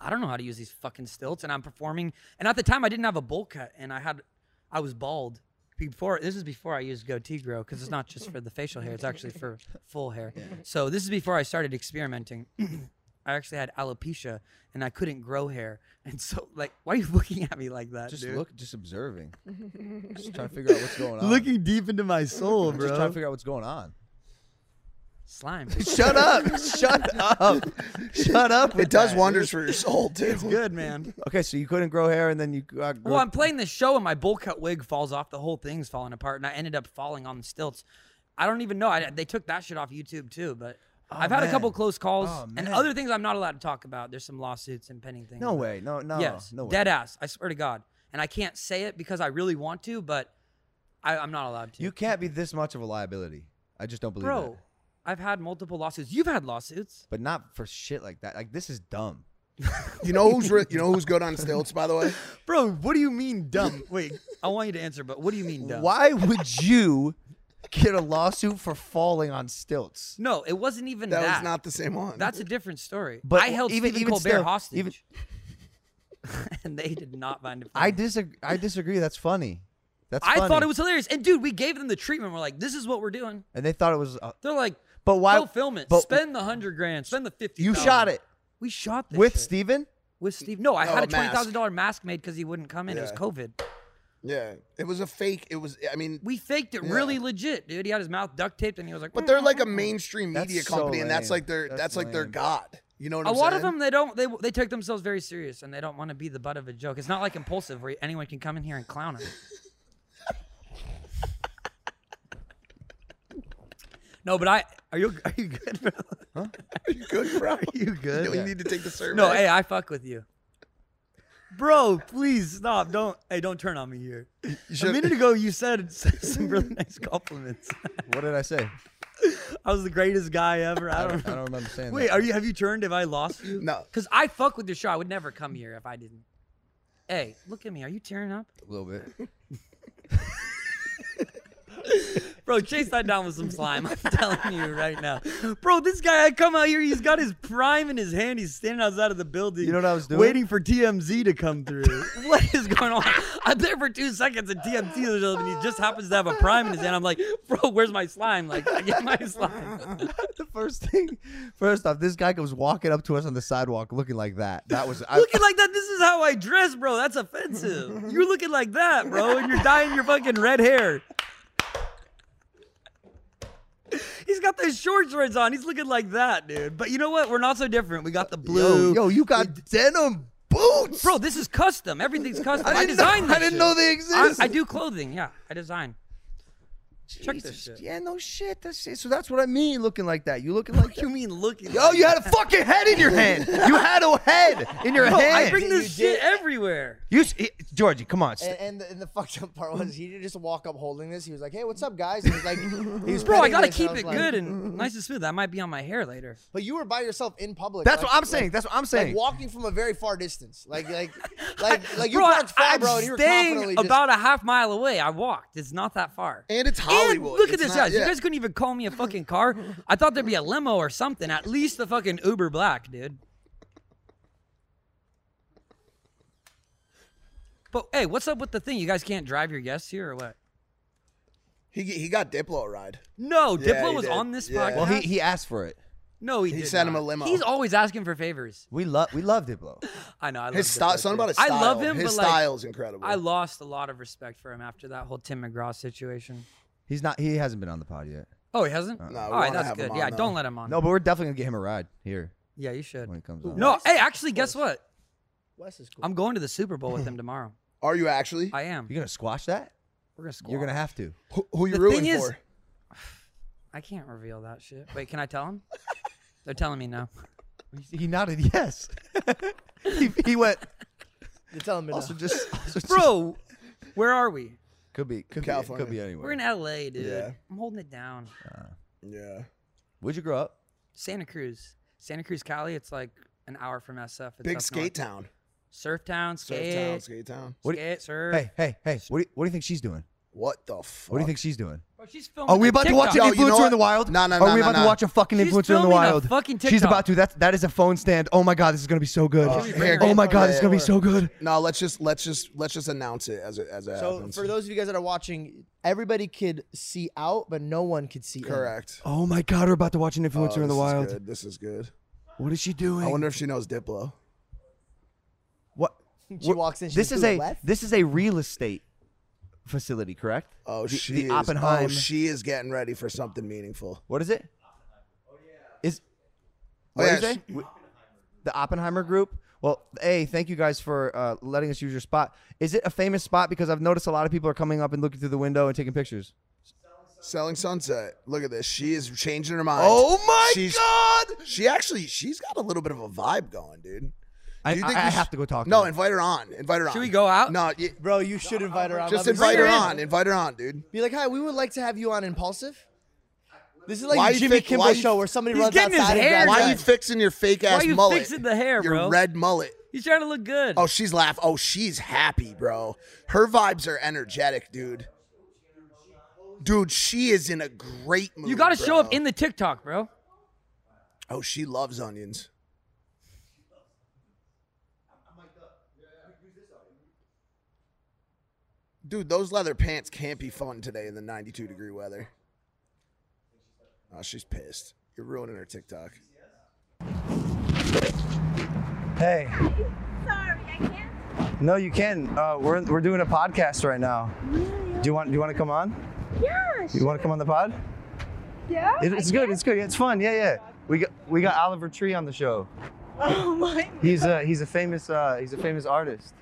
Speaker 3: I don't know how to use these fucking stilts, and I'm performing. And at the time, I didn't have a bowl cut, and I had, I was bald. Before this is before I used goatee grow because it's not just for the facial hair; it's actually for full hair. So this is before I started experimenting. I actually had alopecia and I couldn't grow hair, and so like, why are you looking at me like that?
Speaker 1: Just
Speaker 3: dude?
Speaker 1: look, just observing. Just trying to figure out what's going on.
Speaker 3: looking deep into my soul,
Speaker 1: just trying to
Speaker 3: bro.
Speaker 1: figure out what's going on.
Speaker 3: Slime.
Speaker 1: Shut up! Shut up! Shut up! with
Speaker 2: It does
Speaker 1: that.
Speaker 2: wonders for your soul too.
Speaker 3: Good man.
Speaker 1: Okay, so you couldn't grow hair, and then you. Uh, grew-
Speaker 3: Well, I'm playing this show and my bowl cut wig falls off. The whole thing's falling apart, and I ended up falling on the stilts. I don't even know. I, they took that shit off YouTube too, but I've had a
Speaker 1: Oh, man.
Speaker 3: couple close calls
Speaker 1: Oh,
Speaker 3: and
Speaker 1: man.
Speaker 3: other things I'm not allowed to talk about. There's some lawsuits and pending things.
Speaker 1: no way! No, no,
Speaker 3: Yes.
Speaker 1: no way!
Speaker 3: Dead ass. I swear to God. and I can't say it because I really want to, but I, I'm not allowed to.
Speaker 1: You can't be this much of a liability. I just don't believe
Speaker 3: bro,
Speaker 1: that.
Speaker 3: I've had multiple lawsuits. You've had lawsuits.
Speaker 1: But not for shit like that. Like this is dumb.
Speaker 2: You know who's re- you know who's good on stilts, by the way.
Speaker 3: Bro, what do you mean dumb? Wait, I want you to answer, but what do you mean dumb?
Speaker 1: Why would you get a lawsuit for falling on stilts?
Speaker 3: No, it wasn't even
Speaker 2: That
Speaker 3: that.
Speaker 2: was not the same one.
Speaker 3: That's a different story.
Speaker 6: But
Speaker 3: But I held
Speaker 6: even-
Speaker 3: Stephen
Speaker 6: even
Speaker 3: Colbert
Speaker 6: still,
Speaker 3: hostage,
Speaker 6: even-
Speaker 3: and they did not mind it.
Speaker 1: I disagree. I disagree. That's funny. That's
Speaker 3: I
Speaker 1: funny.
Speaker 3: thought it was hilarious, and dude, we gave them the treatment. We're like, this is what we're doing.
Speaker 1: and they thought it was. Uh,
Speaker 3: They're like,
Speaker 1: But why-
Speaker 3: Go film it.
Speaker 1: but-
Speaker 3: spend the hundred grand. Spend the fifty.
Speaker 1: you shot it
Speaker 3: We shot this
Speaker 1: with
Speaker 3: shit.
Speaker 1: Steven?
Speaker 3: With Steve. No, I
Speaker 2: No,
Speaker 3: had a
Speaker 2: a mask.
Speaker 3: twenty thousand dollar mask made because he wouldn't come in. It was
Speaker 2: Yeah.
Speaker 3: COVID.
Speaker 2: yeah, it was a fake. It was. I mean,
Speaker 3: We faked it
Speaker 2: Yeah.
Speaker 3: really legit, dude. He had his mouth duct taped, and he was like, "Mm,
Speaker 2: but they're like a
Speaker 3: "Mm-mm-mm."
Speaker 2: mainstream
Speaker 1: That's
Speaker 2: media
Speaker 1: so
Speaker 2: company, and that's
Speaker 1: lame.
Speaker 2: like their
Speaker 1: That's
Speaker 2: that's, like their
Speaker 1: lame.
Speaker 2: god. You know what
Speaker 3: A
Speaker 2: I'm
Speaker 3: lot of
Speaker 2: saying?
Speaker 3: them they don't they they take themselves very serious and they don't want to be the butt of a joke. It's not like impulsive where anyone can come in here and clown them. no, but I are you are you good? Bro?
Speaker 2: You good, bro?
Speaker 3: You good?
Speaker 2: You really need to take the survey.
Speaker 3: No, hey, I fuck with you. Bro, please stop. Don't hey, don't turn on me here. A minute ago you said some really nice compliments.
Speaker 1: What did I say?
Speaker 3: I was the greatest guy ever. I
Speaker 1: I
Speaker 3: don't
Speaker 1: don't, I
Speaker 3: know.
Speaker 1: don't understand.
Speaker 3: Wait,
Speaker 1: that.
Speaker 3: are you have you turned if I lost you?
Speaker 2: No.
Speaker 3: Cause I fuck with your show. I would never come here if I didn't. Hey, look at me. Are you tearing up,
Speaker 1: a little bit.
Speaker 3: bro? Chase that down with some slime. I'm telling you right now, bro. This guy, I come out here. He's got his prime in his hand. He's standing outside of the building.
Speaker 1: You know what I was doing?
Speaker 3: Waiting for TMZ to come through. what is going on? I'm there for two seconds, and TMZ is up, and he just happens to have a prime in his hand. I'm like, bro, where's my slime? Like, I get my slime.
Speaker 1: the first thing, first off, this guy comes walking up to us on the sidewalk looking like that. That was I,
Speaker 3: looking like that. This is how I dress, bro. That's offensive. You're looking like that, bro, and you're dyeing your fucking red hair. He's got those short shorts on. He's looking like that, dude. But you know what? We're not so different. We got the blue.
Speaker 1: yo, yo, you got denim boots,
Speaker 3: Bro, this is custom. Everything's custom. I,
Speaker 1: know-
Speaker 3: designed this
Speaker 1: I didn't
Speaker 3: shit.
Speaker 1: know they
Speaker 3: I,
Speaker 1: existed.
Speaker 3: I do clothing. Yeah, I design. Check this shit.
Speaker 1: Yeah, no shit. That's shit. So that's what I mean. Looking like that. You looking like
Speaker 3: You mean looking?
Speaker 1: yo. You had a fucking head in your hand. You had a head in your
Speaker 3: Bro,
Speaker 1: hand.
Speaker 3: I bring this
Speaker 5: You
Speaker 3: shit
Speaker 5: did-
Speaker 3: everywhere.
Speaker 1: you, s- eh, Georgie. Come on.
Speaker 5: And, and, the, and the fucked up part was he did just walk up holding this. He was like, "Hey, what's up, guys?" And he was like, he was
Speaker 3: Bro, I
Speaker 5: petting
Speaker 3: gotta
Speaker 5: this, and
Speaker 3: keep
Speaker 5: was
Speaker 3: it
Speaker 5: like-
Speaker 3: good and
Speaker 1: Mm-hmm.
Speaker 3: nice and smooth. That might be on my hair later.
Speaker 5: But you were by yourself in public.
Speaker 1: That's
Speaker 5: like-
Speaker 1: what I'm saying. That's what I'm
Speaker 5: like
Speaker 1: saying.
Speaker 5: walking from a very far distance, like like like like you
Speaker 3: Bro,
Speaker 5: walked far,
Speaker 3: I'm
Speaker 5: bro, and you were
Speaker 3: staying
Speaker 5: confidently just-
Speaker 3: about a half mile away. I walked. It's not that far.
Speaker 2: And it's
Speaker 3: And
Speaker 2: Hollywood.
Speaker 3: look at
Speaker 2: It's
Speaker 3: this,
Speaker 2: not-
Speaker 3: guys. You
Speaker 2: yeah.
Speaker 3: guys couldn't even call me a fucking car. I thought there'd be a limo or something. At least the fucking Uber Black, dude. But hey, what's up with the thing? You guys can't drive your guests here or what?
Speaker 2: He he got Diplo a ride.
Speaker 3: No,
Speaker 2: Yeah,
Speaker 3: Diplo
Speaker 2: he
Speaker 3: was
Speaker 2: did.
Speaker 3: on this
Speaker 2: Yeah.
Speaker 3: podcast.
Speaker 1: well, he he asked for it.
Speaker 3: no, he,
Speaker 2: he
Speaker 3: did
Speaker 2: sent him
Speaker 3: not.
Speaker 2: a limo.
Speaker 3: He's always asking for favors.
Speaker 1: We love we love Diplo.
Speaker 3: I know. I love
Speaker 2: His style,
Speaker 3: Diplo,
Speaker 2: something
Speaker 3: too.
Speaker 2: about his style.
Speaker 3: I love him,
Speaker 2: His
Speaker 3: but like,
Speaker 2: style's incredible.
Speaker 3: I lost a lot of respect for him after that whole Tim McGraw situation.
Speaker 1: He's not. He hasn't been on the pod yet.
Speaker 3: Oh, he hasn't.
Speaker 2: No, we
Speaker 3: All
Speaker 2: wanna
Speaker 3: right, that's
Speaker 2: have him
Speaker 3: good.
Speaker 2: on,
Speaker 3: Yeah,
Speaker 2: though.
Speaker 3: don't let him on.
Speaker 1: No, but we're definitely gonna get him a ride here
Speaker 3: Yeah, you should.
Speaker 1: when he comes on.
Speaker 3: No, hey, actually, guess what?
Speaker 5: Wes is cool.
Speaker 3: I'm going to the Super Bowl with them tomorrow.
Speaker 2: Are you actually?
Speaker 3: I am.
Speaker 1: you're gonna squash that.
Speaker 3: We're gonna score.
Speaker 1: You're gonna have to.
Speaker 2: Who, who you
Speaker 3: The
Speaker 2: rooting
Speaker 3: thing is-
Speaker 2: for?
Speaker 3: I can't reveal that shit. Wait, can I tell him? They're telling me no.
Speaker 1: He nodded yes. he, he went.
Speaker 5: You're telling me
Speaker 1: Also,
Speaker 5: no.
Speaker 1: just also just-
Speaker 3: Bro, where are we?
Speaker 1: could be could
Speaker 2: California.
Speaker 1: be could be anywhere.
Speaker 3: We're in LA, dude.
Speaker 2: Yeah.
Speaker 3: I'm holding it down.
Speaker 2: Yeah.
Speaker 1: Where'd you grow up?
Speaker 3: Santa Cruz, Santa Cruz, Cali. It's like an hour from SF. It's
Speaker 2: Big
Speaker 3: up
Speaker 2: skate
Speaker 3: north.
Speaker 2: town.
Speaker 3: surf town, skate,
Speaker 2: Surf town, skate town.
Speaker 1: What do you-
Speaker 3: skate, surf.
Speaker 1: Hey, hey, hey! What do you, what do you think she's doing?
Speaker 2: What the fuck?
Speaker 1: What do you think she's doing?
Speaker 3: Bro, she's filming.
Speaker 1: Are we
Speaker 3: a
Speaker 1: about to watch an
Speaker 3: TikTok.
Speaker 2: Yo, you know
Speaker 1: influencer in the
Speaker 2: what?
Speaker 1: wild?
Speaker 2: No, no,
Speaker 1: Are
Speaker 2: no,
Speaker 1: we
Speaker 2: no,
Speaker 1: about to
Speaker 2: no.
Speaker 1: watch a fucking
Speaker 3: She's
Speaker 1: influencer in the
Speaker 3: filming a
Speaker 1: wild?
Speaker 3: fucking
Speaker 1: She's
Speaker 3: TikTok.
Speaker 1: about to. That that is a phone stand. Oh my god, this is gonna be so good.
Speaker 2: Oh,
Speaker 3: bring her
Speaker 1: oh
Speaker 3: in?
Speaker 1: my god,
Speaker 2: Yeah,
Speaker 1: this is gonna be
Speaker 2: yeah,
Speaker 1: so good.
Speaker 2: No, let's just let's just let's just announce it as it as it
Speaker 5: So
Speaker 2: happens.
Speaker 5: for those of you guys that are watching, everybody could see out, but no one could see in.
Speaker 2: correct.
Speaker 1: Oh my god, we're about to watch an
Speaker 2: Oh,
Speaker 1: influencer in the
Speaker 2: this is
Speaker 1: wild.
Speaker 2: good. This is good.
Speaker 1: What is she doing?
Speaker 2: I wonder if she knows Diplo.
Speaker 1: what.
Speaker 5: She walks in. She
Speaker 1: This
Speaker 5: goes,
Speaker 1: is
Speaker 5: "Who,
Speaker 1: a
Speaker 5: Wes?"
Speaker 1: this is a real estate facility, correct?
Speaker 2: Oh,
Speaker 1: the,
Speaker 2: she
Speaker 1: the
Speaker 2: is,
Speaker 1: Oppenheim.
Speaker 2: Oh, she is getting ready for something meaningful.
Speaker 1: what is it? Is
Speaker 2: Oh,
Speaker 1: what did
Speaker 2: yeah,
Speaker 1: you say? The Oppenheimer Group. Well, hey, thank you guys for uh, letting us use your spot. Is it a famous spot? Because I've noticed a lot of people are coming up and looking through the window and taking pictures.
Speaker 2: Selling Sunset. Look at this. She is changing her mind.
Speaker 1: Oh my
Speaker 2: She's-
Speaker 1: god!
Speaker 2: She actually she's got a little bit of a vibe going, dude.
Speaker 1: I,
Speaker 2: Do you
Speaker 1: I,
Speaker 2: think
Speaker 1: I
Speaker 2: we
Speaker 1: have
Speaker 2: sh-
Speaker 1: to go talk. to
Speaker 2: No,
Speaker 1: him.
Speaker 2: invite her on. Invite her on.
Speaker 3: Should we go out?
Speaker 2: No, you,
Speaker 5: Bro, you should invite her on.
Speaker 2: just
Speaker 5: Let me
Speaker 2: invite
Speaker 5: see
Speaker 2: her
Speaker 5: it.
Speaker 2: on. Invite her on, dude.
Speaker 5: Be like, hi, we would like to have you on Impulsive. This is like
Speaker 2: Why
Speaker 5: the
Speaker 2: you
Speaker 5: Jimmy
Speaker 2: think-
Speaker 5: Kimmel
Speaker 2: why you-
Speaker 5: show where somebody
Speaker 3: He's
Speaker 5: runs
Speaker 3: getting his
Speaker 5: outside
Speaker 3: hair
Speaker 5: and
Speaker 2: Why
Speaker 5: grabs
Speaker 2: are
Speaker 3: done.
Speaker 2: you fixing your fake ass
Speaker 3: you
Speaker 2: mullet?
Speaker 3: fixing the hair,
Speaker 2: your
Speaker 3: bro?
Speaker 2: red mullet.
Speaker 3: He's trying to look good.
Speaker 2: Oh, she's laugh. Oh, she's happy, bro. Her vibes are energetic, dude. Dude, she is in a great mood.
Speaker 3: you got to show up
Speaker 2: bro.
Speaker 3: in the TikTok, bro.
Speaker 2: Oh, she loves onions. Dude, those leather pants can't be fun today in the 92 degree weather. Oh, she's pissed. You're ruining her TikTok.
Speaker 7: Hey,
Speaker 8: Sorry, I can't.
Speaker 7: no, you can. Uh, we're we're doing a podcast right now. Do you want Do you want to come on?
Speaker 8: Yeah,
Speaker 7: You want to come on the pod?
Speaker 8: yeah.
Speaker 7: It, it's good. It's good. It's fun. Yeah, yeah. We got we got Oliver Tree on the show.
Speaker 8: Oh my.
Speaker 7: He's a he's a famous uh, he's a famous artist.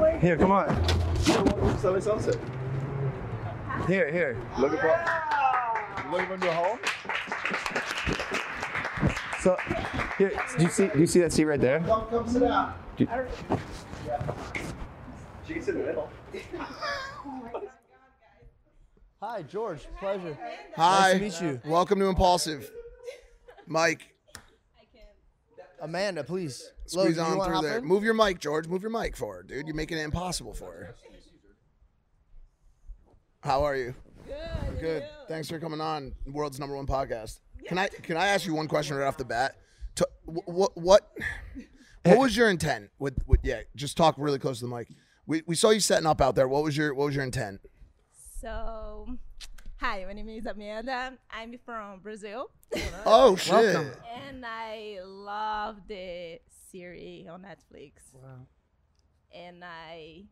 Speaker 8: wait.
Speaker 7: Here, come on. Here, here.
Speaker 9: Looking for looking for a new home?
Speaker 7: So, here. Do you see do you see that seat right there?
Speaker 9: Come, come sit down.
Speaker 7: Do-
Speaker 9: She can sit in the middle.
Speaker 5: Hi, George. Pleasure.
Speaker 2: Hi.
Speaker 5: meet you.
Speaker 2: Welcome to Impulsive. Mike,
Speaker 5: Amanda, please.
Speaker 2: squeeze
Speaker 5: Logan, you wanna
Speaker 2: on
Speaker 5: hop
Speaker 2: through there.
Speaker 5: in?
Speaker 2: Move your mic, George. Move your mic forward, dude. You're making it impossible for her. How are you? Good. Good. Thanks for coming on World's Number One Podcast. Can I can I ask you one question right off the bat? To, what what what was your intent with, with yeah? Just talk really close to the mic. We, we saw you setting up out there. What was your what was your intent?
Speaker 8: So, hi, my name is Amanda. I'm from Brazil,
Speaker 2: Oh shit!
Speaker 3: Welcome.
Speaker 8: and I love the series on Netflix.
Speaker 3: Wow.
Speaker 8: And I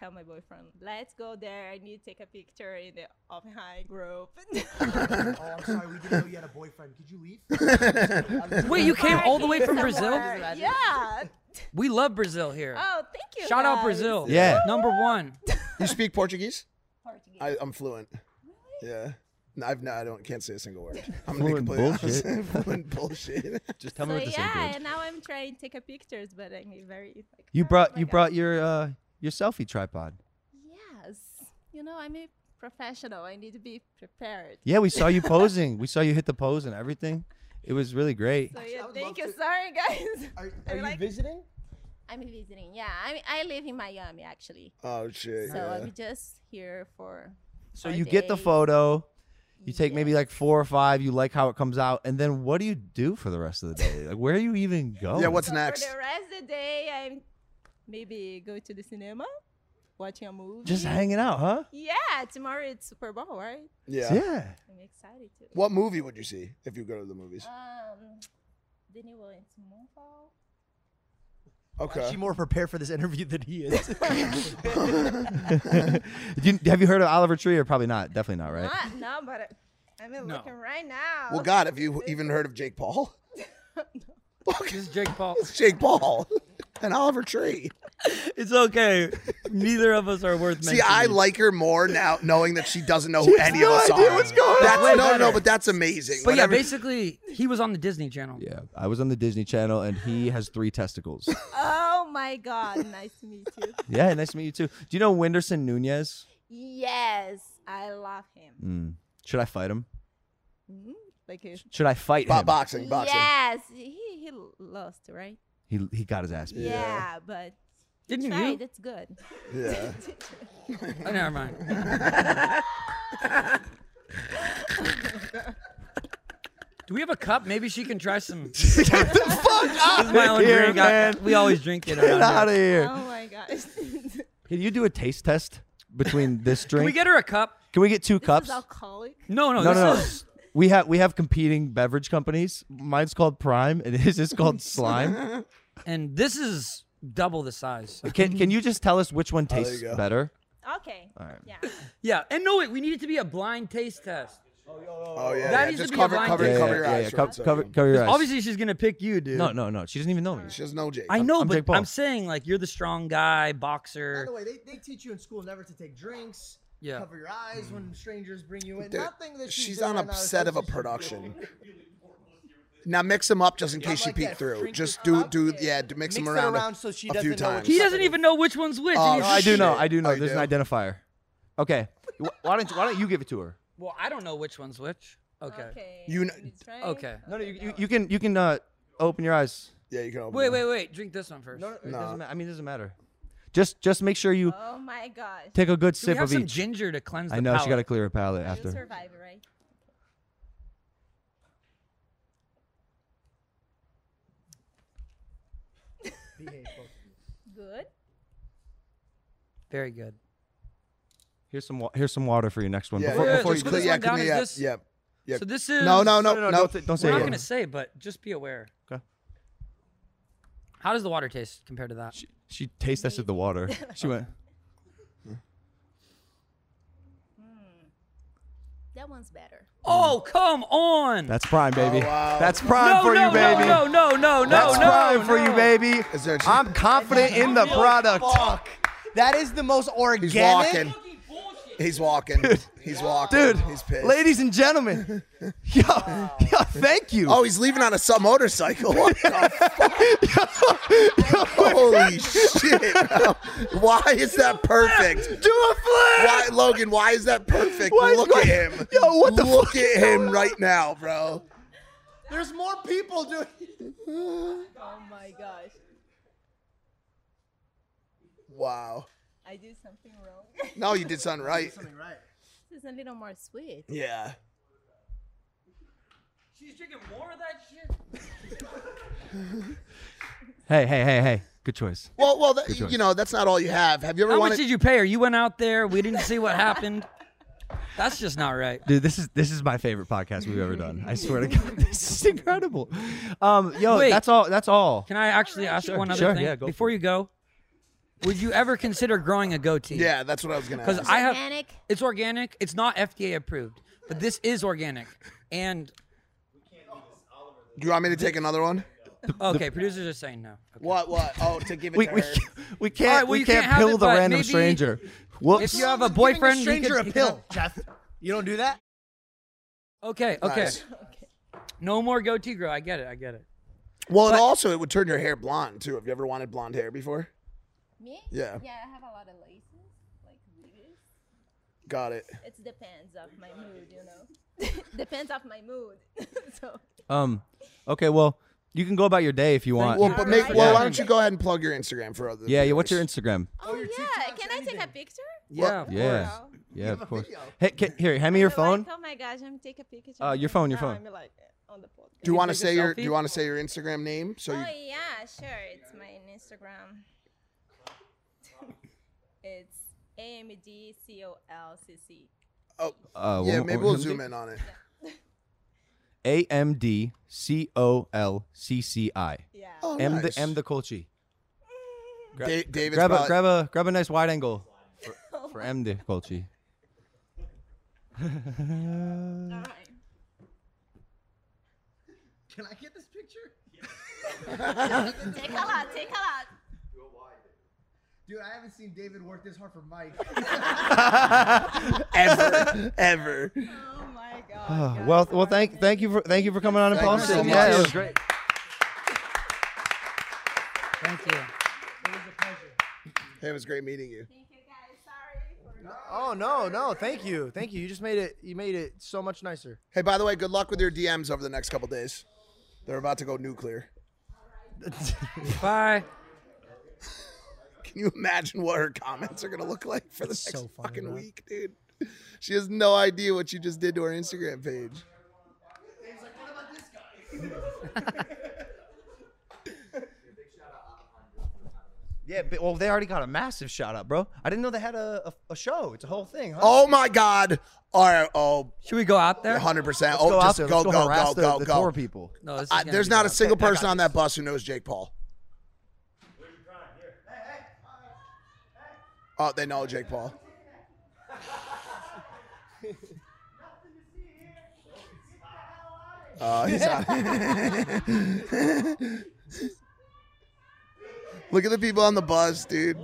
Speaker 8: tell my boyfriend, "Let's go there. I need to take a picture in the Oppenheim group."
Speaker 5: Oh, I'm sorry. We didn't know you had a boyfriend. Could you leave?
Speaker 3: Wait, you came all the way from
Speaker 8: Somewhere.
Speaker 3: Brazil?
Speaker 8: Yeah.
Speaker 3: We love Brazil here.
Speaker 8: Oh, thank you.
Speaker 3: Shout out
Speaker 8: guys.
Speaker 3: Brazil.
Speaker 1: Yeah.
Speaker 3: Number one.
Speaker 2: You speak Portuguese?
Speaker 8: Portuguese.
Speaker 2: I, I'm fluent. Yeah. No, I've no, I don't can't say a single word. I'm
Speaker 1: Fluent
Speaker 2: fluent bullshit.
Speaker 1: bullshit.
Speaker 2: fluent bullshit.
Speaker 1: Just tell
Speaker 8: so
Speaker 1: me what
Speaker 8: yeah,
Speaker 1: the
Speaker 8: and now I'm trying to take a pictures, but I'm very like.
Speaker 1: You
Speaker 8: oh
Speaker 1: brought
Speaker 8: my
Speaker 1: you
Speaker 8: God.
Speaker 1: brought your uh your selfie tripod.
Speaker 8: Yes. You know, I'm a professional. I need to be prepared.
Speaker 1: Yeah, we saw you posing. We saw you hit the pose and everything. It was really great.
Speaker 8: So yeah, thank you. Sorry, guys.
Speaker 5: Are,
Speaker 8: I
Speaker 5: are you
Speaker 8: like-
Speaker 5: visiting?
Speaker 8: I'm visiting. Yeah, I I live in Miami actually,
Speaker 2: Oh shit.
Speaker 8: so
Speaker 2: yeah.
Speaker 8: I'm just here for.
Speaker 1: So
Speaker 8: for a
Speaker 1: you get the
Speaker 8: day.
Speaker 1: photo. You take maybe
Speaker 8: Yeah.
Speaker 1: like four or five. You like how it comes out, and then what do you do for the rest of the day? Like, where are you even going?
Speaker 2: Yeah, what's
Speaker 8: So
Speaker 2: next?
Speaker 8: For the rest of the day, I'm maybe go to the cinema, watching a movie.
Speaker 1: just hanging out, huh?
Speaker 8: Yeah, tomorrow it's Super Bowl, right?
Speaker 2: Yeah.
Speaker 1: Yeah.
Speaker 8: I'm excited too.
Speaker 2: What movie would you see if you go to the movies?
Speaker 8: Um, the new one is Moonfall.
Speaker 2: Okay.
Speaker 5: more prepared for this interview than he is.
Speaker 1: You- have you heard of Oliver Tree or probably not? Definitely not, right?
Speaker 8: Not, no, but I- I'm looking right now.
Speaker 2: Well, God, have you even heard of Jake Paul?
Speaker 3: This is Jake Paul.
Speaker 2: Jake Paul and Oliver Tree.
Speaker 3: It's okay. Neither of us are worth
Speaker 2: See, I like her more now, knowing that she doesn't know who any of us are. What's going that's,
Speaker 3: Way
Speaker 2: No, no,
Speaker 3: better.
Speaker 2: but that's amazing.
Speaker 3: But yeah,
Speaker 2: Whenever-
Speaker 3: basically, he was on the Disney Channel.
Speaker 1: Yeah. I was on the Disney Channel, and he has three testicles.
Speaker 8: Oh my God! Nice to meet you.
Speaker 1: yeah. Nice to meet you too. Do you know Winderson Nunez?
Speaker 8: Yes, I love him.
Speaker 1: Mm. Should I fight him?
Speaker 8: Mhm, Like a-
Speaker 1: Should I fight
Speaker 2: Bo-
Speaker 1: him?
Speaker 2: boxing, boxing.
Speaker 8: yes, he he lost, right?
Speaker 1: He he got his ass beat.
Speaker 8: Yeah, but he
Speaker 3: Didn't
Speaker 8: tried.
Speaker 3: you?
Speaker 8: It's good.
Speaker 2: yeah.
Speaker 3: Oh, never mind. Do we have a cup? Maybe she can try some.
Speaker 1: Get the fuck
Speaker 3: This is my own
Speaker 1: here,
Speaker 3: drink. I-
Speaker 1: man.
Speaker 3: we always drink it.
Speaker 1: Get
Speaker 3: around here.
Speaker 1: out of here.
Speaker 8: Oh my gosh! this
Speaker 1: Can you do a taste test between this drink?
Speaker 3: Can we get her a cup?
Speaker 1: Can we get two cups?
Speaker 8: is alcoholic.
Speaker 3: No, no,
Speaker 1: no,
Speaker 3: this
Speaker 1: no, no.
Speaker 3: is
Speaker 1: We have we have competing beverage companies. Mine's called Prime, and his is called Slime.
Speaker 3: and this is double the size.
Speaker 1: Can can you just tell us which one
Speaker 2: there
Speaker 1: tastes
Speaker 2: you go.
Speaker 1: better?
Speaker 8: Okay.
Speaker 1: right.
Speaker 8: Yeah.
Speaker 3: Yeah, and no wait, we need it to be a blind taste test.
Speaker 2: Oh yeah.
Speaker 3: That
Speaker 2: yeah.
Speaker 3: needs to
Speaker 2: Just
Speaker 3: be a
Speaker 2: cover,
Speaker 3: blind
Speaker 2: cover,
Speaker 3: date.
Speaker 2: cover your
Speaker 1: yeah,
Speaker 2: eyes.
Speaker 1: yeah.
Speaker 2: for
Speaker 1: Co-
Speaker 2: a second.
Speaker 1: cover, cover your eyes.
Speaker 3: Obviously, she's gonna pick you, dude.
Speaker 1: no, no, no. She doesn't even know me.
Speaker 2: She doesn't know Jake.
Speaker 3: I know,
Speaker 1: I'm
Speaker 3: but
Speaker 1: Jake Paul.
Speaker 3: I'm saying like you're the strong guy,
Speaker 5: By
Speaker 3: boxer.
Speaker 5: the way, they, they teach you in school never to take drinks.
Speaker 3: Yeah.
Speaker 5: Cover your eyes when strangers bring you in.
Speaker 2: Dude,
Speaker 5: Nothing that
Speaker 2: she's
Speaker 5: doing
Speaker 2: on
Speaker 5: right
Speaker 2: a
Speaker 5: now is
Speaker 2: set of a
Speaker 5: something she should do.
Speaker 2: production. Now mix them up just in
Speaker 5: Yeah,
Speaker 2: case she
Speaker 5: like that.
Speaker 2: peeked through.
Speaker 5: Shrink
Speaker 2: Just
Speaker 5: it
Speaker 2: do
Speaker 5: up.
Speaker 2: do yeah, do mix,
Speaker 5: Mix
Speaker 2: them
Speaker 5: it
Speaker 2: around,
Speaker 5: around so she
Speaker 2: a few
Speaker 5: doesn't know what
Speaker 2: times.
Speaker 5: she-
Speaker 3: He doesn't even know which one's which.
Speaker 2: Oh,
Speaker 3: and
Speaker 1: No,
Speaker 3: he's
Speaker 1: Uh, I do
Speaker 3: just-
Speaker 1: know.
Speaker 2: Shit.
Speaker 1: I do know.
Speaker 2: Oh, you
Speaker 1: There's an
Speaker 2: do?
Speaker 1: identifier. Okay. Wh- Why don't Why don't you give it to her?
Speaker 3: Well, I don't know which one's which. Okay.
Speaker 8: Okay.
Speaker 2: You kn-
Speaker 8: it's right.
Speaker 3: Okay.
Speaker 1: No, no. You, you,
Speaker 8: that
Speaker 1: you can you can uh, open your eyes.
Speaker 2: Yeah, you can open.
Speaker 3: Wait,
Speaker 2: them.
Speaker 3: wait, wait. Drink this one first.
Speaker 1: No, no. It
Speaker 2: No.
Speaker 1: doesn't ma- I mean, it doesn't matter. Just just make sure you
Speaker 8: one. Oh my gosh.
Speaker 1: take a good
Speaker 3: Should we
Speaker 1: sip
Speaker 3: have
Speaker 1: of
Speaker 3: some
Speaker 1: each.
Speaker 3: ginger to cleanse the
Speaker 1: I know she got to
Speaker 3: palate?
Speaker 1: clear her palate
Speaker 8: You
Speaker 1: after.
Speaker 8: survive, right? Good.
Speaker 3: Very good.
Speaker 1: Here's some wa- here's some water for your next one.
Speaker 2: Yeah,
Speaker 1: Before,
Speaker 2: yeah,
Speaker 1: before
Speaker 2: just
Speaker 1: you
Speaker 2: clear-
Speaker 1: do
Speaker 3: this
Speaker 1: it.
Speaker 2: yeah,
Speaker 3: one down,
Speaker 2: clear-
Speaker 3: is
Speaker 2: yeah,
Speaker 3: this-
Speaker 2: yeah, yeah.
Speaker 3: So this is
Speaker 2: No, no,
Speaker 1: No, no,
Speaker 2: no,
Speaker 1: no,
Speaker 2: no.
Speaker 1: don't say- don't say
Speaker 3: We're not
Speaker 1: it.
Speaker 3: gonna say, but just be aware.
Speaker 1: Okay.
Speaker 3: How does the water taste compared to that?
Speaker 1: She, she taste tested the water. She went.
Speaker 8: That one's better.
Speaker 3: Oh, come on!
Speaker 1: That's prime, baby.
Speaker 2: Oh, wow.
Speaker 1: That's prime
Speaker 3: no,
Speaker 1: for
Speaker 3: no,
Speaker 1: you, baby.
Speaker 3: no, no, no, no, no,
Speaker 1: That's
Speaker 3: no,
Speaker 1: prime for you,
Speaker 3: no.
Speaker 1: baby.
Speaker 2: Is there a ch-
Speaker 1: I'm confident in the product.
Speaker 5: Fuck. That is the most organic.
Speaker 2: He's walking. He's walking. He's walking.
Speaker 1: Dude,
Speaker 2: he's pissed.
Speaker 1: ladies and gentlemen, yo, yo, thank you.
Speaker 2: Oh, he's leaving on a sub motorcycle. What the fuck? Holy shit! bro. Why is that perfect?
Speaker 1: do a flip.
Speaker 2: Why, Logan? Why is that perfect?
Speaker 1: Why is-
Speaker 2: Look
Speaker 1: why-
Speaker 2: at him.
Speaker 1: Yo, what the
Speaker 2: Look
Speaker 1: fuck
Speaker 2: at him right now, bro.
Speaker 5: There's more people doing.
Speaker 8: Oh my gosh.
Speaker 2: Wow.
Speaker 8: I did something wrong.
Speaker 2: No, you did something right.
Speaker 8: this is a little more sweet.
Speaker 2: Yeah.
Speaker 3: She's drinking more of that shit.
Speaker 1: Hey, hey, hey, hey. Good choice.
Speaker 2: Well, well, that, you know that's not all you have. Have you ever
Speaker 3: How much
Speaker 2: wanted?
Speaker 3: did you pay her? You went out there. We didn't see what happened. That's just not right.
Speaker 1: Dude, this is this is my favorite podcast we've ever done. I swear to God, this is incredible. Um, yo,
Speaker 3: Wait.
Speaker 1: that's all. That's all.
Speaker 3: Can I actually ask one other
Speaker 1: sure,
Speaker 3: thing
Speaker 1: yeah, go for
Speaker 3: before you go? Would you ever consider growing a goatee?
Speaker 2: yeah, that's what I was gonna.
Speaker 3: because
Speaker 2: ask.
Speaker 3: I have
Speaker 8: Organic.
Speaker 3: It's organic. It's not FDA approved, but this is organic. And
Speaker 2: Do you want me to take another one?
Speaker 3: okay, producers are saying no. Okay.
Speaker 2: What? What? Oh, to give it
Speaker 1: We
Speaker 2: to
Speaker 1: we,
Speaker 2: her.
Speaker 1: we
Speaker 3: All
Speaker 1: can't
Speaker 3: right, well,
Speaker 1: we
Speaker 3: you
Speaker 1: can't,
Speaker 3: can't have
Speaker 1: pill
Speaker 3: it,
Speaker 1: the
Speaker 3: but
Speaker 1: random
Speaker 3: maybe
Speaker 1: stranger. Whoops.
Speaker 3: If you have a boyfriend, you
Speaker 5: stranger
Speaker 3: could
Speaker 5: a
Speaker 3: pick it
Speaker 5: pill,
Speaker 3: up.
Speaker 5: Jeff. You don't do that.
Speaker 3: Okay, okay.
Speaker 2: Nice.
Speaker 3: No more goatee grow. I get it. I get it.
Speaker 2: Well, and also it would turn your hair blonde too. Have you ever wanted blonde hair before?
Speaker 8: Me?
Speaker 2: Yeah.
Speaker 8: Yeah, I have a lot of laces, like wigs.
Speaker 2: Got it.
Speaker 8: It depends of my mood, you know. depends of my mood. so
Speaker 1: Um, okay, well, you can go about your day if you want.
Speaker 2: Well, but make,
Speaker 8: Alright.
Speaker 2: well,
Speaker 1: Yeah.
Speaker 2: why don't you go ahead and plug your Instagram for other?
Speaker 1: Uh, yeah, yeah. What's your
Speaker 2: viewers?
Speaker 1: Instagram?
Speaker 8: Oh, yeah, can I take a picture?
Speaker 3: Yeah. of
Speaker 1: Yeah,
Speaker 3: course.
Speaker 1: yeah, of course. Hey, can, here, hand me your
Speaker 8: Like,
Speaker 1: phone.
Speaker 8: oh my gosh, I'm take a picture.
Speaker 1: Uh, your phone, your
Speaker 8: Now
Speaker 1: phone.
Speaker 8: I'm like uh, on the podcast.
Speaker 2: Do you want to
Speaker 3: take a
Speaker 2: say your
Speaker 3: selfie?
Speaker 2: Do you want to say your Instagram name? So you,
Speaker 8: oh yeah, sure. It's my Instagram. it's A M D C O L C C.
Speaker 1: Uh,
Speaker 2: oh, yeah,
Speaker 1: one-
Speaker 2: maybe
Speaker 1: one-
Speaker 2: we'll zoom in on it.
Speaker 1: A M D C O L C C I.
Speaker 8: Yeah.
Speaker 2: Oh,
Speaker 1: M
Speaker 2: nice.
Speaker 1: the M the Colchi. Gra-
Speaker 2: Da- David's
Speaker 1: grab a
Speaker 2: probably-
Speaker 1: grab a grab a nice wide angle for, for M the Colchi.
Speaker 8: All
Speaker 1: Mm.
Speaker 8: right. Can I get this picture? take a lot. Take a lot.
Speaker 5: Dude, I haven't seen David work this hard for Mike.
Speaker 2: ever ever.
Speaker 8: Oh my god.
Speaker 1: Uh,
Speaker 8: guys,
Speaker 1: well, well,
Speaker 8: sorry.
Speaker 1: thank thank you for thank you for coming on and
Speaker 2: Thank you
Speaker 1: posting.
Speaker 2: so
Speaker 1: yeah, it
Speaker 2: much.
Speaker 1: was great.
Speaker 3: Thank you.
Speaker 2: It was great meeting you.
Speaker 8: Thank you guys. Sorry for.
Speaker 5: oh no, no, thank you, thank you. You just made it. You made it so much nicer.
Speaker 2: Hey, by the way, good luck with your DMs over the next couple days. They're about to go nuclear.
Speaker 3: Bye.
Speaker 2: Can you imagine what her comments are gonna look like for the
Speaker 5: That's
Speaker 2: next
Speaker 5: so funny,
Speaker 2: fucking
Speaker 5: bro.
Speaker 2: week, dude? She has no idea what you just did to her Instagram page.
Speaker 1: Yeah, but, well, they already got a massive shout out, bro. I didn't know they had a, a, a show. It's a whole thing. Huh?
Speaker 2: Oh my god. All right. Oh,
Speaker 3: Should we go out there?
Speaker 2: 100 percent. Oh, just go, go, go, go, go,
Speaker 1: people.
Speaker 3: No, this is
Speaker 2: I,
Speaker 3: gonna
Speaker 2: there's
Speaker 3: be
Speaker 2: not a
Speaker 3: rough.
Speaker 2: single person on that bus who knows Jake Paul. Oh, they know Jake Paul. Uh, he's out. Look at the people on the bus, dude.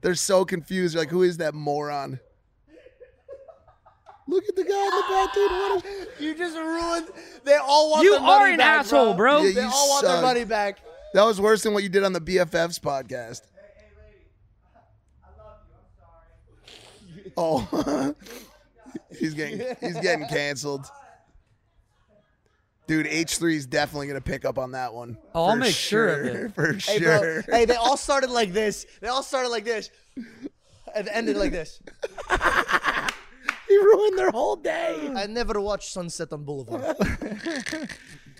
Speaker 2: They're so confused. They're like, who is that moron? Look at the guy in the bathroom. What a- you just ruined. They all want
Speaker 3: You
Speaker 2: their money
Speaker 3: are an
Speaker 2: back,
Speaker 3: asshole, bro.
Speaker 2: Yeah,
Speaker 5: They
Speaker 2: you
Speaker 5: all want their
Speaker 2: suck.
Speaker 5: money back.
Speaker 2: That was worse than what you did on the BFFs podcast. Oh, he's getting he's getting canceled, dude. H three is definitely gonna pick up on that one.
Speaker 3: Oh, I'll
Speaker 2: For
Speaker 3: make sure of it.
Speaker 2: for
Speaker 5: Hey, bro.
Speaker 2: sure.
Speaker 5: Hey, they all started like this. They all started like this. And ended like this.
Speaker 2: He ruined their whole day.
Speaker 5: I never watched Sunset on Boulevard.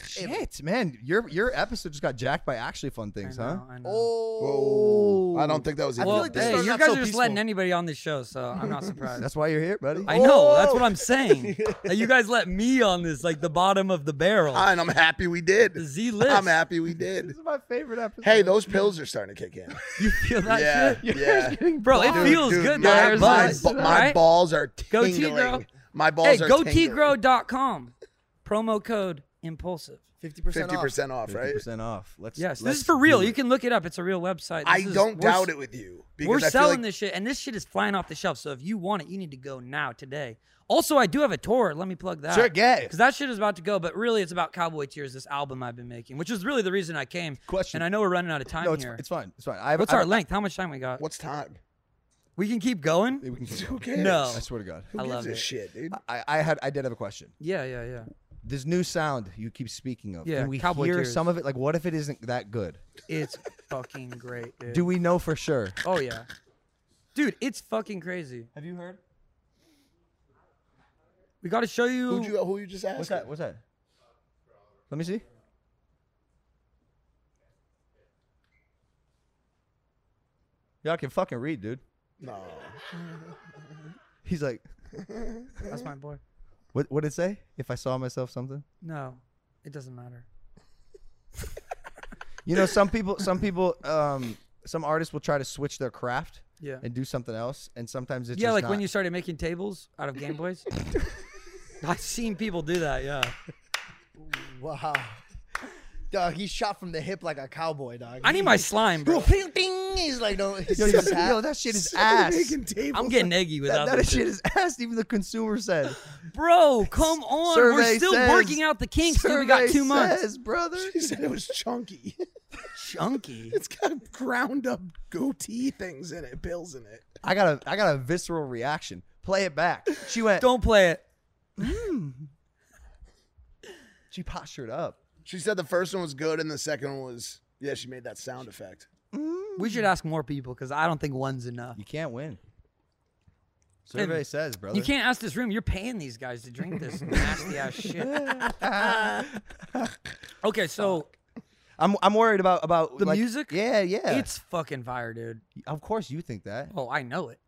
Speaker 1: Shit, man, your your episode just got jacked by actually fun things,
Speaker 3: I
Speaker 1: huh?
Speaker 3: know, I know.
Speaker 2: Oh, I don't think that was. Even
Speaker 3: well,
Speaker 2: like
Speaker 3: hey,
Speaker 5: started
Speaker 3: you
Speaker 5: out
Speaker 3: guys
Speaker 5: so
Speaker 3: are just
Speaker 5: peaceful.
Speaker 3: letting anybody on this show, so I'm not surprised.
Speaker 1: That's why you're here, buddy.
Speaker 3: I know. That's what I'm saying. Like, you guys let me on this, like the bottom of the barrel.
Speaker 2: and I'm happy we did.
Speaker 3: the Z list.
Speaker 2: I'm happy we did.
Speaker 6: This is my favorite episode.
Speaker 2: Hey, those pills are starting to kick in.
Speaker 3: You feel that
Speaker 2: yeah,
Speaker 3: shit?
Speaker 2: yeah.
Speaker 3: Bro, it
Speaker 2: Dude,
Speaker 3: feels
Speaker 2: dude,
Speaker 3: good.
Speaker 2: My,
Speaker 3: man.
Speaker 2: my,
Speaker 3: Buzz,
Speaker 2: ba- my
Speaker 3: right?
Speaker 2: balls are
Speaker 3: Goatee
Speaker 2: tingling.
Speaker 3: grow.
Speaker 2: My balls
Speaker 3: Hey,
Speaker 2: are
Speaker 3: goateegrow.com. Promo code impulsive.
Speaker 5: Fifty percent
Speaker 2: Fifty
Speaker 5: off.
Speaker 2: percent off, right?
Speaker 1: percent off. Let's let's
Speaker 3: Yes, this is for real.
Speaker 1: do
Speaker 3: You
Speaker 1: it.
Speaker 3: can look it up. It's a real website.
Speaker 2: I
Speaker 3: This is-
Speaker 2: don't
Speaker 3: we're-
Speaker 2: doubt it with you because
Speaker 3: We're
Speaker 2: I feel
Speaker 3: selling
Speaker 2: like
Speaker 3: this shit, and this shit is flying off the shelf. So if you want it, you need to go now today. Also, I do have a tour. Let me plug that.
Speaker 1: Sure, yeah.
Speaker 3: Because that shit is about to go. But really, it's about Cowboy Tears, this album I've been making, which is really the reason I came.
Speaker 1: Question.
Speaker 3: And I know we're running out of time
Speaker 1: No, it's,
Speaker 3: here.
Speaker 1: it's fine. It's fine. I have,
Speaker 3: What's
Speaker 1: I
Speaker 3: our
Speaker 1: have,
Speaker 3: length? How much time we got?
Speaker 2: what's time?
Speaker 3: We can keep going.
Speaker 1: We can keep
Speaker 2: Who
Speaker 1: going.
Speaker 2: cares?
Speaker 3: No.
Speaker 1: I swear to God.
Speaker 2: Who
Speaker 3: I
Speaker 2: gives
Speaker 3: love
Speaker 2: a
Speaker 3: it.
Speaker 2: shit, dude.
Speaker 1: I, I had I did have a question.
Speaker 3: Yeah, yeah, yeah.
Speaker 1: This new sound you keep speaking of.
Speaker 3: Yeah,
Speaker 1: Can we
Speaker 3: cowboy
Speaker 1: hear
Speaker 3: tears.
Speaker 1: some of it? Like, what if it isn't that good?
Speaker 3: It's fucking great, dude.
Speaker 1: Do we know for sure?
Speaker 3: Oh yeah, dude, it's fucking crazy. Have you heard? We got to show you.
Speaker 2: Who'd you, who you just asked?
Speaker 1: What's that? What's that? Let me see. Y'all can fucking read, dude.
Speaker 2: No.
Speaker 1: He's like,
Speaker 3: That's my boy.
Speaker 1: what? What did it say? If I saw myself something.
Speaker 3: No, it doesn't matter.
Speaker 1: You know, some people, some people, um, some artists will try to switch their craft
Speaker 3: Yeah.
Speaker 1: and do something else, and sometimes it's
Speaker 3: yeah,
Speaker 1: just
Speaker 3: like when
Speaker 1: not-
Speaker 3: you started making tables out of Game Boys. I've seen people do that. Yeah.
Speaker 5: Wow. Dog, he shot from the hip like a cowboy, dog.
Speaker 3: I need my slime, bro.
Speaker 5: Ping, ding. He's like, no. He's
Speaker 1: yo,
Speaker 5: yo,
Speaker 1: yo, yo, that shit is ass.
Speaker 3: I'm getting eggy
Speaker 1: That,
Speaker 3: without
Speaker 1: that
Speaker 3: this.
Speaker 1: shit is ass. Even the consumer said.
Speaker 3: Bro, come on. We're
Speaker 1: Survey
Speaker 3: still
Speaker 1: says-
Speaker 3: working out the kinks. dude. We got
Speaker 1: Survey
Speaker 3: two months.
Speaker 1: says, brother.
Speaker 2: He said it was chunky.
Speaker 3: Chunky.
Speaker 2: it's got ground up goatee things in it, pills in it.
Speaker 1: I got a, I got a visceral reaction. Play it back. She went.
Speaker 3: Don't play it.
Speaker 1: She postured up.
Speaker 2: She said the first one was good and the second one was yeah. She made that sound effect.
Speaker 3: We should ask more people because I don't think one's enough.
Speaker 1: You can't win. Survey says, brother.
Speaker 3: You can't ask this room. You're paying these guys to drink this nasty ass shit. okay, so
Speaker 1: I'm I'm worried about about
Speaker 3: The
Speaker 1: like-
Speaker 3: music?
Speaker 1: Yeah, yeah.
Speaker 3: it's fucking fire, dude.
Speaker 1: of course you think that.
Speaker 3: Oh, I know it.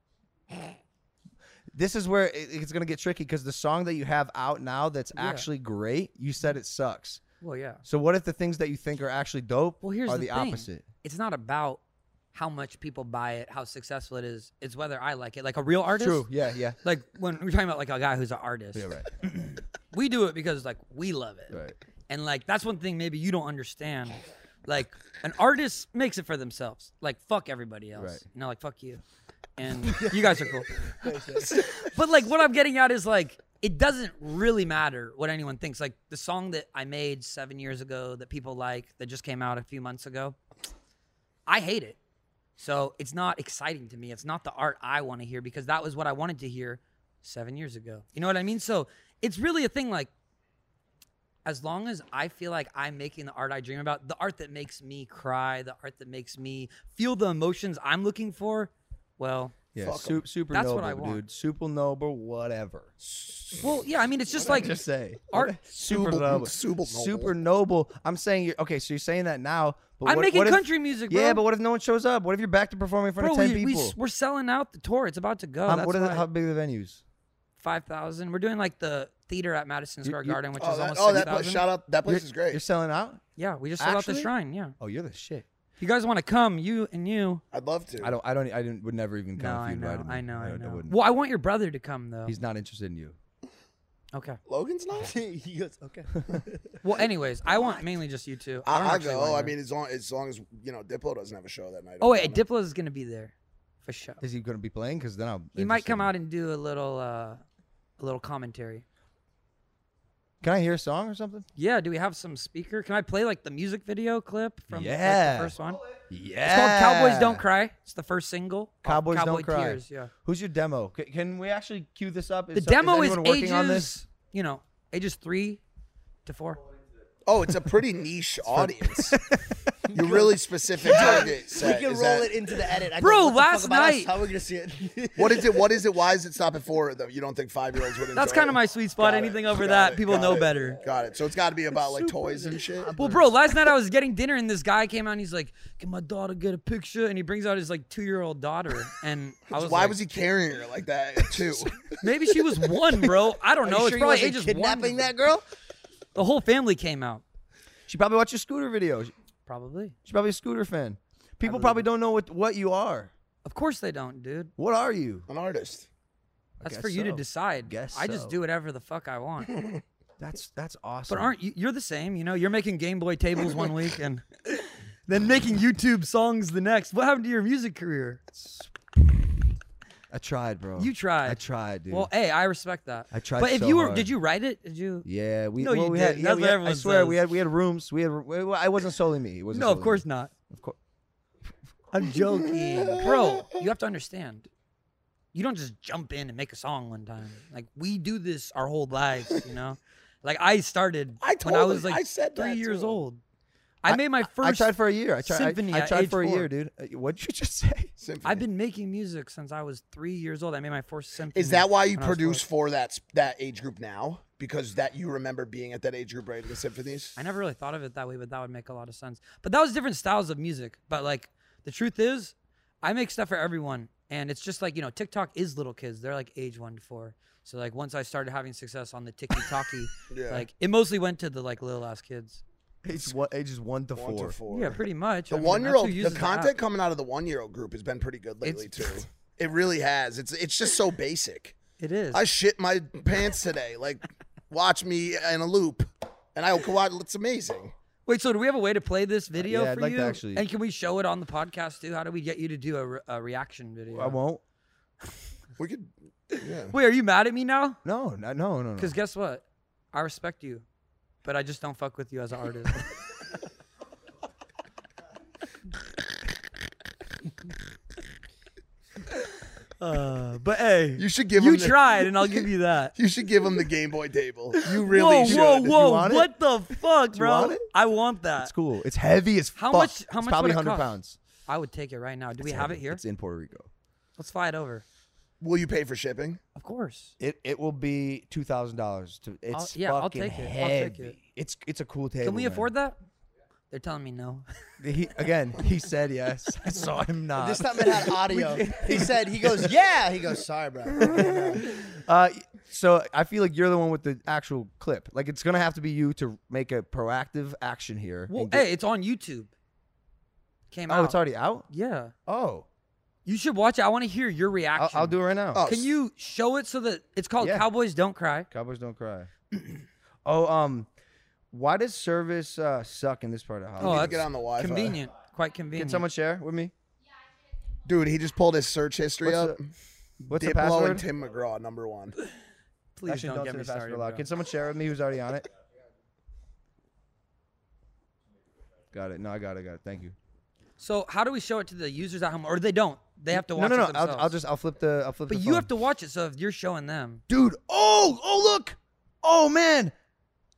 Speaker 1: This is where it, it's gonna get tricky because the song that you have out now that's
Speaker 3: Yeah.
Speaker 1: actually great, you said it sucks.
Speaker 3: Well, yeah.
Speaker 1: So what if the things that you think are actually dope
Speaker 3: Well, here's
Speaker 1: are
Speaker 3: the,
Speaker 1: the,
Speaker 3: thing.
Speaker 1: opposite?
Speaker 3: It's not about how much people buy it, how successful it is. It's whether I like it. Like a real artist.
Speaker 1: True. Yeah, yeah.
Speaker 3: Like when we're talking about like a guy who's an artist.
Speaker 1: Yeah, right.
Speaker 3: We do it because like we love it.
Speaker 1: Right.
Speaker 3: And like that's one thing maybe you don't understand. Like an artist makes it for themselves. Like fuck everybody else.
Speaker 1: Right.
Speaker 3: You know, like fuck you. And you guys are cool. but like what I'm getting at is like it doesn't really matter what anyone thinks. Like the song that I made seven years ago that people like that just came out a few months ago, I hate it. So it's not exciting to me. It's not the art I want to hear because that was what I wanted to hear seven years ago. You know what I mean? So it's really a thing like as long as I feel like I'm making the art I dream about, the art that makes me cry, the art that makes me feel the emotions I'm looking for, well,
Speaker 1: Yeah.
Speaker 2: Fuck 'em.
Speaker 1: Su- super
Speaker 3: That's
Speaker 1: noble,
Speaker 3: what I want.
Speaker 1: dude. Super noble, whatever.
Speaker 3: well, yeah. I mean, it's just like
Speaker 1: just say
Speaker 3: art.
Speaker 1: Super
Speaker 2: Subal-
Speaker 1: noble.
Speaker 2: subal noble.
Speaker 1: Super noble. I'm saying you're okay. So you're saying that now. But
Speaker 3: I'm
Speaker 1: what,
Speaker 3: making
Speaker 1: what if-
Speaker 3: country music, bro.
Speaker 1: Yeah, but what if no one shows up? What if you're back to performing in front
Speaker 3: bro,
Speaker 1: of ten
Speaker 3: we, we,
Speaker 1: people?
Speaker 3: we're selling out the tour. It's about to go.
Speaker 1: Um,
Speaker 3: That's
Speaker 1: what are the,
Speaker 3: why.
Speaker 1: how big are the venues?
Speaker 3: five thousand. We're doing like the theater at Madison Square
Speaker 1: you-
Speaker 3: Garden, which
Speaker 2: Oh,
Speaker 3: is
Speaker 2: that,
Speaker 3: almost
Speaker 2: oh
Speaker 3: six
Speaker 2: that place,
Speaker 3: thousand.
Speaker 2: shout out. That place
Speaker 1: you're,
Speaker 2: is
Speaker 1: You're
Speaker 2: great.
Speaker 1: selling out?
Speaker 3: Yeah, we just sold out the
Speaker 1: Actually?
Speaker 3: shrine. Yeah,
Speaker 1: Oh, you're the shit.
Speaker 3: you guys want to come? You and you.
Speaker 2: I'd love to.
Speaker 1: I don't. I don't. I didn't, would never even
Speaker 3: No,
Speaker 1: come if
Speaker 3: I
Speaker 1: you
Speaker 3: know,
Speaker 1: invited me.
Speaker 3: I know, I
Speaker 1: would-
Speaker 3: know.
Speaker 1: wouldn't.
Speaker 3: Well, I want your brother to come though.
Speaker 1: He's not interested in you.
Speaker 3: okay.
Speaker 2: Logan's not.
Speaker 5: he goes, okay.
Speaker 3: Well, anyways, I want mainly just you two. I
Speaker 2: I,
Speaker 3: don't
Speaker 2: I'll
Speaker 3: actually
Speaker 2: go.
Speaker 3: want
Speaker 2: I
Speaker 3: to-
Speaker 2: mean, as long as long as you know Diplo doesn't have a show that night.
Speaker 3: Oh
Speaker 2: I'm
Speaker 3: wait,
Speaker 2: coming.
Speaker 3: Diplo is gonna be there for sure.
Speaker 1: Is he going to be playing? Because then I'll.
Speaker 3: He might come
Speaker 1: interested.
Speaker 3: out and do a little uh a little commentary.
Speaker 1: Can I hear a song or something?
Speaker 3: Yeah, do we have some speaker? Can I play like the music video clip from like,
Speaker 1: Yeah.
Speaker 3: the first one?
Speaker 1: Yeah.
Speaker 3: It's called Cowboys Don't Cry. It's the first single. off
Speaker 1: Cowboys
Speaker 3: Cowboy
Speaker 1: Don't Cry.
Speaker 3: Tears, yeah.
Speaker 1: Who's your demo? C- can we actually cue this up? Is
Speaker 3: The
Speaker 1: some-
Speaker 3: demo is
Speaker 1: anyone working
Speaker 3: ages,
Speaker 1: on this?
Speaker 3: you know, ages three to four.
Speaker 2: Oh, it's a pretty niche audience. You're really specific target
Speaker 5: We
Speaker 2: set.
Speaker 5: can
Speaker 2: is
Speaker 5: roll
Speaker 2: that-
Speaker 5: it into the edit. I
Speaker 3: Bro,
Speaker 5: go, what the fuck
Speaker 3: last
Speaker 5: about us?
Speaker 3: night-
Speaker 5: How are we gonna see it?
Speaker 2: What is it? What is it? Why is it stop at four though? You don't think five year olds would?
Speaker 3: That's
Speaker 2: enjoy
Speaker 3: kind
Speaker 2: it?
Speaker 3: of my sweet spot.
Speaker 2: Got it,
Speaker 3: Anything over
Speaker 2: got
Speaker 3: that,
Speaker 2: it,
Speaker 3: people
Speaker 2: got
Speaker 3: know
Speaker 2: it,
Speaker 3: better.
Speaker 2: Got it. So it's got to be about like toys and shit.
Speaker 3: Well, bro, last night I was getting dinner and this guy came out and he's like, "Can my daughter get a picture?" And he brings out his like two-year-old daughter, and I was
Speaker 2: Why
Speaker 3: like,
Speaker 2: was he carrying her like that too?
Speaker 3: Maybe she was one, bro. I don't
Speaker 5: Are
Speaker 3: know.
Speaker 5: you
Speaker 3: it's
Speaker 5: sure he
Speaker 3: probably
Speaker 5: wasn't
Speaker 3: ages
Speaker 5: kidnapping
Speaker 3: one.
Speaker 5: that girl?
Speaker 3: The whole family came out.
Speaker 1: She probably watched your scooter video. She-
Speaker 3: Probably.
Speaker 1: She's probably a scooter fan. People probably don't know what, what you are.
Speaker 3: Of course they don't, dude.
Speaker 1: What are you?
Speaker 2: An artist.
Speaker 3: That's
Speaker 1: guess
Speaker 3: for you to
Speaker 1: so.
Speaker 3: decide.
Speaker 1: Guess
Speaker 3: I just
Speaker 1: so.
Speaker 3: do whatever the fuck I want.
Speaker 1: That's that's awesome.
Speaker 3: But aren't you? You're the same. You know, you're making Game Boy tables one week and then making YouTube songs the next. What happened to your music career?
Speaker 1: I tried, bro.
Speaker 3: You tried.
Speaker 1: I tried, dude.
Speaker 3: Well, hey, I respect that.
Speaker 1: I tried
Speaker 3: But if
Speaker 1: so
Speaker 3: you were,
Speaker 1: hard.
Speaker 3: did you write it? Did you?
Speaker 1: yeah, we.
Speaker 3: No,
Speaker 1: well,
Speaker 3: you
Speaker 1: we Had,
Speaker 3: didn't.
Speaker 1: yeah,
Speaker 3: That's
Speaker 1: we
Speaker 3: what
Speaker 1: had- I
Speaker 3: everyone
Speaker 1: swear, we
Speaker 3: says.
Speaker 1: had we had rooms. We had. Well, I wasn't solely me. It wasn't
Speaker 3: No, of
Speaker 1: solely
Speaker 3: course
Speaker 1: me.
Speaker 3: not.
Speaker 1: Of course.
Speaker 3: I'm joking, bro. You have to understand. You don't just jump in and make a song one time. Like we do this our whole lives, you know. Like I started
Speaker 2: I
Speaker 3: when I
Speaker 2: told
Speaker 3: was
Speaker 2: him-
Speaker 3: like
Speaker 2: I said that
Speaker 3: three
Speaker 2: to
Speaker 3: years
Speaker 2: him.
Speaker 3: old. I, made my first.
Speaker 1: I tried for a year. I tried.
Speaker 3: symphony
Speaker 1: I, I
Speaker 3: at
Speaker 1: tried
Speaker 3: age
Speaker 1: for a
Speaker 3: four.
Speaker 1: year, dude. Uh, What'd you just say?
Speaker 2: Symphony.
Speaker 3: I've been making music since I was three years old. I made my first symphony.
Speaker 2: Is that why you
Speaker 3: when Mm-hmm. I was
Speaker 2: produce
Speaker 3: four.
Speaker 2: for that s- that age group now? Because that you remember being at that age group right in the symphonies.
Speaker 3: I never really thought of it that way, but that would make a lot of sense. But that was different styles of music. But like the truth is, I make stuff for everyone. And it's just like, you know, TikTok is little kids. They're like age one to four. So like once I started having success on the Tiki Talkie,
Speaker 2: Yeah.
Speaker 3: like it mostly went to the like little ass kids.
Speaker 1: Ages one, ages one to
Speaker 2: One
Speaker 1: four.
Speaker 2: to four.
Speaker 3: Yeah, pretty much.
Speaker 2: The
Speaker 3: I mean,
Speaker 2: one year
Speaker 3: that's who
Speaker 2: old, the
Speaker 3: uses app.
Speaker 2: content coming out of the one year old group has been pretty good lately
Speaker 3: It's-
Speaker 2: too. It really has. It's it's just so basic.
Speaker 3: It is.
Speaker 2: I shit my pants today. Like, watch me in a loop, and I can watch. It's amazing.
Speaker 3: Wait, so do we have a way to play this video
Speaker 1: Uh, yeah, I'd
Speaker 3: for
Speaker 1: like to
Speaker 3: you?
Speaker 1: actually-
Speaker 3: And can we show it on the podcast too? How do we get you to do a, re- a reaction video?
Speaker 1: I won't.
Speaker 2: We could. Yeah.
Speaker 3: Wait, are you mad at me now?
Speaker 1: No, no, no, no. no.
Speaker 3: Because guess what? I respect you, but I just don't fuck with you as an artist. uh, but hey,
Speaker 2: You should give
Speaker 3: you
Speaker 2: him the-
Speaker 3: tried, and I'll give you that.
Speaker 2: You should give him the Game Boy table. You really
Speaker 3: whoa,
Speaker 2: should.
Speaker 3: whoa,
Speaker 1: You
Speaker 3: whoa!
Speaker 1: want it?
Speaker 3: What the fuck,
Speaker 1: you
Speaker 3: bro?
Speaker 1: want it?
Speaker 3: I want that.
Speaker 1: it's cool. It's heavy as
Speaker 3: How
Speaker 1: fuck.
Speaker 3: much- how
Speaker 1: It's
Speaker 3: much
Speaker 1: probably
Speaker 3: would it cost?
Speaker 1: pounds.
Speaker 3: I would take it right now. Do we
Speaker 1: It's
Speaker 3: have it
Speaker 1: heavy.
Speaker 3: here?
Speaker 1: It's in Puerto Rico.
Speaker 3: Let's fly it over.
Speaker 2: Will you pay for shipping?
Speaker 3: Of course.
Speaker 1: It it will be two thousand dollars. To it's
Speaker 3: yeah, I'll
Speaker 1: fucking
Speaker 3: take it. I'll
Speaker 1: heavy.
Speaker 3: take it.
Speaker 1: It's it's a cool table.
Speaker 3: Can we afford that? They're telling me no.
Speaker 1: that? He, again, he said yes. I saw him
Speaker 3: Uh,
Speaker 1: not.
Speaker 5: This time it had audio. he said, he goes, yeah. He goes, sorry, bro.
Speaker 1: Uh, so I feel like you're the one with the actual clip. Like it's gonna have to be you to make a proactive action here.
Speaker 3: Well,
Speaker 1: and get-
Speaker 3: hey, it's on YouTube. Came out.
Speaker 1: oh, it's already out.
Speaker 3: Yeah.
Speaker 1: Oh,
Speaker 3: You should watch it. I want to hear your reaction.
Speaker 1: I'll, I'll do it right now.
Speaker 2: Oh,
Speaker 3: Can you show it so that it's called
Speaker 1: Yeah.
Speaker 3: Cowboys Don't Cry?
Speaker 1: Cowboys don't cry. oh, um, why does service uh, suck in this part of
Speaker 3: Oh,
Speaker 1: Hollywood?
Speaker 3: that's
Speaker 2: get on the Wi-Fi.
Speaker 3: convenient. Quite convenient.
Speaker 1: Can someone share with me?
Speaker 2: dude? He just pulled his search history
Speaker 1: What's
Speaker 2: up.
Speaker 1: the, what's the
Speaker 2: Diplo
Speaker 1: password?
Speaker 2: and Tim McGraw, number one.
Speaker 3: Please
Speaker 1: Actually,
Speaker 3: don't,
Speaker 1: don't,
Speaker 3: get
Speaker 1: say the
Speaker 3: me
Speaker 1: password
Speaker 3: started.
Speaker 1: aloud.
Speaker 3: bro.
Speaker 1: Can someone share with me who's already on it? got it. No, I got it. Got it. Thank you.
Speaker 3: So how do we show it to the users at home, or they don't? They have to
Speaker 1: No,
Speaker 3: watch
Speaker 1: no,
Speaker 3: it
Speaker 1: no.
Speaker 3: themselves.
Speaker 1: I'll, I'll just I'll flip the I'll flip.
Speaker 3: But
Speaker 1: the
Speaker 3: you
Speaker 1: phone.
Speaker 3: have to watch it. So if you're showing them,
Speaker 1: dude. Oh, oh, look. Oh man,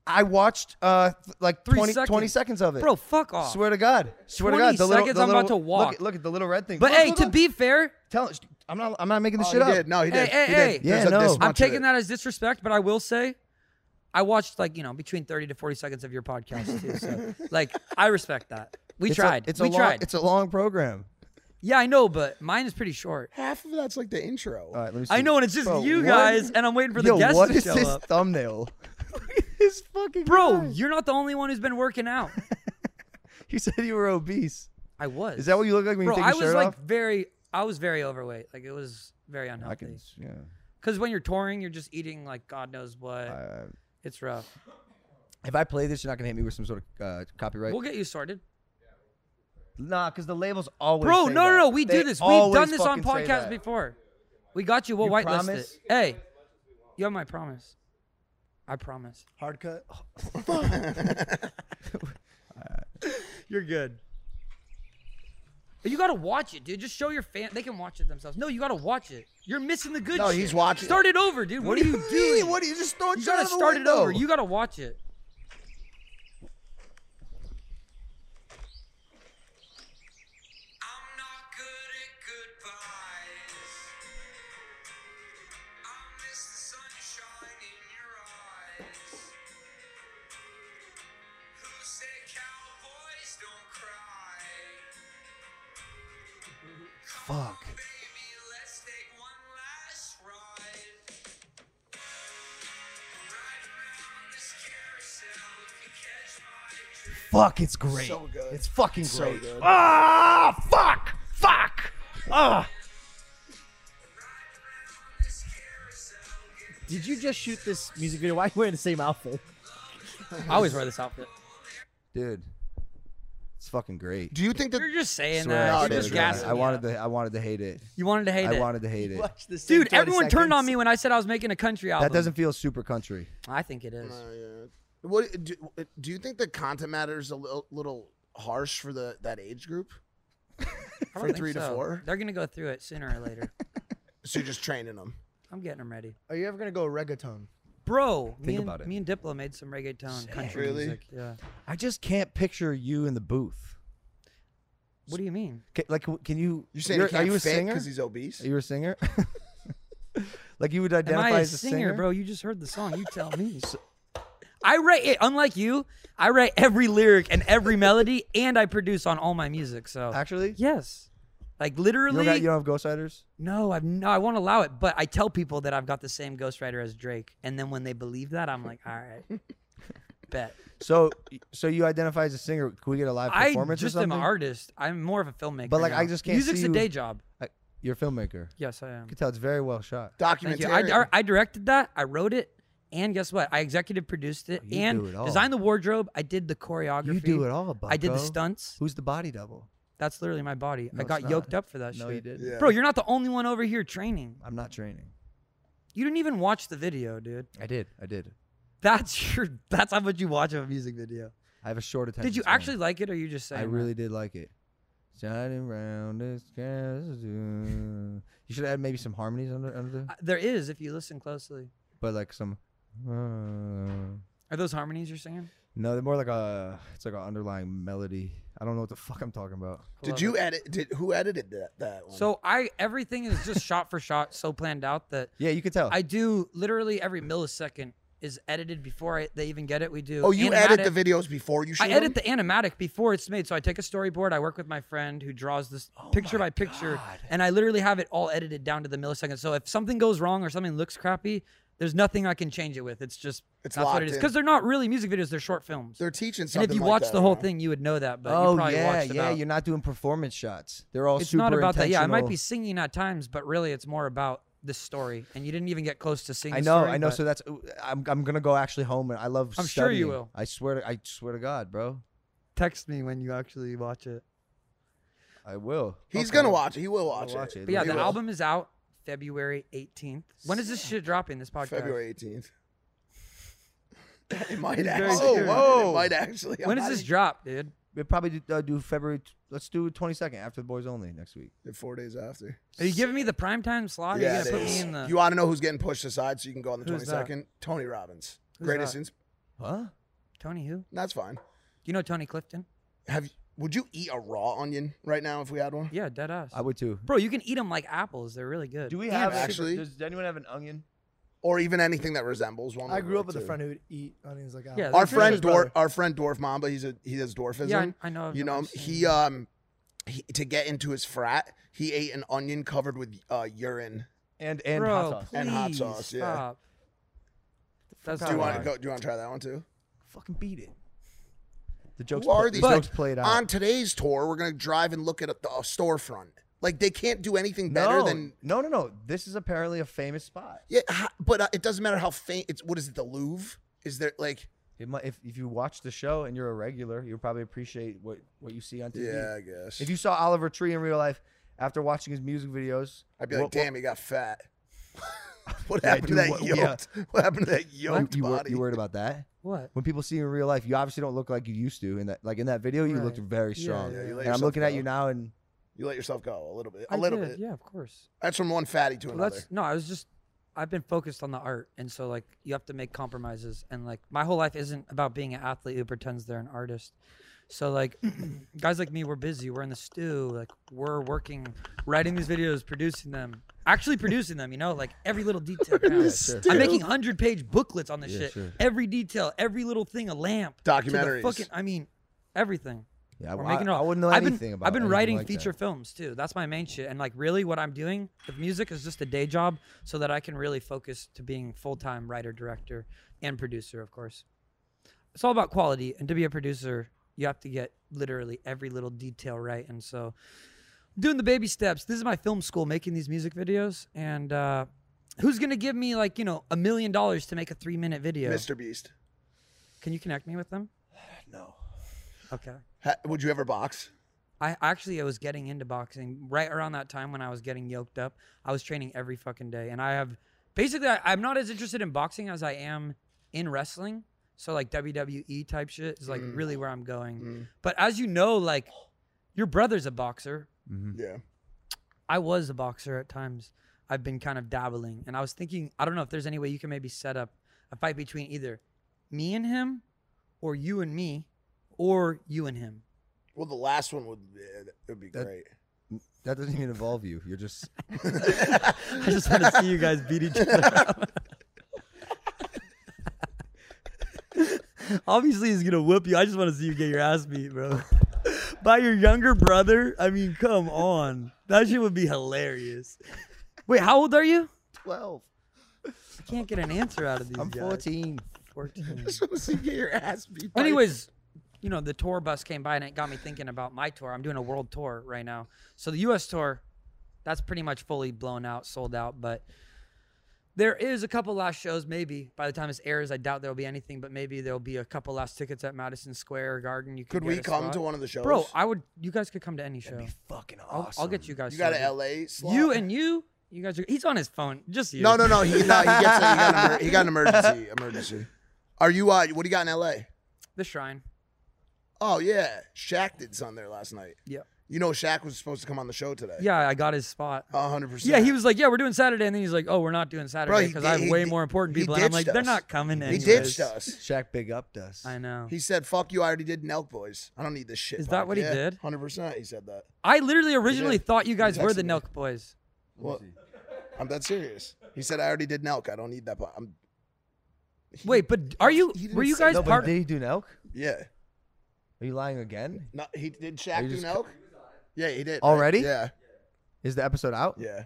Speaker 1: I watched uh th- like
Speaker 3: Three
Speaker 1: 20,
Speaker 3: seconds.
Speaker 1: 20 seconds of it.
Speaker 3: bro, fuck off.
Speaker 1: swear to God, swear to
Speaker 3: 20
Speaker 1: God. The little,
Speaker 3: seconds,
Speaker 1: the
Speaker 3: I'm about
Speaker 1: little-
Speaker 3: to walk.
Speaker 1: Look, at- look at the little red thing.
Speaker 3: but
Speaker 1: Look,
Speaker 3: hey,
Speaker 1: look,
Speaker 3: to
Speaker 1: look.
Speaker 3: be fair,
Speaker 1: tell us- I'm not I'm not making this
Speaker 2: Oh,
Speaker 1: shit
Speaker 2: he
Speaker 1: up.
Speaker 2: did. No, he
Speaker 3: Hey,
Speaker 2: did.
Speaker 3: hey,
Speaker 2: he
Speaker 3: hey.
Speaker 2: did. There's
Speaker 1: Yeah,
Speaker 2: a- this
Speaker 1: no.
Speaker 3: I'm
Speaker 2: much of
Speaker 3: taking
Speaker 2: it.
Speaker 3: that as disrespect. But I will say, I watched like you know between 30 to 40 seconds of your podcast too. So like I respect that. We
Speaker 1: It's a-
Speaker 3: tried.
Speaker 1: it's a
Speaker 3: we
Speaker 1: long,
Speaker 3: tried.
Speaker 1: It's a long program.
Speaker 3: yeah, I know, but mine is pretty short.
Speaker 2: Half of that's like the intro.
Speaker 1: All right, let me see.
Speaker 3: I know, and it's just
Speaker 1: Bro,
Speaker 3: you
Speaker 1: what-
Speaker 3: guys, and I'm waiting for the
Speaker 1: Yo,
Speaker 3: guests
Speaker 1: what
Speaker 3: to
Speaker 1: is
Speaker 3: show
Speaker 1: this
Speaker 3: up.
Speaker 1: thumbnail? Look at this fucking
Speaker 3: Bro,
Speaker 1: guy.
Speaker 3: you're not the only one who's been working out.
Speaker 1: He said you were obese.
Speaker 3: I was.
Speaker 1: Is that what you look like when
Speaker 3: Bro,
Speaker 1: you take
Speaker 3: I
Speaker 1: your
Speaker 3: was
Speaker 1: shirt
Speaker 3: like
Speaker 1: off?
Speaker 3: very, I was very overweight. Like it was very
Speaker 1: I
Speaker 3: unhealthy.
Speaker 1: can. Yeah.
Speaker 3: Because when you're touring, you're just eating like God knows what.
Speaker 1: Uh,
Speaker 3: it's rough.
Speaker 1: if I play this, you're not gonna hit me with some sort of uh, copyright.
Speaker 3: We'll get you sorted,
Speaker 1: Nah, because the labels always.
Speaker 3: bro.
Speaker 1: say
Speaker 3: No, no,
Speaker 1: that.
Speaker 3: no. We
Speaker 1: They
Speaker 3: do this. We've
Speaker 1: always
Speaker 3: done this on
Speaker 1: fucking say
Speaker 3: podcasts
Speaker 1: that.
Speaker 3: before. We got you. We'll
Speaker 1: You
Speaker 3: whitelist
Speaker 1: promise?
Speaker 3: it. Hey, You have my promise. I promise.
Speaker 5: Hard cut.
Speaker 3: You're good. But you gotta watch it, dude. Just show your fan. They can watch it themselves. No, you gotta watch it. You're missing the good.
Speaker 2: No,
Speaker 3: shit.
Speaker 2: he's watching-
Speaker 3: Start it over, dude. What, are you
Speaker 2: mean?
Speaker 3: doing?
Speaker 2: What do you just throw it
Speaker 3: you
Speaker 2: out
Speaker 3: gotta
Speaker 2: of the
Speaker 3: start it over.
Speaker 2: window?
Speaker 3: You gotta watch it.
Speaker 1: Fuck. Fuck, it's great.
Speaker 2: So good.
Speaker 1: It's fucking great.
Speaker 4: Ah, fuck! Fuck! Ah!
Speaker 5: Did you just shoot this music video? Why are you wearing the same outfit?
Speaker 3: I always wear this outfit.
Speaker 1: Dude, it's fucking great.
Speaker 2: Do you think that
Speaker 3: You're just saying
Speaker 1: Swear,
Speaker 3: that. uh,
Speaker 2: No,
Speaker 3: You're
Speaker 2: it
Speaker 1: dude,
Speaker 2: is
Speaker 3: just
Speaker 2: great.
Speaker 3: gassing.
Speaker 1: I
Speaker 3: me
Speaker 1: wanted
Speaker 3: up.
Speaker 1: to I wanted to hate it.
Speaker 3: You wanted to hate
Speaker 1: I
Speaker 3: it.
Speaker 1: wanted to hate it.
Speaker 5: Watch the same
Speaker 3: Dude,
Speaker 5: 20
Speaker 3: everyone turned on
Speaker 5: seconds.
Speaker 3: me when I said I was making a country album.
Speaker 1: That doesn't feel super country.
Speaker 3: I think it is.
Speaker 2: Uh, yeah. What do, do you think the content matter is a little, little harsh for the that age group?
Speaker 3: I
Speaker 2: For
Speaker 3: don't think
Speaker 2: three to
Speaker 3: so.
Speaker 2: four?
Speaker 3: They're gonna go through it sooner or later.
Speaker 2: So you're just training them.
Speaker 3: I'm getting them ready.
Speaker 5: Are you ever gonna go reggaeton?
Speaker 3: Bro, me
Speaker 1: Think
Speaker 3: and,
Speaker 1: about it.
Speaker 3: me and Diplo made some reggaeton country
Speaker 2: Really?
Speaker 3: music. Yeah.
Speaker 1: I just can't picture you in the booth.
Speaker 3: What do you mean?
Speaker 1: Ca- like, w- can you?
Speaker 2: You're saying
Speaker 1: you're-
Speaker 2: he can't
Speaker 1: are you a singer?
Speaker 2: because he's obese?
Speaker 1: Are you a singer? like you would
Speaker 3: Am
Speaker 1: identify
Speaker 3: I a
Speaker 1: as a
Speaker 3: singer, bro? You just heard the song. You tell me. I write it. Unlike you, I write every lyric and every melody, and I produce on all my music. So
Speaker 1: Actually,
Speaker 3: yes, like
Speaker 1: you
Speaker 3: literally.
Speaker 1: don't, got, you don't have ghostwriters.
Speaker 3: No, I'm no, I won't allow it. But I tell people that I've got the same ghostwriter as Drake, and then when they believe that, I'm like, all right, bet.
Speaker 1: So, so you identify as a singer? Can we get a live
Speaker 3: I
Speaker 1: performance
Speaker 3: just
Speaker 1: or
Speaker 3: am
Speaker 1: something?
Speaker 3: an artist. I'm more of a filmmaker.
Speaker 1: But, like,
Speaker 3: now.
Speaker 1: I just can't
Speaker 3: Music's
Speaker 1: see
Speaker 3: a
Speaker 1: you-
Speaker 3: day job.
Speaker 1: I- you're a filmmaker.
Speaker 3: Yes, I am.
Speaker 1: You can tell it's very well shot.
Speaker 3: Thank
Speaker 2: Documentary.
Speaker 3: you. I, I- I directed that. I wrote it. And guess what? I executive produced it
Speaker 1: Oh, you
Speaker 3: and
Speaker 1: do it all.
Speaker 3: designed the wardrobe. I did the choreography.
Speaker 1: You do it all,
Speaker 3: I did the
Speaker 1: bucko.
Speaker 3: stunts.
Speaker 1: Who's the body double?
Speaker 3: That's literally my body.
Speaker 1: No,
Speaker 3: I
Speaker 1: it's
Speaker 3: got
Speaker 1: not.
Speaker 3: yoked up for that
Speaker 1: No,
Speaker 3: shit.
Speaker 1: you didn't.
Speaker 2: Yeah.
Speaker 3: Bro, you're not the only one over here training.
Speaker 1: I'm not training.
Speaker 3: You didn't even watch the video, dude.
Speaker 1: I did. I did.
Speaker 3: That's your that's how much you watch of a music video.
Speaker 1: I have a short attention.
Speaker 3: Did you
Speaker 1: span.
Speaker 3: actually like it or you just saying
Speaker 1: I
Speaker 3: that?
Speaker 1: really did like it. Shining round this castle. You should add maybe some harmonies under under, there,
Speaker 3: Uh, there is if you listen closely.
Speaker 1: but like some. uh,
Speaker 3: Are those harmonies you're singing?
Speaker 1: no, they're more like a. It's like an underlying melody. I don't know what the fuck I'm talking about.
Speaker 3: I
Speaker 2: did
Speaker 3: love
Speaker 2: you
Speaker 3: it.
Speaker 2: edit? Did who edited that? That one?
Speaker 3: So I everything is just shot for shot, so planned out that
Speaker 1: Yeah, you could tell.
Speaker 3: I do literally every millisecond is edited before I, they even get it. We do.
Speaker 2: oh, you edit
Speaker 3: animatic-
Speaker 2: the videos before you shoot
Speaker 3: I edit
Speaker 2: them?
Speaker 3: the animatic before it's made. So I take a storyboard. I work with my friend who draws this
Speaker 2: Oh
Speaker 3: picture by picture, and I literally have it all edited down to the millisecond. So if something goes wrong or something looks crappy, there's nothing I can change it with. It's just
Speaker 2: It's
Speaker 3: that's what
Speaker 2: locked
Speaker 3: it is
Speaker 2: in.
Speaker 3: because they're not really music videos. They're short films.
Speaker 2: They're teaching
Speaker 3: and
Speaker 2: something.
Speaker 3: if you
Speaker 2: like
Speaker 3: watch
Speaker 2: that,
Speaker 3: the whole
Speaker 2: know?
Speaker 3: thing, you would know that. But you
Speaker 1: oh
Speaker 3: probably
Speaker 1: yeah,
Speaker 3: watched
Speaker 1: yeah.
Speaker 3: about-
Speaker 1: You're not doing performance shots. They're all
Speaker 3: it's
Speaker 1: super
Speaker 3: not about that. Yeah, I might
Speaker 1: intentional.
Speaker 3: be singing at times, but really, it's more about the story. And you didn't even get close to singing.
Speaker 1: I
Speaker 3: the
Speaker 1: know,
Speaker 3: story,
Speaker 1: I know.
Speaker 3: but-
Speaker 1: So that's I'm I'm gonna go actually home and I love.
Speaker 3: I'm sure you
Speaker 1: studying.
Speaker 3: will.
Speaker 1: I swear to I swear to God, bro.
Speaker 3: text me when you actually watch it.
Speaker 1: I will.
Speaker 2: He's gonna watch it. He will watch,
Speaker 1: I'll watch it.
Speaker 3: But yeah,
Speaker 2: We
Speaker 3: the
Speaker 2: will.
Speaker 3: album is out February 18th. When is this shit dropping? This podcast.
Speaker 2: February 18th. It might
Speaker 3: very
Speaker 2: actually.
Speaker 3: soon.
Speaker 2: It might actually.
Speaker 3: When
Speaker 2: I'm
Speaker 3: does
Speaker 2: not e-
Speaker 3: this drop, dude?
Speaker 1: We'll probably do, uh, do February. T- let's do twenty second after the boys only next week.
Speaker 2: even- Four days after.
Speaker 3: Are you giving me the prime time slot? Are you
Speaker 2: it
Speaker 3: gonna put me
Speaker 2: is.
Speaker 3: in the?
Speaker 2: You want to know who's getting pushed aside, so you can go on the
Speaker 3: Who's that?
Speaker 2: 22nd. Tony Robbins,
Speaker 3: Who's
Speaker 2: greatest.
Speaker 3: that?
Speaker 2: Ins-
Speaker 1: Huh?
Speaker 3: Tony who?
Speaker 2: That's fine.
Speaker 3: You know Tony Clifton?
Speaker 2: Have would you eat a raw onion right now if we had one?
Speaker 3: Yeah, dead ass.
Speaker 1: I would too.
Speaker 3: Bro, you can eat them like apples. They're really good.
Speaker 4: Do we
Speaker 3: And
Speaker 4: have
Speaker 3: super-
Speaker 2: actually-
Speaker 4: Does anyone have an onion?
Speaker 2: Or even anything that resembles one.
Speaker 5: I
Speaker 2: would
Speaker 5: grew up
Speaker 2: work,
Speaker 5: with a
Speaker 2: too.
Speaker 5: friend who would eat onions like
Speaker 3: Yeah,
Speaker 5: apples.
Speaker 2: Our
Speaker 3: That's
Speaker 2: friend
Speaker 3: his
Speaker 2: Dwarf, our friend Dwarf Mamba, he's a he does dwarfism.
Speaker 3: Yeah, I- I know of
Speaker 2: You
Speaker 3: him.
Speaker 2: know
Speaker 3: I've
Speaker 2: him.
Speaker 3: seen
Speaker 2: He
Speaker 3: him.
Speaker 2: um, he, to get into his frat, he ate an onion covered with uh urine.
Speaker 4: And and
Speaker 3: Bro,
Speaker 4: hot sauce.
Speaker 3: Please
Speaker 2: And hot sauce, yeah.
Speaker 3: Stop. That's
Speaker 2: Do you want to
Speaker 3: hard.
Speaker 2: go? Do you want to try that one too?
Speaker 1: Fucking beat it. The jokes.
Speaker 2: Who are
Speaker 1: pla-
Speaker 2: these
Speaker 1: the
Speaker 2: people?
Speaker 1: jokes played out?
Speaker 2: On today's tour, we're gonna drive and look at a, the- a storefront. Like they can't do anything better
Speaker 1: no,
Speaker 2: than
Speaker 1: no, no, no. This is apparently a famous spot.
Speaker 2: yeah. ho- But uh, it doesn't matter how faint. It's what is it? The Louvre? Is there like?
Speaker 1: It might, if if you watch the show and you're a regular, you'll probably appreciate what what you see on TV.
Speaker 2: Yeah, I guess.
Speaker 1: If you saw Oliver Tree in real life, after watching his music videos,
Speaker 2: I'd be like,
Speaker 1: what- what-
Speaker 2: damn, he got fat. What
Speaker 1: Yeah,
Speaker 2: happened to
Speaker 1: dude,
Speaker 2: that
Speaker 1: what-
Speaker 2: yoked? What happened to that yoked
Speaker 1: You, wor-
Speaker 2: body?
Speaker 1: you worried about that?
Speaker 3: What?
Speaker 1: When people see you in real life, you obviously don't look like you used to. In that, like in that video, you looked
Speaker 3: Right.
Speaker 1: very
Speaker 3: Yeah,
Speaker 1: strong.
Speaker 3: yeah, you let
Speaker 1: and I'm
Speaker 2: yourself
Speaker 1: looking at
Speaker 2: go.
Speaker 1: you now, and
Speaker 2: you let yourself go a little bit. A
Speaker 3: I
Speaker 2: little
Speaker 3: did,
Speaker 2: bit.
Speaker 3: Yeah, of course.
Speaker 2: That's from one fatty to
Speaker 3: Well,
Speaker 2: another.
Speaker 3: that's no. I was just. I've been focused on the art, and so like you have to make compromises, and like my whole life isn't about being an athlete who pretends they're an artist. So like guys like me, we're busy. We're in the stew. Like we're working, writing these videos, producing them, actually producing them. You know, like every little detail. counts.
Speaker 2: sure.
Speaker 3: I'm making hundred page booklets on this shit.
Speaker 1: sure.
Speaker 3: Every detail, every little thing, a lamp, to the
Speaker 2: Documentaries.
Speaker 3: fucking, I mean, everything.
Speaker 1: yeah,
Speaker 3: We're
Speaker 1: I,
Speaker 3: making it
Speaker 1: I,
Speaker 3: all-
Speaker 1: wouldn't know
Speaker 3: I've been,
Speaker 1: anything about.
Speaker 3: I've been
Speaker 1: anything
Speaker 3: writing
Speaker 1: like that.
Speaker 3: feature films too. That's my main shit. And like really what I'm doing, the music is just a day job so that I can really focus to being full time writer, director, and producer, of course. It's all about quality. And to be a producer, you have to get literally every little detail right. And so doing the baby steps. This is my film school making these music videos. And uh who's gonna give me like, you know, a million dollars to make a three minute video?
Speaker 2: Mr. Beast.
Speaker 3: Can you connect me with them? No. Okay.
Speaker 2: Ha- would you ever box?
Speaker 3: I actually I was getting into boxing right around that time when I was getting yoked up. I was training every fucking day, and I have basically I, I'm not as interested in boxing as I am in wrestling. So like WWE type shit is like really where I'm going. But as you know, like your brother's a boxer.
Speaker 2: Yeah.
Speaker 3: I was a boxer at times. I've been kind of dabbling, and I was thinking I don't know if there's any way you can maybe set up a fight between either me and him, or you and me, or you and him.
Speaker 2: Well, the last one would yeah, that would be
Speaker 1: That-
Speaker 2: great.
Speaker 1: That doesn't even involve you. You're just
Speaker 3: I just want to see you guys beat each other up. Obviously, he's gonna whoop you. I just want to see you get your ass beat, bro. By your younger brother. I mean, come on, that shit would be hilarious. Wait, how old are you?
Speaker 1: twelve.
Speaker 3: I can't get an answer out of these
Speaker 1: I'm
Speaker 3: guys.
Speaker 1: 14.
Speaker 3: 14.
Speaker 2: get your ass beat.
Speaker 3: Anyways, you know, the tour bus came by and it got me thinking about my tour. I'm doing a world tour right now. So the US tour, that's pretty much fully blown out, sold out, but there is a couple last shows, maybe. By the time this airs, I doubt there'll be anything, but maybe there'll be a couple last tickets at Madison Square Garden. You
Speaker 2: Could
Speaker 3: get
Speaker 2: we
Speaker 3: a
Speaker 2: come
Speaker 3: spot.
Speaker 2: to one of the shows?
Speaker 3: Bro, I would you guys could come to any show.
Speaker 1: Fucking
Speaker 3: I'll,
Speaker 1: awesome.
Speaker 3: I'll get you guys.
Speaker 2: you got
Speaker 3: sorted.
Speaker 2: an LA slot?
Speaker 3: You and you, you guys are he's on his phone. Just you.
Speaker 2: No, no, no. He, no, he, gets a, he, got an emer- he got an emergency. Emergency. Are you? Uh, what do you got in LA?
Speaker 3: The shrine.
Speaker 2: Oh yeah, Shaq did something there last night.
Speaker 3: Yeah.
Speaker 2: You know, Shaq was supposed to come on the show today.
Speaker 3: Yeah, I got his spot.
Speaker 2: A hundred percent.
Speaker 3: Yeah, he was like, "Yeah, we're doing Saturday," and then he's like, "Oh, we're not doing Saturday
Speaker 2: he
Speaker 3: because
Speaker 2: di-
Speaker 3: I have
Speaker 2: he
Speaker 3: way
Speaker 2: di-
Speaker 3: more important
Speaker 2: he
Speaker 3: people." And I'm like,
Speaker 2: ditched
Speaker 3: "They're
Speaker 2: us.
Speaker 3: not coming."
Speaker 2: He
Speaker 3: Anyways.
Speaker 2: ditched us.
Speaker 1: Shaq big upped us.
Speaker 3: I know.
Speaker 2: He said, "Fuck you! I already did an elk boys. I don't need this shit."
Speaker 3: Is that
Speaker 2: Pac."
Speaker 3: what he
Speaker 2: Yeah,
Speaker 3: did?
Speaker 2: Hundred percent. He said that.
Speaker 3: I literally originally thought you guys were the
Speaker 2: texted me.
Speaker 3: Nelk Boys.
Speaker 2: Well, I'm that serious. He said, "I already did an elk. I don't need that." But I'm
Speaker 3: Wait, but are you?
Speaker 2: he didn't
Speaker 3: Were you
Speaker 2: say
Speaker 3: guys
Speaker 1: No, but
Speaker 3: part?
Speaker 1: did he do an elk?
Speaker 2: yeah.
Speaker 1: Are you lying again?
Speaker 2: No, he did
Speaker 1: Are
Speaker 2: Shaq
Speaker 1: you
Speaker 2: do
Speaker 1: just
Speaker 2: an elk. Yeah, he did. right?
Speaker 1: Already?
Speaker 2: Yeah.
Speaker 1: Is the episode out?
Speaker 2: Yeah.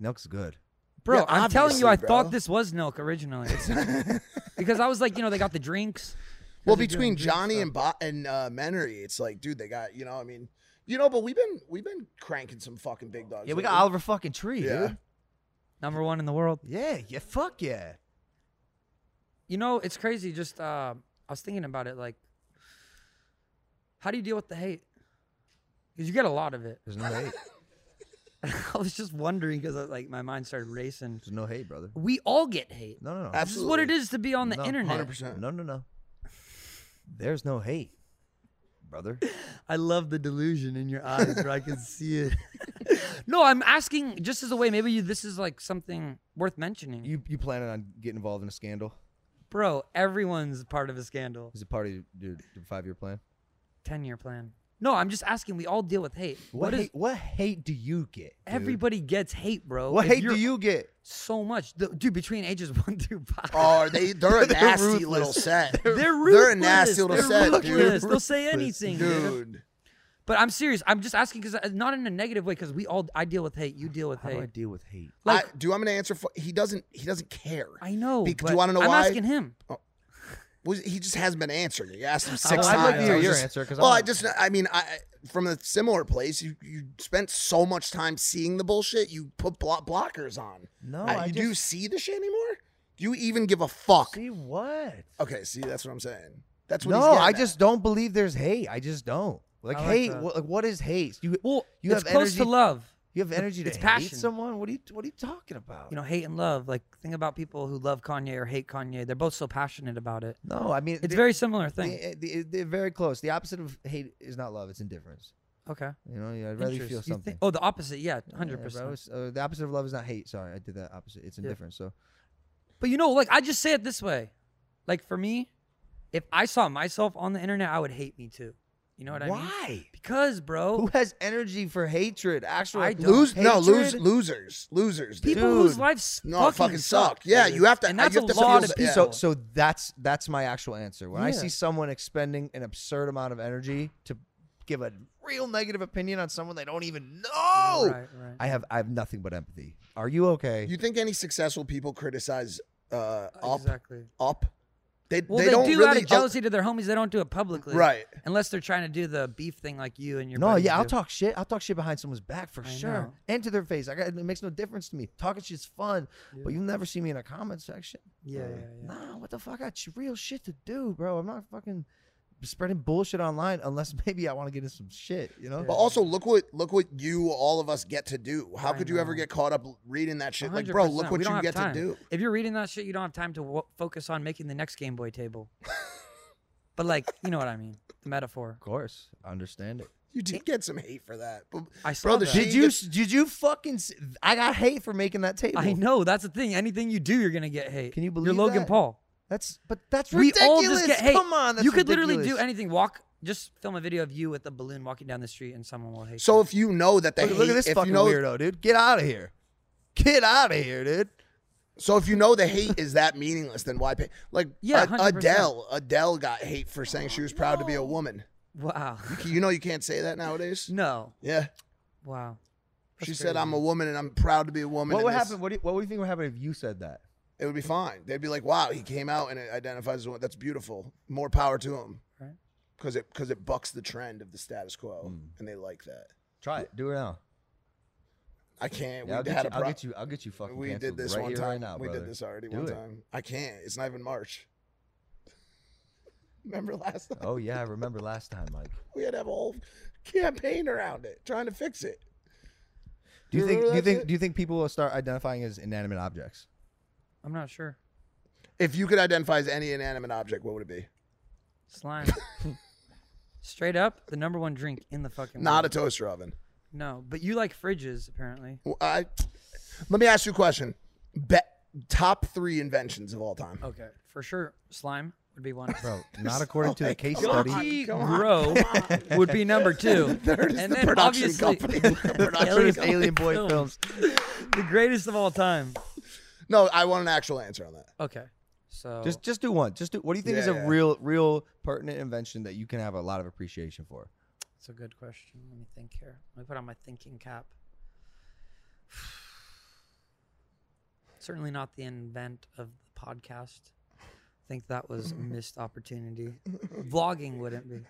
Speaker 1: Nelk's good.
Speaker 3: Bro,
Speaker 2: Yeah,
Speaker 3: I'm telling you, I
Speaker 2: obviously, bro.
Speaker 3: thought this was Nelk originally because I was like, you know, they got the drinks.
Speaker 2: Well,
Speaker 3: They're doing
Speaker 2: between
Speaker 3: drink
Speaker 2: Johnny
Speaker 3: stuff.
Speaker 2: and Bo- and uh, Menery, it's like, dude, they got you know. I mean, you know, but we've been we've been cranking some fucking big dogs.
Speaker 1: Yeah, we got
Speaker 2: lately.
Speaker 1: Oliver fucking Tree,
Speaker 2: Yeah.
Speaker 1: dude.
Speaker 3: number one in the world.
Speaker 1: Yeah, yeah, fuck yeah.
Speaker 3: You know, it's crazy. Just uh, I was thinking about it. Like, how do you deal with the hate? Because you get a lot of it.
Speaker 1: There's no hate.
Speaker 3: I was just wondering because like my mind started racing.
Speaker 1: There's no hate, brother.
Speaker 3: We all get hate.
Speaker 1: No, no, no.
Speaker 3: This is what it is to be on the
Speaker 1: No,
Speaker 3: internet.
Speaker 2: 100%.
Speaker 1: No, no, no. There's no hate, brother.
Speaker 3: I love the delusion in your eyes where I can see it. no, I'm asking just as a way. Maybe you, this is like something worth mentioning,
Speaker 1: You you planning on getting involved in a scandal?
Speaker 3: bro. Everyone's part of a scandal.
Speaker 1: Is it part of your, your five year plan?
Speaker 3: Ten-year plan. No, I'm just asking. We all deal with hate.
Speaker 1: What
Speaker 3: what is?
Speaker 1: hate, what hate do you get? dude?
Speaker 3: Everybody gets hate, bro.
Speaker 1: What
Speaker 3: If
Speaker 1: hate do
Speaker 3: you're-
Speaker 1: you get?
Speaker 3: So much, The- dude. Between ages one through five.
Speaker 2: Oh, are they they're a
Speaker 1: They're
Speaker 2: nasty
Speaker 1: ruthless.
Speaker 2: little set.
Speaker 3: They're ruthless.
Speaker 2: They're a nasty little
Speaker 3: They're
Speaker 2: set,
Speaker 3: ruthless.
Speaker 2: dude.
Speaker 3: They'll say anything, dude.
Speaker 2: Dude,
Speaker 3: But I'm serious. I'm just asking because not in a negative way. Because we all, I deal with hate. You deal with
Speaker 1: How do I
Speaker 3: hate.
Speaker 1: deal with hate?
Speaker 3: like,
Speaker 2: I, do I'm gonna answer for he doesn't he doesn't care.
Speaker 3: I, know.
Speaker 2: Bec- do
Speaker 3: but
Speaker 2: you wanna know
Speaker 3: I'm
Speaker 2: why?
Speaker 3: asking him.
Speaker 2: Was- he just hasn't been answering. it. You asked him
Speaker 1: Well,
Speaker 2: six
Speaker 1: I'd like
Speaker 2: times.
Speaker 1: to
Speaker 2: I
Speaker 1: hear
Speaker 2: was
Speaker 1: your
Speaker 2: just-
Speaker 1: answer because
Speaker 2: Well, I just I mean I I- from a similar place. You you spent so much time seeing the bullshit. You put blo- blockers on.
Speaker 1: No,
Speaker 2: I,
Speaker 1: I
Speaker 2: you do
Speaker 1: just-
Speaker 2: see the shit anymore. Do you even give a fuck?
Speaker 1: see what.
Speaker 2: Okay, see that's what I'm saying. That's what.
Speaker 1: No,
Speaker 2: he's getting
Speaker 1: I
Speaker 2: at.
Speaker 1: just don't believe there's hate. I just don't. Like
Speaker 3: I like
Speaker 1: hate.
Speaker 3: that.
Speaker 1: what, like what is hate? You
Speaker 3: Well,
Speaker 1: you
Speaker 3: it's
Speaker 1: have
Speaker 3: close to
Speaker 1: energy-
Speaker 3: love.
Speaker 6: You have energy to
Speaker 3: It's
Speaker 6: hate
Speaker 3: passion.
Speaker 6: someone? What are you What are you talking about?
Speaker 3: You know, hate and love. Like think about people who love Kanye or hate Kanye. They're both so passionate about it.
Speaker 6: no, I mean
Speaker 3: It's
Speaker 6: they-
Speaker 3: very similar thing.
Speaker 6: they- they- they're very close. The opposite of hate is not love; it's indifference.
Speaker 3: Okay.
Speaker 6: You know, yeah, I'd rather you
Speaker 3: Interest.
Speaker 6: feel
Speaker 3: You
Speaker 6: something.
Speaker 3: think- oh, the opposite. Yeah, hundred
Speaker 6: Yeah, bro,
Speaker 3: percent.
Speaker 6: it's- uh, the opposite of love is not hate. Sorry, I did that opposite. It's indifference. So
Speaker 3: But you know, like I just say it this way. Like for me, if I saw myself on the internet, I would hate me too. You know what I mean?
Speaker 6: Why?
Speaker 3: Because, bro,
Speaker 6: who has energy for hatred? Actual
Speaker 3: I don't.
Speaker 2: Lose no lose
Speaker 6: Hatred?
Speaker 2: losers losers. dude.
Speaker 3: people whose lives
Speaker 2: No,
Speaker 3: fucking,
Speaker 2: fucking suck. Yeah, you have to-
Speaker 3: And that's
Speaker 2: you have
Speaker 3: a
Speaker 2: to
Speaker 3: lot
Speaker 2: feel
Speaker 3: of
Speaker 2: the- yeah.
Speaker 3: people.
Speaker 6: So, so that's that's my actual answer. When I
Speaker 3: Yeah.
Speaker 6: see someone expending an absurd amount of energy to give a real negative opinion on someone they don't even know,
Speaker 3: Right, right.
Speaker 6: I have I have nothing but empathy. Are you okay?
Speaker 2: You think any successful people criticize uh, up
Speaker 3: exactly.
Speaker 2: up? They
Speaker 3: Well,
Speaker 2: they,
Speaker 3: they,
Speaker 2: don't
Speaker 3: do
Speaker 2: really
Speaker 3: out of
Speaker 2: up-
Speaker 3: jealousy to their homies. They don't do it publicly,
Speaker 2: Right.
Speaker 3: Unless they're trying to do the beef thing like you and your.
Speaker 6: no,
Speaker 3: buddies
Speaker 6: yeah, I'll
Speaker 3: do.
Speaker 6: talk shit. I'll talk shit behind someone's back for
Speaker 3: I
Speaker 6: sure,
Speaker 3: know.
Speaker 6: and to their face. I got, it makes no difference to me. Talking shit's fun, but you'll never see me in a comment section.
Speaker 3: Yeah, yeah, yeah.
Speaker 6: Nah, what the fuck? I got sh- real shit to do, bro. I'm not fucking spreading bullshit online unless maybe I want to get in some shit, you know.
Speaker 2: But also look what look what you all of us get to do. How
Speaker 3: I
Speaker 2: could you ever
Speaker 3: know.
Speaker 2: get caught up reading that shit? Like, bro, look
Speaker 3: 100%.
Speaker 2: what
Speaker 3: We don't
Speaker 2: you
Speaker 3: have
Speaker 2: get
Speaker 3: time.
Speaker 2: to do.
Speaker 3: If you're reading that shit, you don't have time to wo- focus on making the next Game Boy table. but like, you know what I mean? The metaphor.
Speaker 6: Of course, I understand it.
Speaker 2: You did get some hate for that. But
Speaker 3: I saw
Speaker 2: brother,
Speaker 3: that.
Speaker 2: she
Speaker 6: Did you
Speaker 2: gets-
Speaker 6: did you fucking? s- I got hate for making that table.
Speaker 3: I know that's the thing. Anything you do, you're gonna get hate.
Speaker 6: Can you
Speaker 3: You're
Speaker 6: believe
Speaker 3: Logan
Speaker 6: that?
Speaker 3: Paul.
Speaker 6: That's but that's
Speaker 3: We
Speaker 6: ridiculous.
Speaker 3: all just get hate.
Speaker 6: Come on, that's
Speaker 3: you could literally do
Speaker 6: ridiculous.
Speaker 3: anything. Walk, just film a video of you with a balloon walking down the street, and someone will hate.
Speaker 2: So if you know that they
Speaker 6: Look, look at
Speaker 2: hate-
Speaker 6: this
Speaker 2: if
Speaker 6: fucking
Speaker 2: you know,
Speaker 6: weirdo, dude. Get out of here. Get out of here, dude.
Speaker 2: So if you know the hate is that meaningless, then why pay? Like
Speaker 3: Yeah,
Speaker 2: Ad-
Speaker 3: 100%.
Speaker 2: Adele, Adele got hate for saying she was proud to be a woman.
Speaker 3: you. Wow.
Speaker 2: You know you can't say that nowadays.
Speaker 3: No.
Speaker 2: Yeah,
Speaker 3: Wow.
Speaker 2: she said I'm a woman and I'm proud to be a woman.
Speaker 6: What
Speaker 2: and
Speaker 6: would
Speaker 2: this-
Speaker 6: happen? What do you, what would you think would happen if you said that?
Speaker 2: It would be fine. They'd be like, "Wow, he came out and identifies as a woman. That's beautiful. More power to him."
Speaker 3: Right.
Speaker 2: Because it because it bucks the trend of the status quo,
Speaker 6: Mm.
Speaker 2: and they like that.
Speaker 6: Try it. Do it now.
Speaker 2: I can't.
Speaker 6: Yeah, I'll,
Speaker 2: we
Speaker 6: get
Speaker 2: had
Speaker 6: you,
Speaker 2: a
Speaker 6: I'll
Speaker 2: pro-
Speaker 6: get you. I'll get you fucking.
Speaker 2: We did
Speaker 6: canceled
Speaker 2: this
Speaker 6: right
Speaker 2: one
Speaker 6: here,
Speaker 2: time.
Speaker 6: right now,
Speaker 2: we
Speaker 6: brother.
Speaker 2: did this already
Speaker 6: Do
Speaker 2: one
Speaker 6: it.
Speaker 2: time. I can't. It's not even March. Remember last time?
Speaker 6: Oh yeah, I remember last time, Mike.
Speaker 2: We had to have a whole campaign around it, trying to fix it.
Speaker 6: Do you
Speaker 2: You
Speaker 6: think?
Speaker 2: remember
Speaker 6: Do you
Speaker 2: that
Speaker 6: think?
Speaker 2: shit?
Speaker 6: Do you think people will start identifying as inanimate objects?
Speaker 3: I'm not sure.
Speaker 2: If you could identify as any inanimate object, what would it be?
Speaker 3: Slime. Straight up, the number one drink in the fucking.
Speaker 2: Not a
Speaker 3: world.
Speaker 2: toaster oven.
Speaker 3: no, but you like fridges apparently.
Speaker 2: Well, I, let me ask you a question. Be, top three inventions of all time.
Speaker 3: Okay, for sure, slime would be one.
Speaker 6: Bro, not according to the case
Speaker 3: Come
Speaker 6: study.
Speaker 3: grow would be number two.
Speaker 2: Third is
Speaker 3: and
Speaker 2: the
Speaker 3: then
Speaker 2: production
Speaker 3: obviously,
Speaker 2: company. The production
Speaker 3: Alien,
Speaker 2: company.
Speaker 3: Alien Boy films, the greatest of all time.
Speaker 2: No, I want an actual answer on that.
Speaker 3: Okay, so
Speaker 6: Just, just do one. Just do. What do you think is a
Speaker 2: Yeah, yeah.
Speaker 6: real, real pertinent invention that you can have a lot of appreciation for?
Speaker 3: That's a good question. Let me think here. Let me put on my thinking cap. Certainly not the invent of the podcast. I think that was a missed opportunity. Vlogging wouldn't be.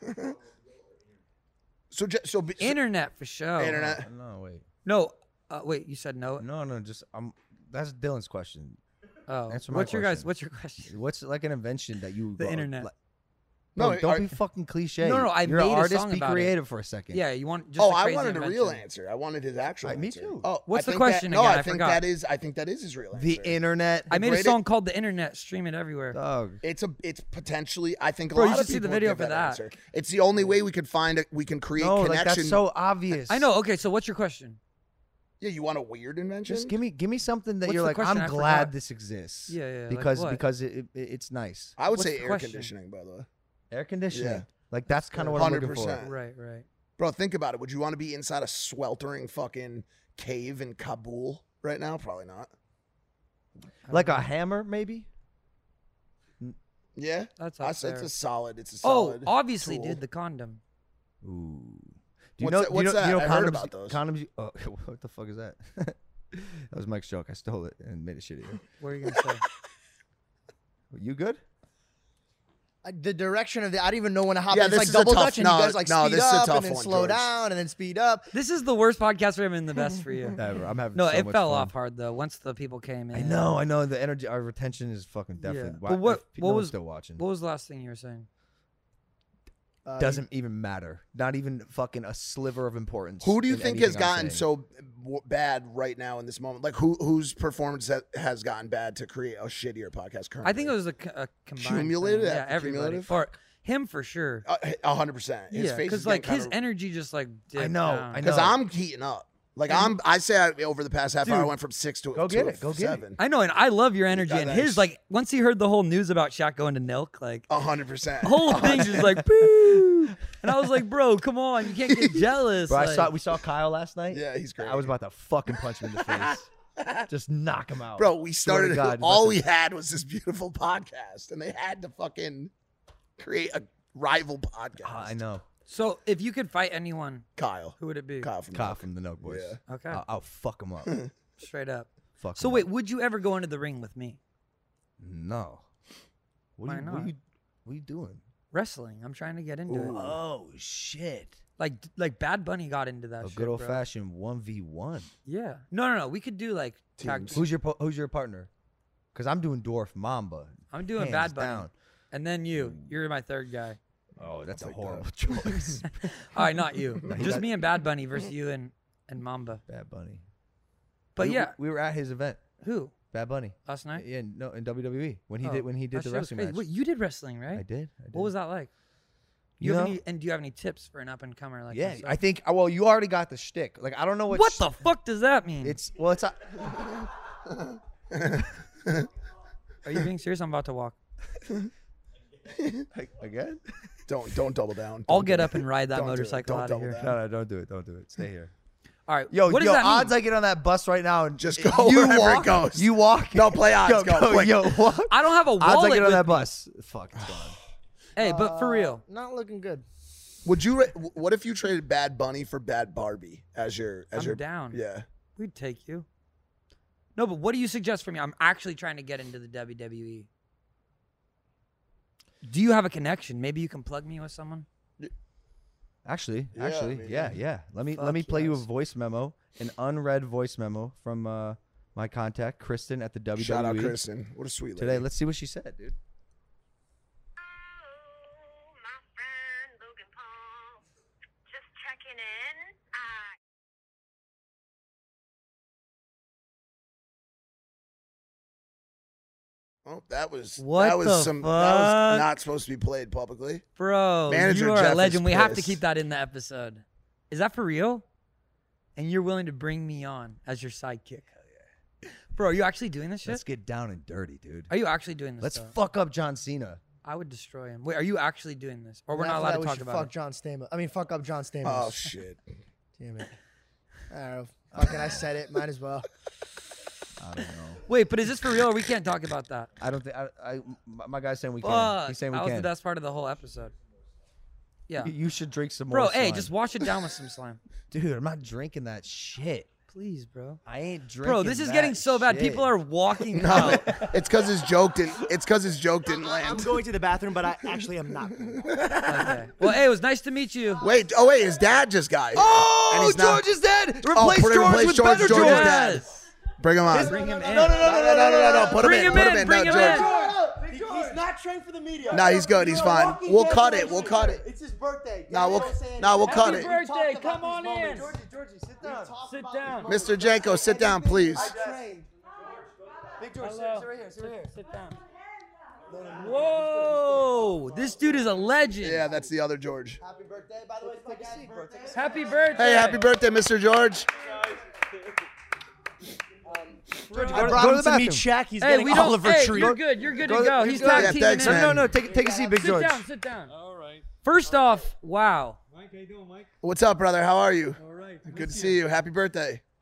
Speaker 2: So, ju- so, be- so
Speaker 3: Internet for sure.
Speaker 2: internet.
Speaker 6: No, wait.
Speaker 3: No. Uh, wait, you said no.
Speaker 6: No, no. Just um, that's Dylan's question.
Speaker 3: Oh,
Speaker 6: Answer my
Speaker 3: what's your guys?
Speaker 6: question.
Speaker 3: What's your question?
Speaker 6: What's like an invention that you
Speaker 3: The internet.
Speaker 2: No,
Speaker 6: No,
Speaker 2: it-
Speaker 6: don't
Speaker 2: are-
Speaker 6: be fucking cliche.
Speaker 3: No, no, I
Speaker 6: You're an
Speaker 3: made a
Speaker 6: artist.
Speaker 3: song
Speaker 6: be
Speaker 3: about it.
Speaker 6: creative for a second.
Speaker 3: Yeah, you want just
Speaker 2: Oh,
Speaker 3: a
Speaker 2: I
Speaker 3: crazy
Speaker 2: wanted a real
Speaker 3: invention.
Speaker 2: answer. I wanted his actual.
Speaker 6: I- me
Speaker 2: answer.
Speaker 6: too.
Speaker 2: Oh,
Speaker 3: What's
Speaker 2: I
Speaker 3: the
Speaker 2: think
Speaker 3: question
Speaker 2: that, No,
Speaker 3: again?
Speaker 2: I,
Speaker 3: I
Speaker 2: think
Speaker 3: forgot.
Speaker 2: that is. I think that is his real answer.
Speaker 6: The internet.
Speaker 3: I made a
Speaker 2: greatest-
Speaker 3: song called "The Internet." Stream it everywhere.
Speaker 6: Dog.
Speaker 2: It's a. It's potentially. I think a
Speaker 3: Bro, you
Speaker 2: lot of
Speaker 3: should see the
Speaker 2: people would
Speaker 3: video
Speaker 2: give
Speaker 3: for that.
Speaker 2: answer. It's the only way we could find. A, we can create
Speaker 6: No, like
Speaker 2: connection.
Speaker 6: that's so obvious.
Speaker 3: I know. Okay, so what's your question?
Speaker 2: Yeah, you want a weird invention?
Speaker 6: Just give me, give me something that
Speaker 3: What's
Speaker 6: you're
Speaker 3: the
Speaker 6: like.
Speaker 3: question?
Speaker 6: I'm
Speaker 3: I
Speaker 6: glad
Speaker 3: forgot.
Speaker 6: this exists.
Speaker 3: Yeah, yeah, like
Speaker 6: Because
Speaker 3: what?
Speaker 6: because it, it, it's nice.
Speaker 2: I would
Speaker 3: What's
Speaker 2: say
Speaker 3: the
Speaker 2: air
Speaker 3: question?
Speaker 2: conditioning, by the way.
Speaker 6: Air conditioning.
Speaker 2: Yeah.
Speaker 6: Like that's kind of what i am looking for.
Speaker 2: 100%.
Speaker 3: Right, right.
Speaker 2: Bro, think about it. Would you want to be inside a sweltering fucking cave in Kabul right now? Probably not.
Speaker 6: Like a hammer, maybe.
Speaker 2: Yeah,
Speaker 3: That's
Speaker 2: I
Speaker 3: up
Speaker 2: s- it's
Speaker 3: there.
Speaker 2: a solid. It's a
Speaker 3: Oh,
Speaker 2: solid.
Speaker 3: obviously,
Speaker 2: tool.
Speaker 3: dude, the condom.
Speaker 6: Ooh. Do you
Speaker 2: What's that-
Speaker 6: know? do you know,
Speaker 2: what's that?
Speaker 6: You know
Speaker 2: I
Speaker 6: condoms,
Speaker 2: heard about those.
Speaker 6: Condoms. you- Oh, what the fuck is that? that was Mike's joke. I stole it and made it shittier.
Speaker 3: What are you gonna say?
Speaker 6: You good?
Speaker 5: I- Uh, the direction of the I don't even know when to hop.
Speaker 2: Yeah,
Speaker 5: it's
Speaker 2: this
Speaker 5: like
Speaker 2: is a
Speaker 5: double
Speaker 2: tough-
Speaker 5: dutch, and
Speaker 2: no,
Speaker 5: you guys like
Speaker 2: no,
Speaker 5: speed
Speaker 2: this is a
Speaker 5: up
Speaker 2: tough
Speaker 5: and then
Speaker 2: one,
Speaker 5: slow
Speaker 2: George.
Speaker 5: down and then speed up.
Speaker 3: this is the worst podcast we've ever been. The best for you.
Speaker 6: Ever. I'm having
Speaker 3: No,
Speaker 6: so
Speaker 3: it
Speaker 6: much
Speaker 3: fell
Speaker 6: fun.
Speaker 3: off hard though. Once the people came in.
Speaker 6: I know, I know. The energy, our retention is fucking
Speaker 3: Yeah.
Speaker 6: deafened. Why-
Speaker 3: But what?
Speaker 6: if pe-
Speaker 3: What
Speaker 6: no one's
Speaker 3: was
Speaker 6: still watching?
Speaker 3: What was the last thing you were saying?
Speaker 2: Uh,
Speaker 1: Doesn't even matter. Not even fucking a sliver of importance.
Speaker 2: Who do you
Speaker 1: in
Speaker 2: think has
Speaker 1: anything I'm
Speaker 2: gotten
Speaker 1: saying.
Speaker 2: so w- bad right now in this moment? Like who whose performance ha- has gotten bad to create a shittier podcast currently?
Speaker 3: I think it was a, co- a combined thing.
Speaker 2: Cumulative
Speaker 3: Yeah,
Speaker 2: after
Speaker 3: everybody.
Speaker 2: cumulative?
Speaker 3: For him, for sure.
Speaker 2: Uh, a hundred percent. His
Speaker 3: yeah,
Speaker 2: face is
Speaker 3: because like his
Speaker 2: kinda,
Speaker 3: energy just like. Dipped
Speaker 1: know,
Speaker 3: Down.
Speaker 1: I know.
Speaker 2: because I'm heating up. Like I'm, I say I, over the past half hour, I went from six to
Speaker 1: go
Speaker 2: to
Speaker 1: get it, go get it.
Speaker 2: seven.
Speaker 3: I know, and I love your energy.
Speaker 2: Yeah,
Speaker 3: and his
Speaker 2: thanks.
Speaker 3: like once he heard the whole news about Shaq going to Nelk, like
Speaker 2: A hundred percent.
Speaker 3: the whole thing just like boo. And I was like, bro, come on, you can't get jealous.
Speaker 6: Bro, I
Speaker 3: like-
Speaker 6: saw we saw Kyle last night.
Speaker 2: Yeah, he's great.
Speaker 6: I was about to fucking punch him in the face. Just knock him out.
Speaker 2: Bro, we
Speaker 6: Swear
Speaker 2: started.
Speaker 6: to God,
Speaker 2: all
Speaker 6: about
Speaker 2: we had was this beautiful podcast, and they had to fucking create a rival podcast.
Speaker 6: Ah, I know.
Speaker 3: So if you could fight anyone,
Speaker 2: Kyle.
Speaker 3: who would it be?
Speaker 2: Kyle from
Speaker 1: Kyle from the Note Boys.
Speaker 2: Yeah.
Speaker 3: Okay,
Speaker 6: uh,
Speaker 1: I'll, I'll fuck him up.
Speaker 3: straight up.
Speaker 1: fuck.
Speaker 3: So
Speaker 1: 'em
Speaker 3: wait,
Speaker 1: up.
Speaker 3: would you ever go into the ring with me?
Speaker 1: no. What
Speaker 3: Why
Speaker 1: are, you, What,
Speaker 3: not?
Speaker 1: are you, what are you doing?
Speaker 3: Wrestling. I'm trying to get into it.
Speaker 1: Oh shit!
Speaker 3: Like like Bad Bunny got into that.
Speaker 1: A
Speaker 3: shit,
Speaker 1: good old
Speaker 3: bro.
Speaker 1: fashioned one v one.
Speaker 3: Yeah. No, no, no. We could do like tag.
Speaker 1: Who's your po- Who's your partner? Because I'm doing Dwarf Mamba.
Speaker 3: I'm doing
Speaker 1: hands
Speaker 3: Bad Bunny,
Speaker 1: down. Mm.
Speaker 3: and then you. You're my third guy.
Speaker 1: Oh, that's a horrible choice.
Speaker 3: All right, not you.
Speaker 1: he
Speaker 3: Just
Speaker 1: got-
Speaker 3: me and Bad Bunny versus you and and Mamba.
Speaker 1: Bad Bunny.
Speaker 3: But
Speaker 1: We- we-
Speaker 3: yeah,
Speaker 1: we, were at his event.
Speaker 3: who
Speaker 1: Bad Bunny.
Speaker 3: last night?
Speaker 1: Yeah, no, in WWE when he
Speaker 3: Oh,
Speaker 1: did when he did
Speaker 3: that
Speaker 1: the
Speaker 3: shit was
Speaker 1: wrestling
Speaker 3: crazy.
Speaker 1: match.
Speaker 3: Wait, you did wrestling, right?
Speaker 1: I did. I did.
Speaker 3: What was that like? You
Speaker 1: You
Speaker 3: have
Speaker 1: know-
Speaker 3: any, and do you have any tips for an up and comer like
Speaker 1: yeah,
Speaker 3: myself?
Speaker 1: I think. uh, Well, you already got the shtick. Like I don't know what.
Speaker 3: what
Speaker 1: sh-
Speaker 3: the fuck does that mean?
Speaker 1: It's well, it's. not-
Speaker 3: Are you being serious? I'm about to walk.
Speaker 1: Again?
Speaker 2: Don't don't double down.
Speaker 3: I'll
Speaker 2: Don't
Speaker 3: get
Speaker 2: do
Speaker 3: up and ride that
Speaker 2: Don't do it.
Speaker 3: motorcycle
Speaker 2: Don't
Speaker 3: out of
Speaker 2: double
Speaker 3: here.
Speaker 2: down.
Speaker 1: No, no, don't do it. Don't do it. Stay here.
Speaker 3: All right.
Speaker 6: Yo,
Speaker 3: what does
Speaker 6: yo,
Speaker 3: that mean?
Speaker 6: odds I get on that bus right now and
Speaker 2: Just
Speaker 6: y-
Speaker 2: go
Speaker 6: you
Speaker 2: wherever it
Speaker 6: walk,
Speaker 2: goes.
Speaker 6: You walk.
Speaker 2: No, play odds. Go, quick.
Speaker 6: yo, walk.
Speaker 3: I don't have a
Speaker 6: Odds I
Speaker 3: wallet.
Speaker 6: get on
Speaker 3: with
Speaker 6: that
Speaker 3: me.
Speaker 6: bus. Fuck, it's gone.
Speaker 3: Hey, but for real,
Speaker 5: Not looking good.
Speaker 2: Would you? ra- w- What if you traded Bad Bunny for Bad Barbie as your as
Speaker 3: I'm
Speaker 2: your
Speaker 3: down.
Speaker 2: Yeah.
Speaker 3: we'd take you. No, but what do you suggest for me? I'm actually trying to get into the WWE. Do you have a connection? Maybe you can plug me with someone.
Speaker 6: Actually,
Speaker 2: Yeah, I
Speaker 6: actually,
Speaker 2: mean,
Speaker 6: yeah,
Speaker 2: yeah.
Speaker 6: yeah. Let me
Speaker 3: Fuck
Speaker 6: let me play you a
Speaker 3: yes.
Speaker 6: voice memo, an unread voice memo from uh, my contact Kristen at the WWE
Speaker 2: Shout out Kristen. What a sweet lady.
Speaker 6: today. Let's see what she said, dude.
Speaker 10: my friend Logan Paul. Just checking in. Uh,
Speaker 2: Oh, that was
Speaker 3: What
Speaker 2: that was
Speaker 3: the
Speaker 2: some that was
Speaker 3: fuck?
Speaker 2: not supposed to be played publicly.
Speaker 3: Bro,
Speaker 2: Manager
Speaker 3: you are
Speaker 2: Jeff
Speaker 3: a
Speaker 2: is
Speaker 3: legend. We have to
Speaker 2: pissed.
Speaker 3: keep that in the episode. Is that for real? And you're willing to bring me on as your sidekick? Bro, are you actually doing this shit?
Speaker 1: Let's get down and dirty, dude.
Speaker 3: Are you actually doing this?
Speaker 1: Let's
Speaker 3: though?
Speaker 1: fuck up John Cena.
Speaker 3: I would destroy him. Wait, are you actually doing this? Or we're
Speaker 5: And
Speaker 3: not
Speaker 5: after
Speaker 3: allowed
Speaker 5: that,
Speaker 3: to
Speaker 5: we
Speaker 3: talk
Speaker 5: should
Speaker 3: about
Speaker 5: fuck
Speaker 3: it.
Speaker 5: John Stamos. I mean, fuck up John Stamos.
Speaker 2: Oh shit.
Speaker 5: Damn it. I don't know. Fucking, I said it. Might as well.
Speaker 1: I don't know.
Speaker 3: Wait, but is this for real? Or we can't talk about that.
Speaker 1: I don't think I, I my my guy's saying we can. He's
Speaker 3: Fuck, that
Speaker 1: saying we
Speaker 3: was the
Speaker 1: can.
Speaker 3: best part of the whole episode. Yeah,
Speaker 1: You- You should drink some
Speaker 3: bro.
Speaker 1: more.
Speaker 3: Hey,
Speaker 1: slime.
Speaker 3: just wash it down with some slime,
Speaker 1: dude, I'm not drinking that shit.
Speaker 3: please, bro.
Speaker 1: I ain't drinking.
Speaker 3: Bro, this is getting
Speaker 1: that
Speaker 3: so bad.
Speaker 1: shit.
Speaker 3: People are walking
Speaker 2: No,
Speaker 3: out.
Speaker 2: it's because his joke didn't. It's because his joke didn't
Speaker 5: I'm
Speaker 2: land.
Speaker 5: going to the bathroom, but I actually am not.
Speaker 3: Okay. Well, hey, it was nice to meet you.
Speaker 2: Wait, oh wait, his dad just got here.
Speaker 6: Oh,
Speaker 2: he's not-
Speaker 6: George is dead. Replace
Speaker 2: put it-
Speaker 6: George
Speaker 2: replace
Speaker 6: with
Speaker 2: George,
Speaker 6: better
Speaker 2: George
Speaker 6: George.
Speaker 2: is dead. Bring him on.
Speaker 3: Bring him in.
Speaker 6: No, no, no,
Speaker 2: No, no, no, no, no, no. Put
Speaker 3: Bring
Speaker 2: him in.
Speaker 3: him
Speaker 2: Put him
Speaker 3: in,
Speaker 2: in.
Speaker 3: bring
Speaker 2: no,
Speaker 3: him
Speaker 2: George.
Speaker 3: in.
Speaker 5: He's not trained for the media.
Speaker 2: No, he's good. He's fine. We'll cut it. We'll cut it.
Speaker 5: It's his birthday.
Speaker 2: No, we'll no, we'll cut it.
Speaker 3: birthday. Come on in.
Speaker 5: Georgie, sit down.
Speaker 3: Sit down.
Speaker 2: Mr. Janko, sit down, please.
Speaker 5: trained. Big George,
Speaker 3: Hello.
Speaker 5: here. Sit right here.
Speaker 3: Sit down. Whoa, this dude is a legend.
Speaker 2: Yeah, that's the other George.
Speaker 5: Happy birthday, by the way. Take a seat, bro. Take a seat.
Speaker 3: Happy birthday.
Speaker 2: Hey, happy birthday, Mr. George.
Speaker 3: birthday.
Speaker 5: I
Speaker 6: go
Speaker 5: brought
Speaker 6: to
Speaker 5: him
Speaker 6: the
Speaker 5: to meet Shaq. He's getting Oliver
Speaker 3: hey,
Speaker 5: Tree.
Speaker 3: You're good. You're good
Speaker 6: Go
Speaker 3: to
Speaker 6: to-
Speaker 3: go.
Speaker 6: go
Speaker 3: He's
Speaker 6: to-
Speaker 3: tag
Speaker 2: yeah,
Speaker 3: teaming
Speaker 2: thanks,
Speaker 3: in.
Speaker 2: man.
Speaker 6: No, no, take take a seat, Big
Speaker 3: Sit
Speaker 6: George.
Speaker 3: down. Sit down. All right. First off, wow.
Speaker 2: What's up, brother? How are you? All right. Good to see you. Happy birthday.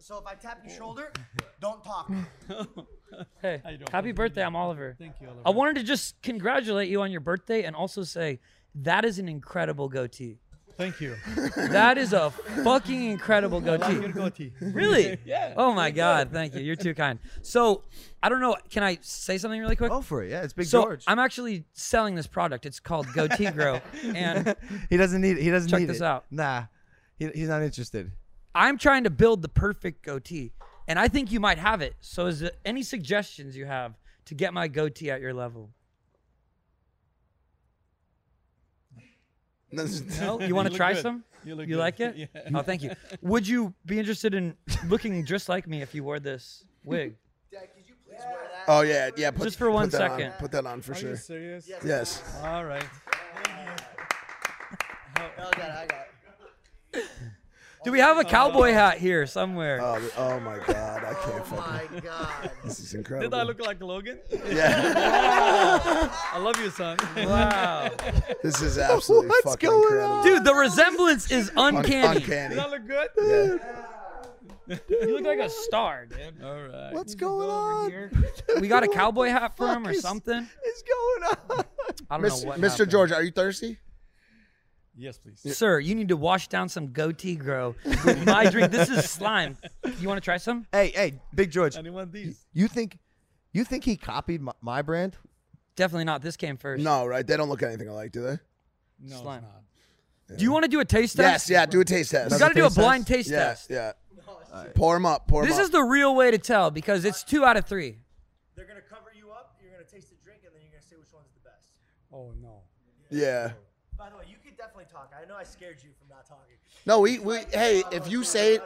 Speaker 5: So if I tap your shoulder, don't talk.
Speaker 3: Hey, happy birthday. I'm Oliver. Thank you, Oliver. I wanted to just congratulate you on your birthday and also say that is an incredible goatee.
Speaker 11: Thank you.
Speaker 3: That is a fucking incredible goatee. Really? yeah. Oh my God. Thank you. You're too kind. So, I don't know. Can I say something really quick?
Speaker 6: Go for it. Yeah, it's Oh, Big
Speaker 3: so,
Speaker 6: George.
Speaker 3: I'm actually selling this product. It's called Goatee Grow. and
Speaker 6: he doesn't need. He doesn't
Speaker 3: Check
Speaker 6: need
Speaker 3: this
Speaker 6: it.
Speaker 3: out.
Speaker 6: Nah, he, he's not interested.
Speaker 3: I'm trying to build the perfect goatee, and I think you might have it. So, is there any suggestions you have to get my goatee at your level? No, Oh, you want to
Speaker 11: look
Speaker 3: try
Speaker 11: good.
Speaker 3: some?
Speaker 11: You look good.
Speaker 3: like it?
Speaker 11: Yeah.
Speaker 3: Oh, thank you. Would you be interested in looking just like me if you wore this wig?
Speaker 2: Oh yeah, yeah. Put,
Speaker 3: Just for one
Speaker 2: put that on.
Speaker 3: second.
Speaker 2: Put that on for
Speaker 3: Are you
Speaker 2: sure.
Speaker 11: serious?
Speaker 2: Yes.
Speaker 11: All right.
Speaker 5: I Oh, got it. I got it.
Speaker 3: Do we have a cowboy hat here somewhere?
Speaker 2: Oh, oh my god, I can't
Speaker 5: fucking. Oh My God.
Speaker 2: This is
Speaker 11: Did I look like Logan?
Speaker 2: Yeah.
Speaker 11: I love you, son.
Speaker 3: Wow.
Speaker 2: This is absolutely
Speaker 3: What's
Speaker 2: fucking
Speaker 3: going
Speaker 2: incredible.
Speaker 3: Dude, the resemblance is uncanny.
Speaker 2: uncanny.
Speaker 11: Did I look good?
Speaker 3: You look like a star, dude.
Speaker 11: All right.
Speaker 3: What's
Speaker 2: going on?
Speaker 3: We got a cowboy hat for him or something.
Speaker 1: What's going on?
Speaker 3: I don't
Speaker 2: Mr.
Speaker 3: know what.
Speaker 2: Mr.
Speaker 3: happened.
Speaker 2: George, are you thirsty?
Speaker 11: Yes, please.
Speaker 3: Sir, you need to wash down some goatee grow with my drink. This is slime. You want to try some?
Speaker 1: Hey, hey, Big George,
Speaker 11: Anyone these?
Speaker 1: you think you think he copied my, my brand?
Speaker 3: Definitely not. This came first.
Speaker 2: No, right? They don't look anything alike, do they?
Speaker 11: No, it's
Speaker 3: Slime.
Speaker 11: not.
Speaker 3: Do you want to do a taste
Speaker 2: Yes,
Speaker 3: test?
Speaker 2: yeah. Do a taste test.
Speaker 3: We got to do a
Speaker 1: taste test?
Speaker 3: blind taste
Speaker 2: yeah,
Speaker 3: test.
Speaker 2: yeah. Pour them up. Pour them
Speaker 3: This
Speaker 2: up.
Speaker 3: is the real way to tell because it's two out of three.
Speaker 12: They're gonna cover you up. You're gonna taste the drink, and then you're gonna say which one's the best.
Speaker 11: Oh no.
Speaker 2: yeah.
Speaker 12: By the way, you could definitely talk. I know I scared you from not talking.
Speaker 2: No, we, we hey, if you say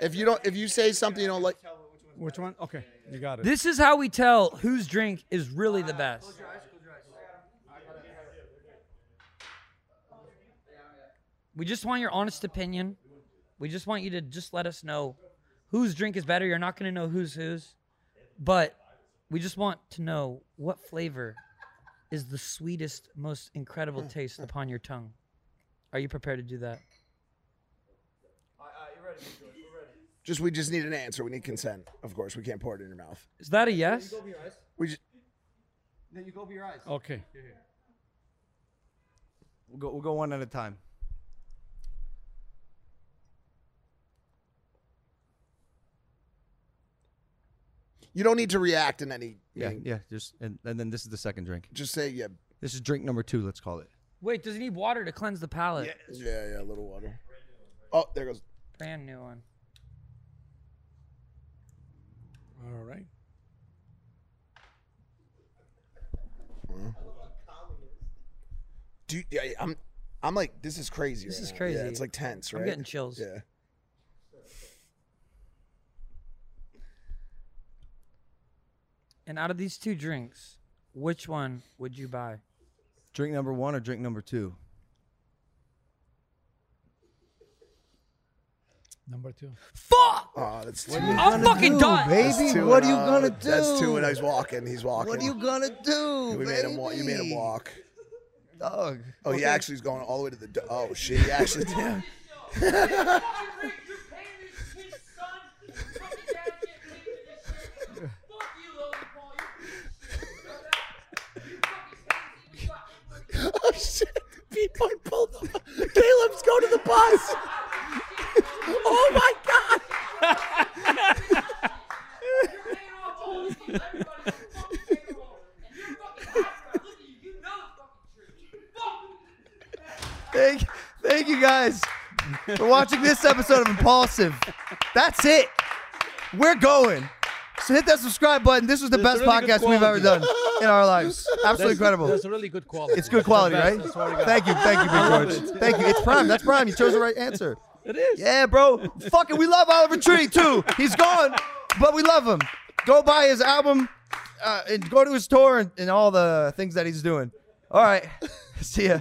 Speaker 2: if you don't if you say something you don't like
Speaker 11: Which one? Okay, you got it.
Speaker 3: This is how we tell whose drink is really the best. We just want your honest opinion. We just want you to just let us know whose drink is better. You're not going to know who's whose, but we just want to know what flavor is the sweetest, most incredible taste upon your tongue. Are you prepared to do that?
Speaker 2: just we just need an answer. We need consent. Of course, we can't pour it in your mouth.
Speaker 3: Is that a yes?
Speaker 2: We just
Speaker 4: Then you go over your eyes.
Speaker 11: Okay.
Speaker 6: We'll go, we'll go one at a time.
Speaker 2: you don't need to react in any
Speaker 6: Yeah,
Speaker 2: meaning.
Speaker 6: yeah. Just and, and then this is the second drink.
Speaker 2: Just say yeah.
Speaker 6: This is drink number two. Let's call it.
Speaker 3: Wait, does it need water to cleanse the palate?
Speaker 2: Yeah, yeah, a little water. Oh, there goes.
Speaker 3: Brand new one.
Speaker 11: All right.
Speaker 2: Dude, yeah, I'm I'm like this is crazy.
Speaker 3: This
Speaker 2: right
Speaker 3: is
Speaker 2: now.
Speaker 3: crazy.
Speaker 2: Yeah, it's like tense,
Speaker 3: I'm
Speaker 2: right?
Speaker 3: getting chills.
Speaker 2: Yeah.
Speaker 3: And out of these two drinks, which one would you buy?
Speaker 6: Drink number one or drink number two?
Speaker 11: Number two.
Speaker 3: Fuck!
Speaker 2: Oh, that's two.
Speaker 3: I'm fucking done.
Speaker 2: that's
Speaker 1: Baby,
Speaker 2: two
Speaker 1: what
Speaker 2: and
Speaker 1: are you
Speaker 2: oh,
Speaker 1: gonna do?
Speaker 2: That's two, and he's walking. He's walking.
Speaker 1: What are you gonna do?
Speaker 2: We made him walk. You made him
Speaker 1: baby?
Speaker 2: walk.
Speaker 1: Dog.
Speaker 2: Oh, he actually is going all the way to the. Do- oh shit! He actually did. Oh shit! Beat point pulled him. Caleb's go to the bus. Oh my god!
Speaker 6: Thank, thank you guys for watching this episode of Impulsive. That's it. We're going. So hit that subscribe button. This was the
Speaker 11: That's
Speaker 6: best
Speaker 11: really good
Speaker 6: podcast we've ever
Speaker 11: quality.
Speaker 6: done in our lives. Absolutely incredible.
Speaker 11: That's really good quality.
Speaker 6: It's good quality,
Speaker 11: That's
Speaker 6: right?
Speaker 11: the best, I swear to God.
Speaker 6: Thank you, thank you, Big George. Thank you. It's prime. That's prime. You chose the right answer. It is. Yeah, bro. Fucking, we love Oliver Tree too. He's gone, but we love him. Go buy his album, uh, and go to his tour and, and all the things that he's doing. All right. See ya.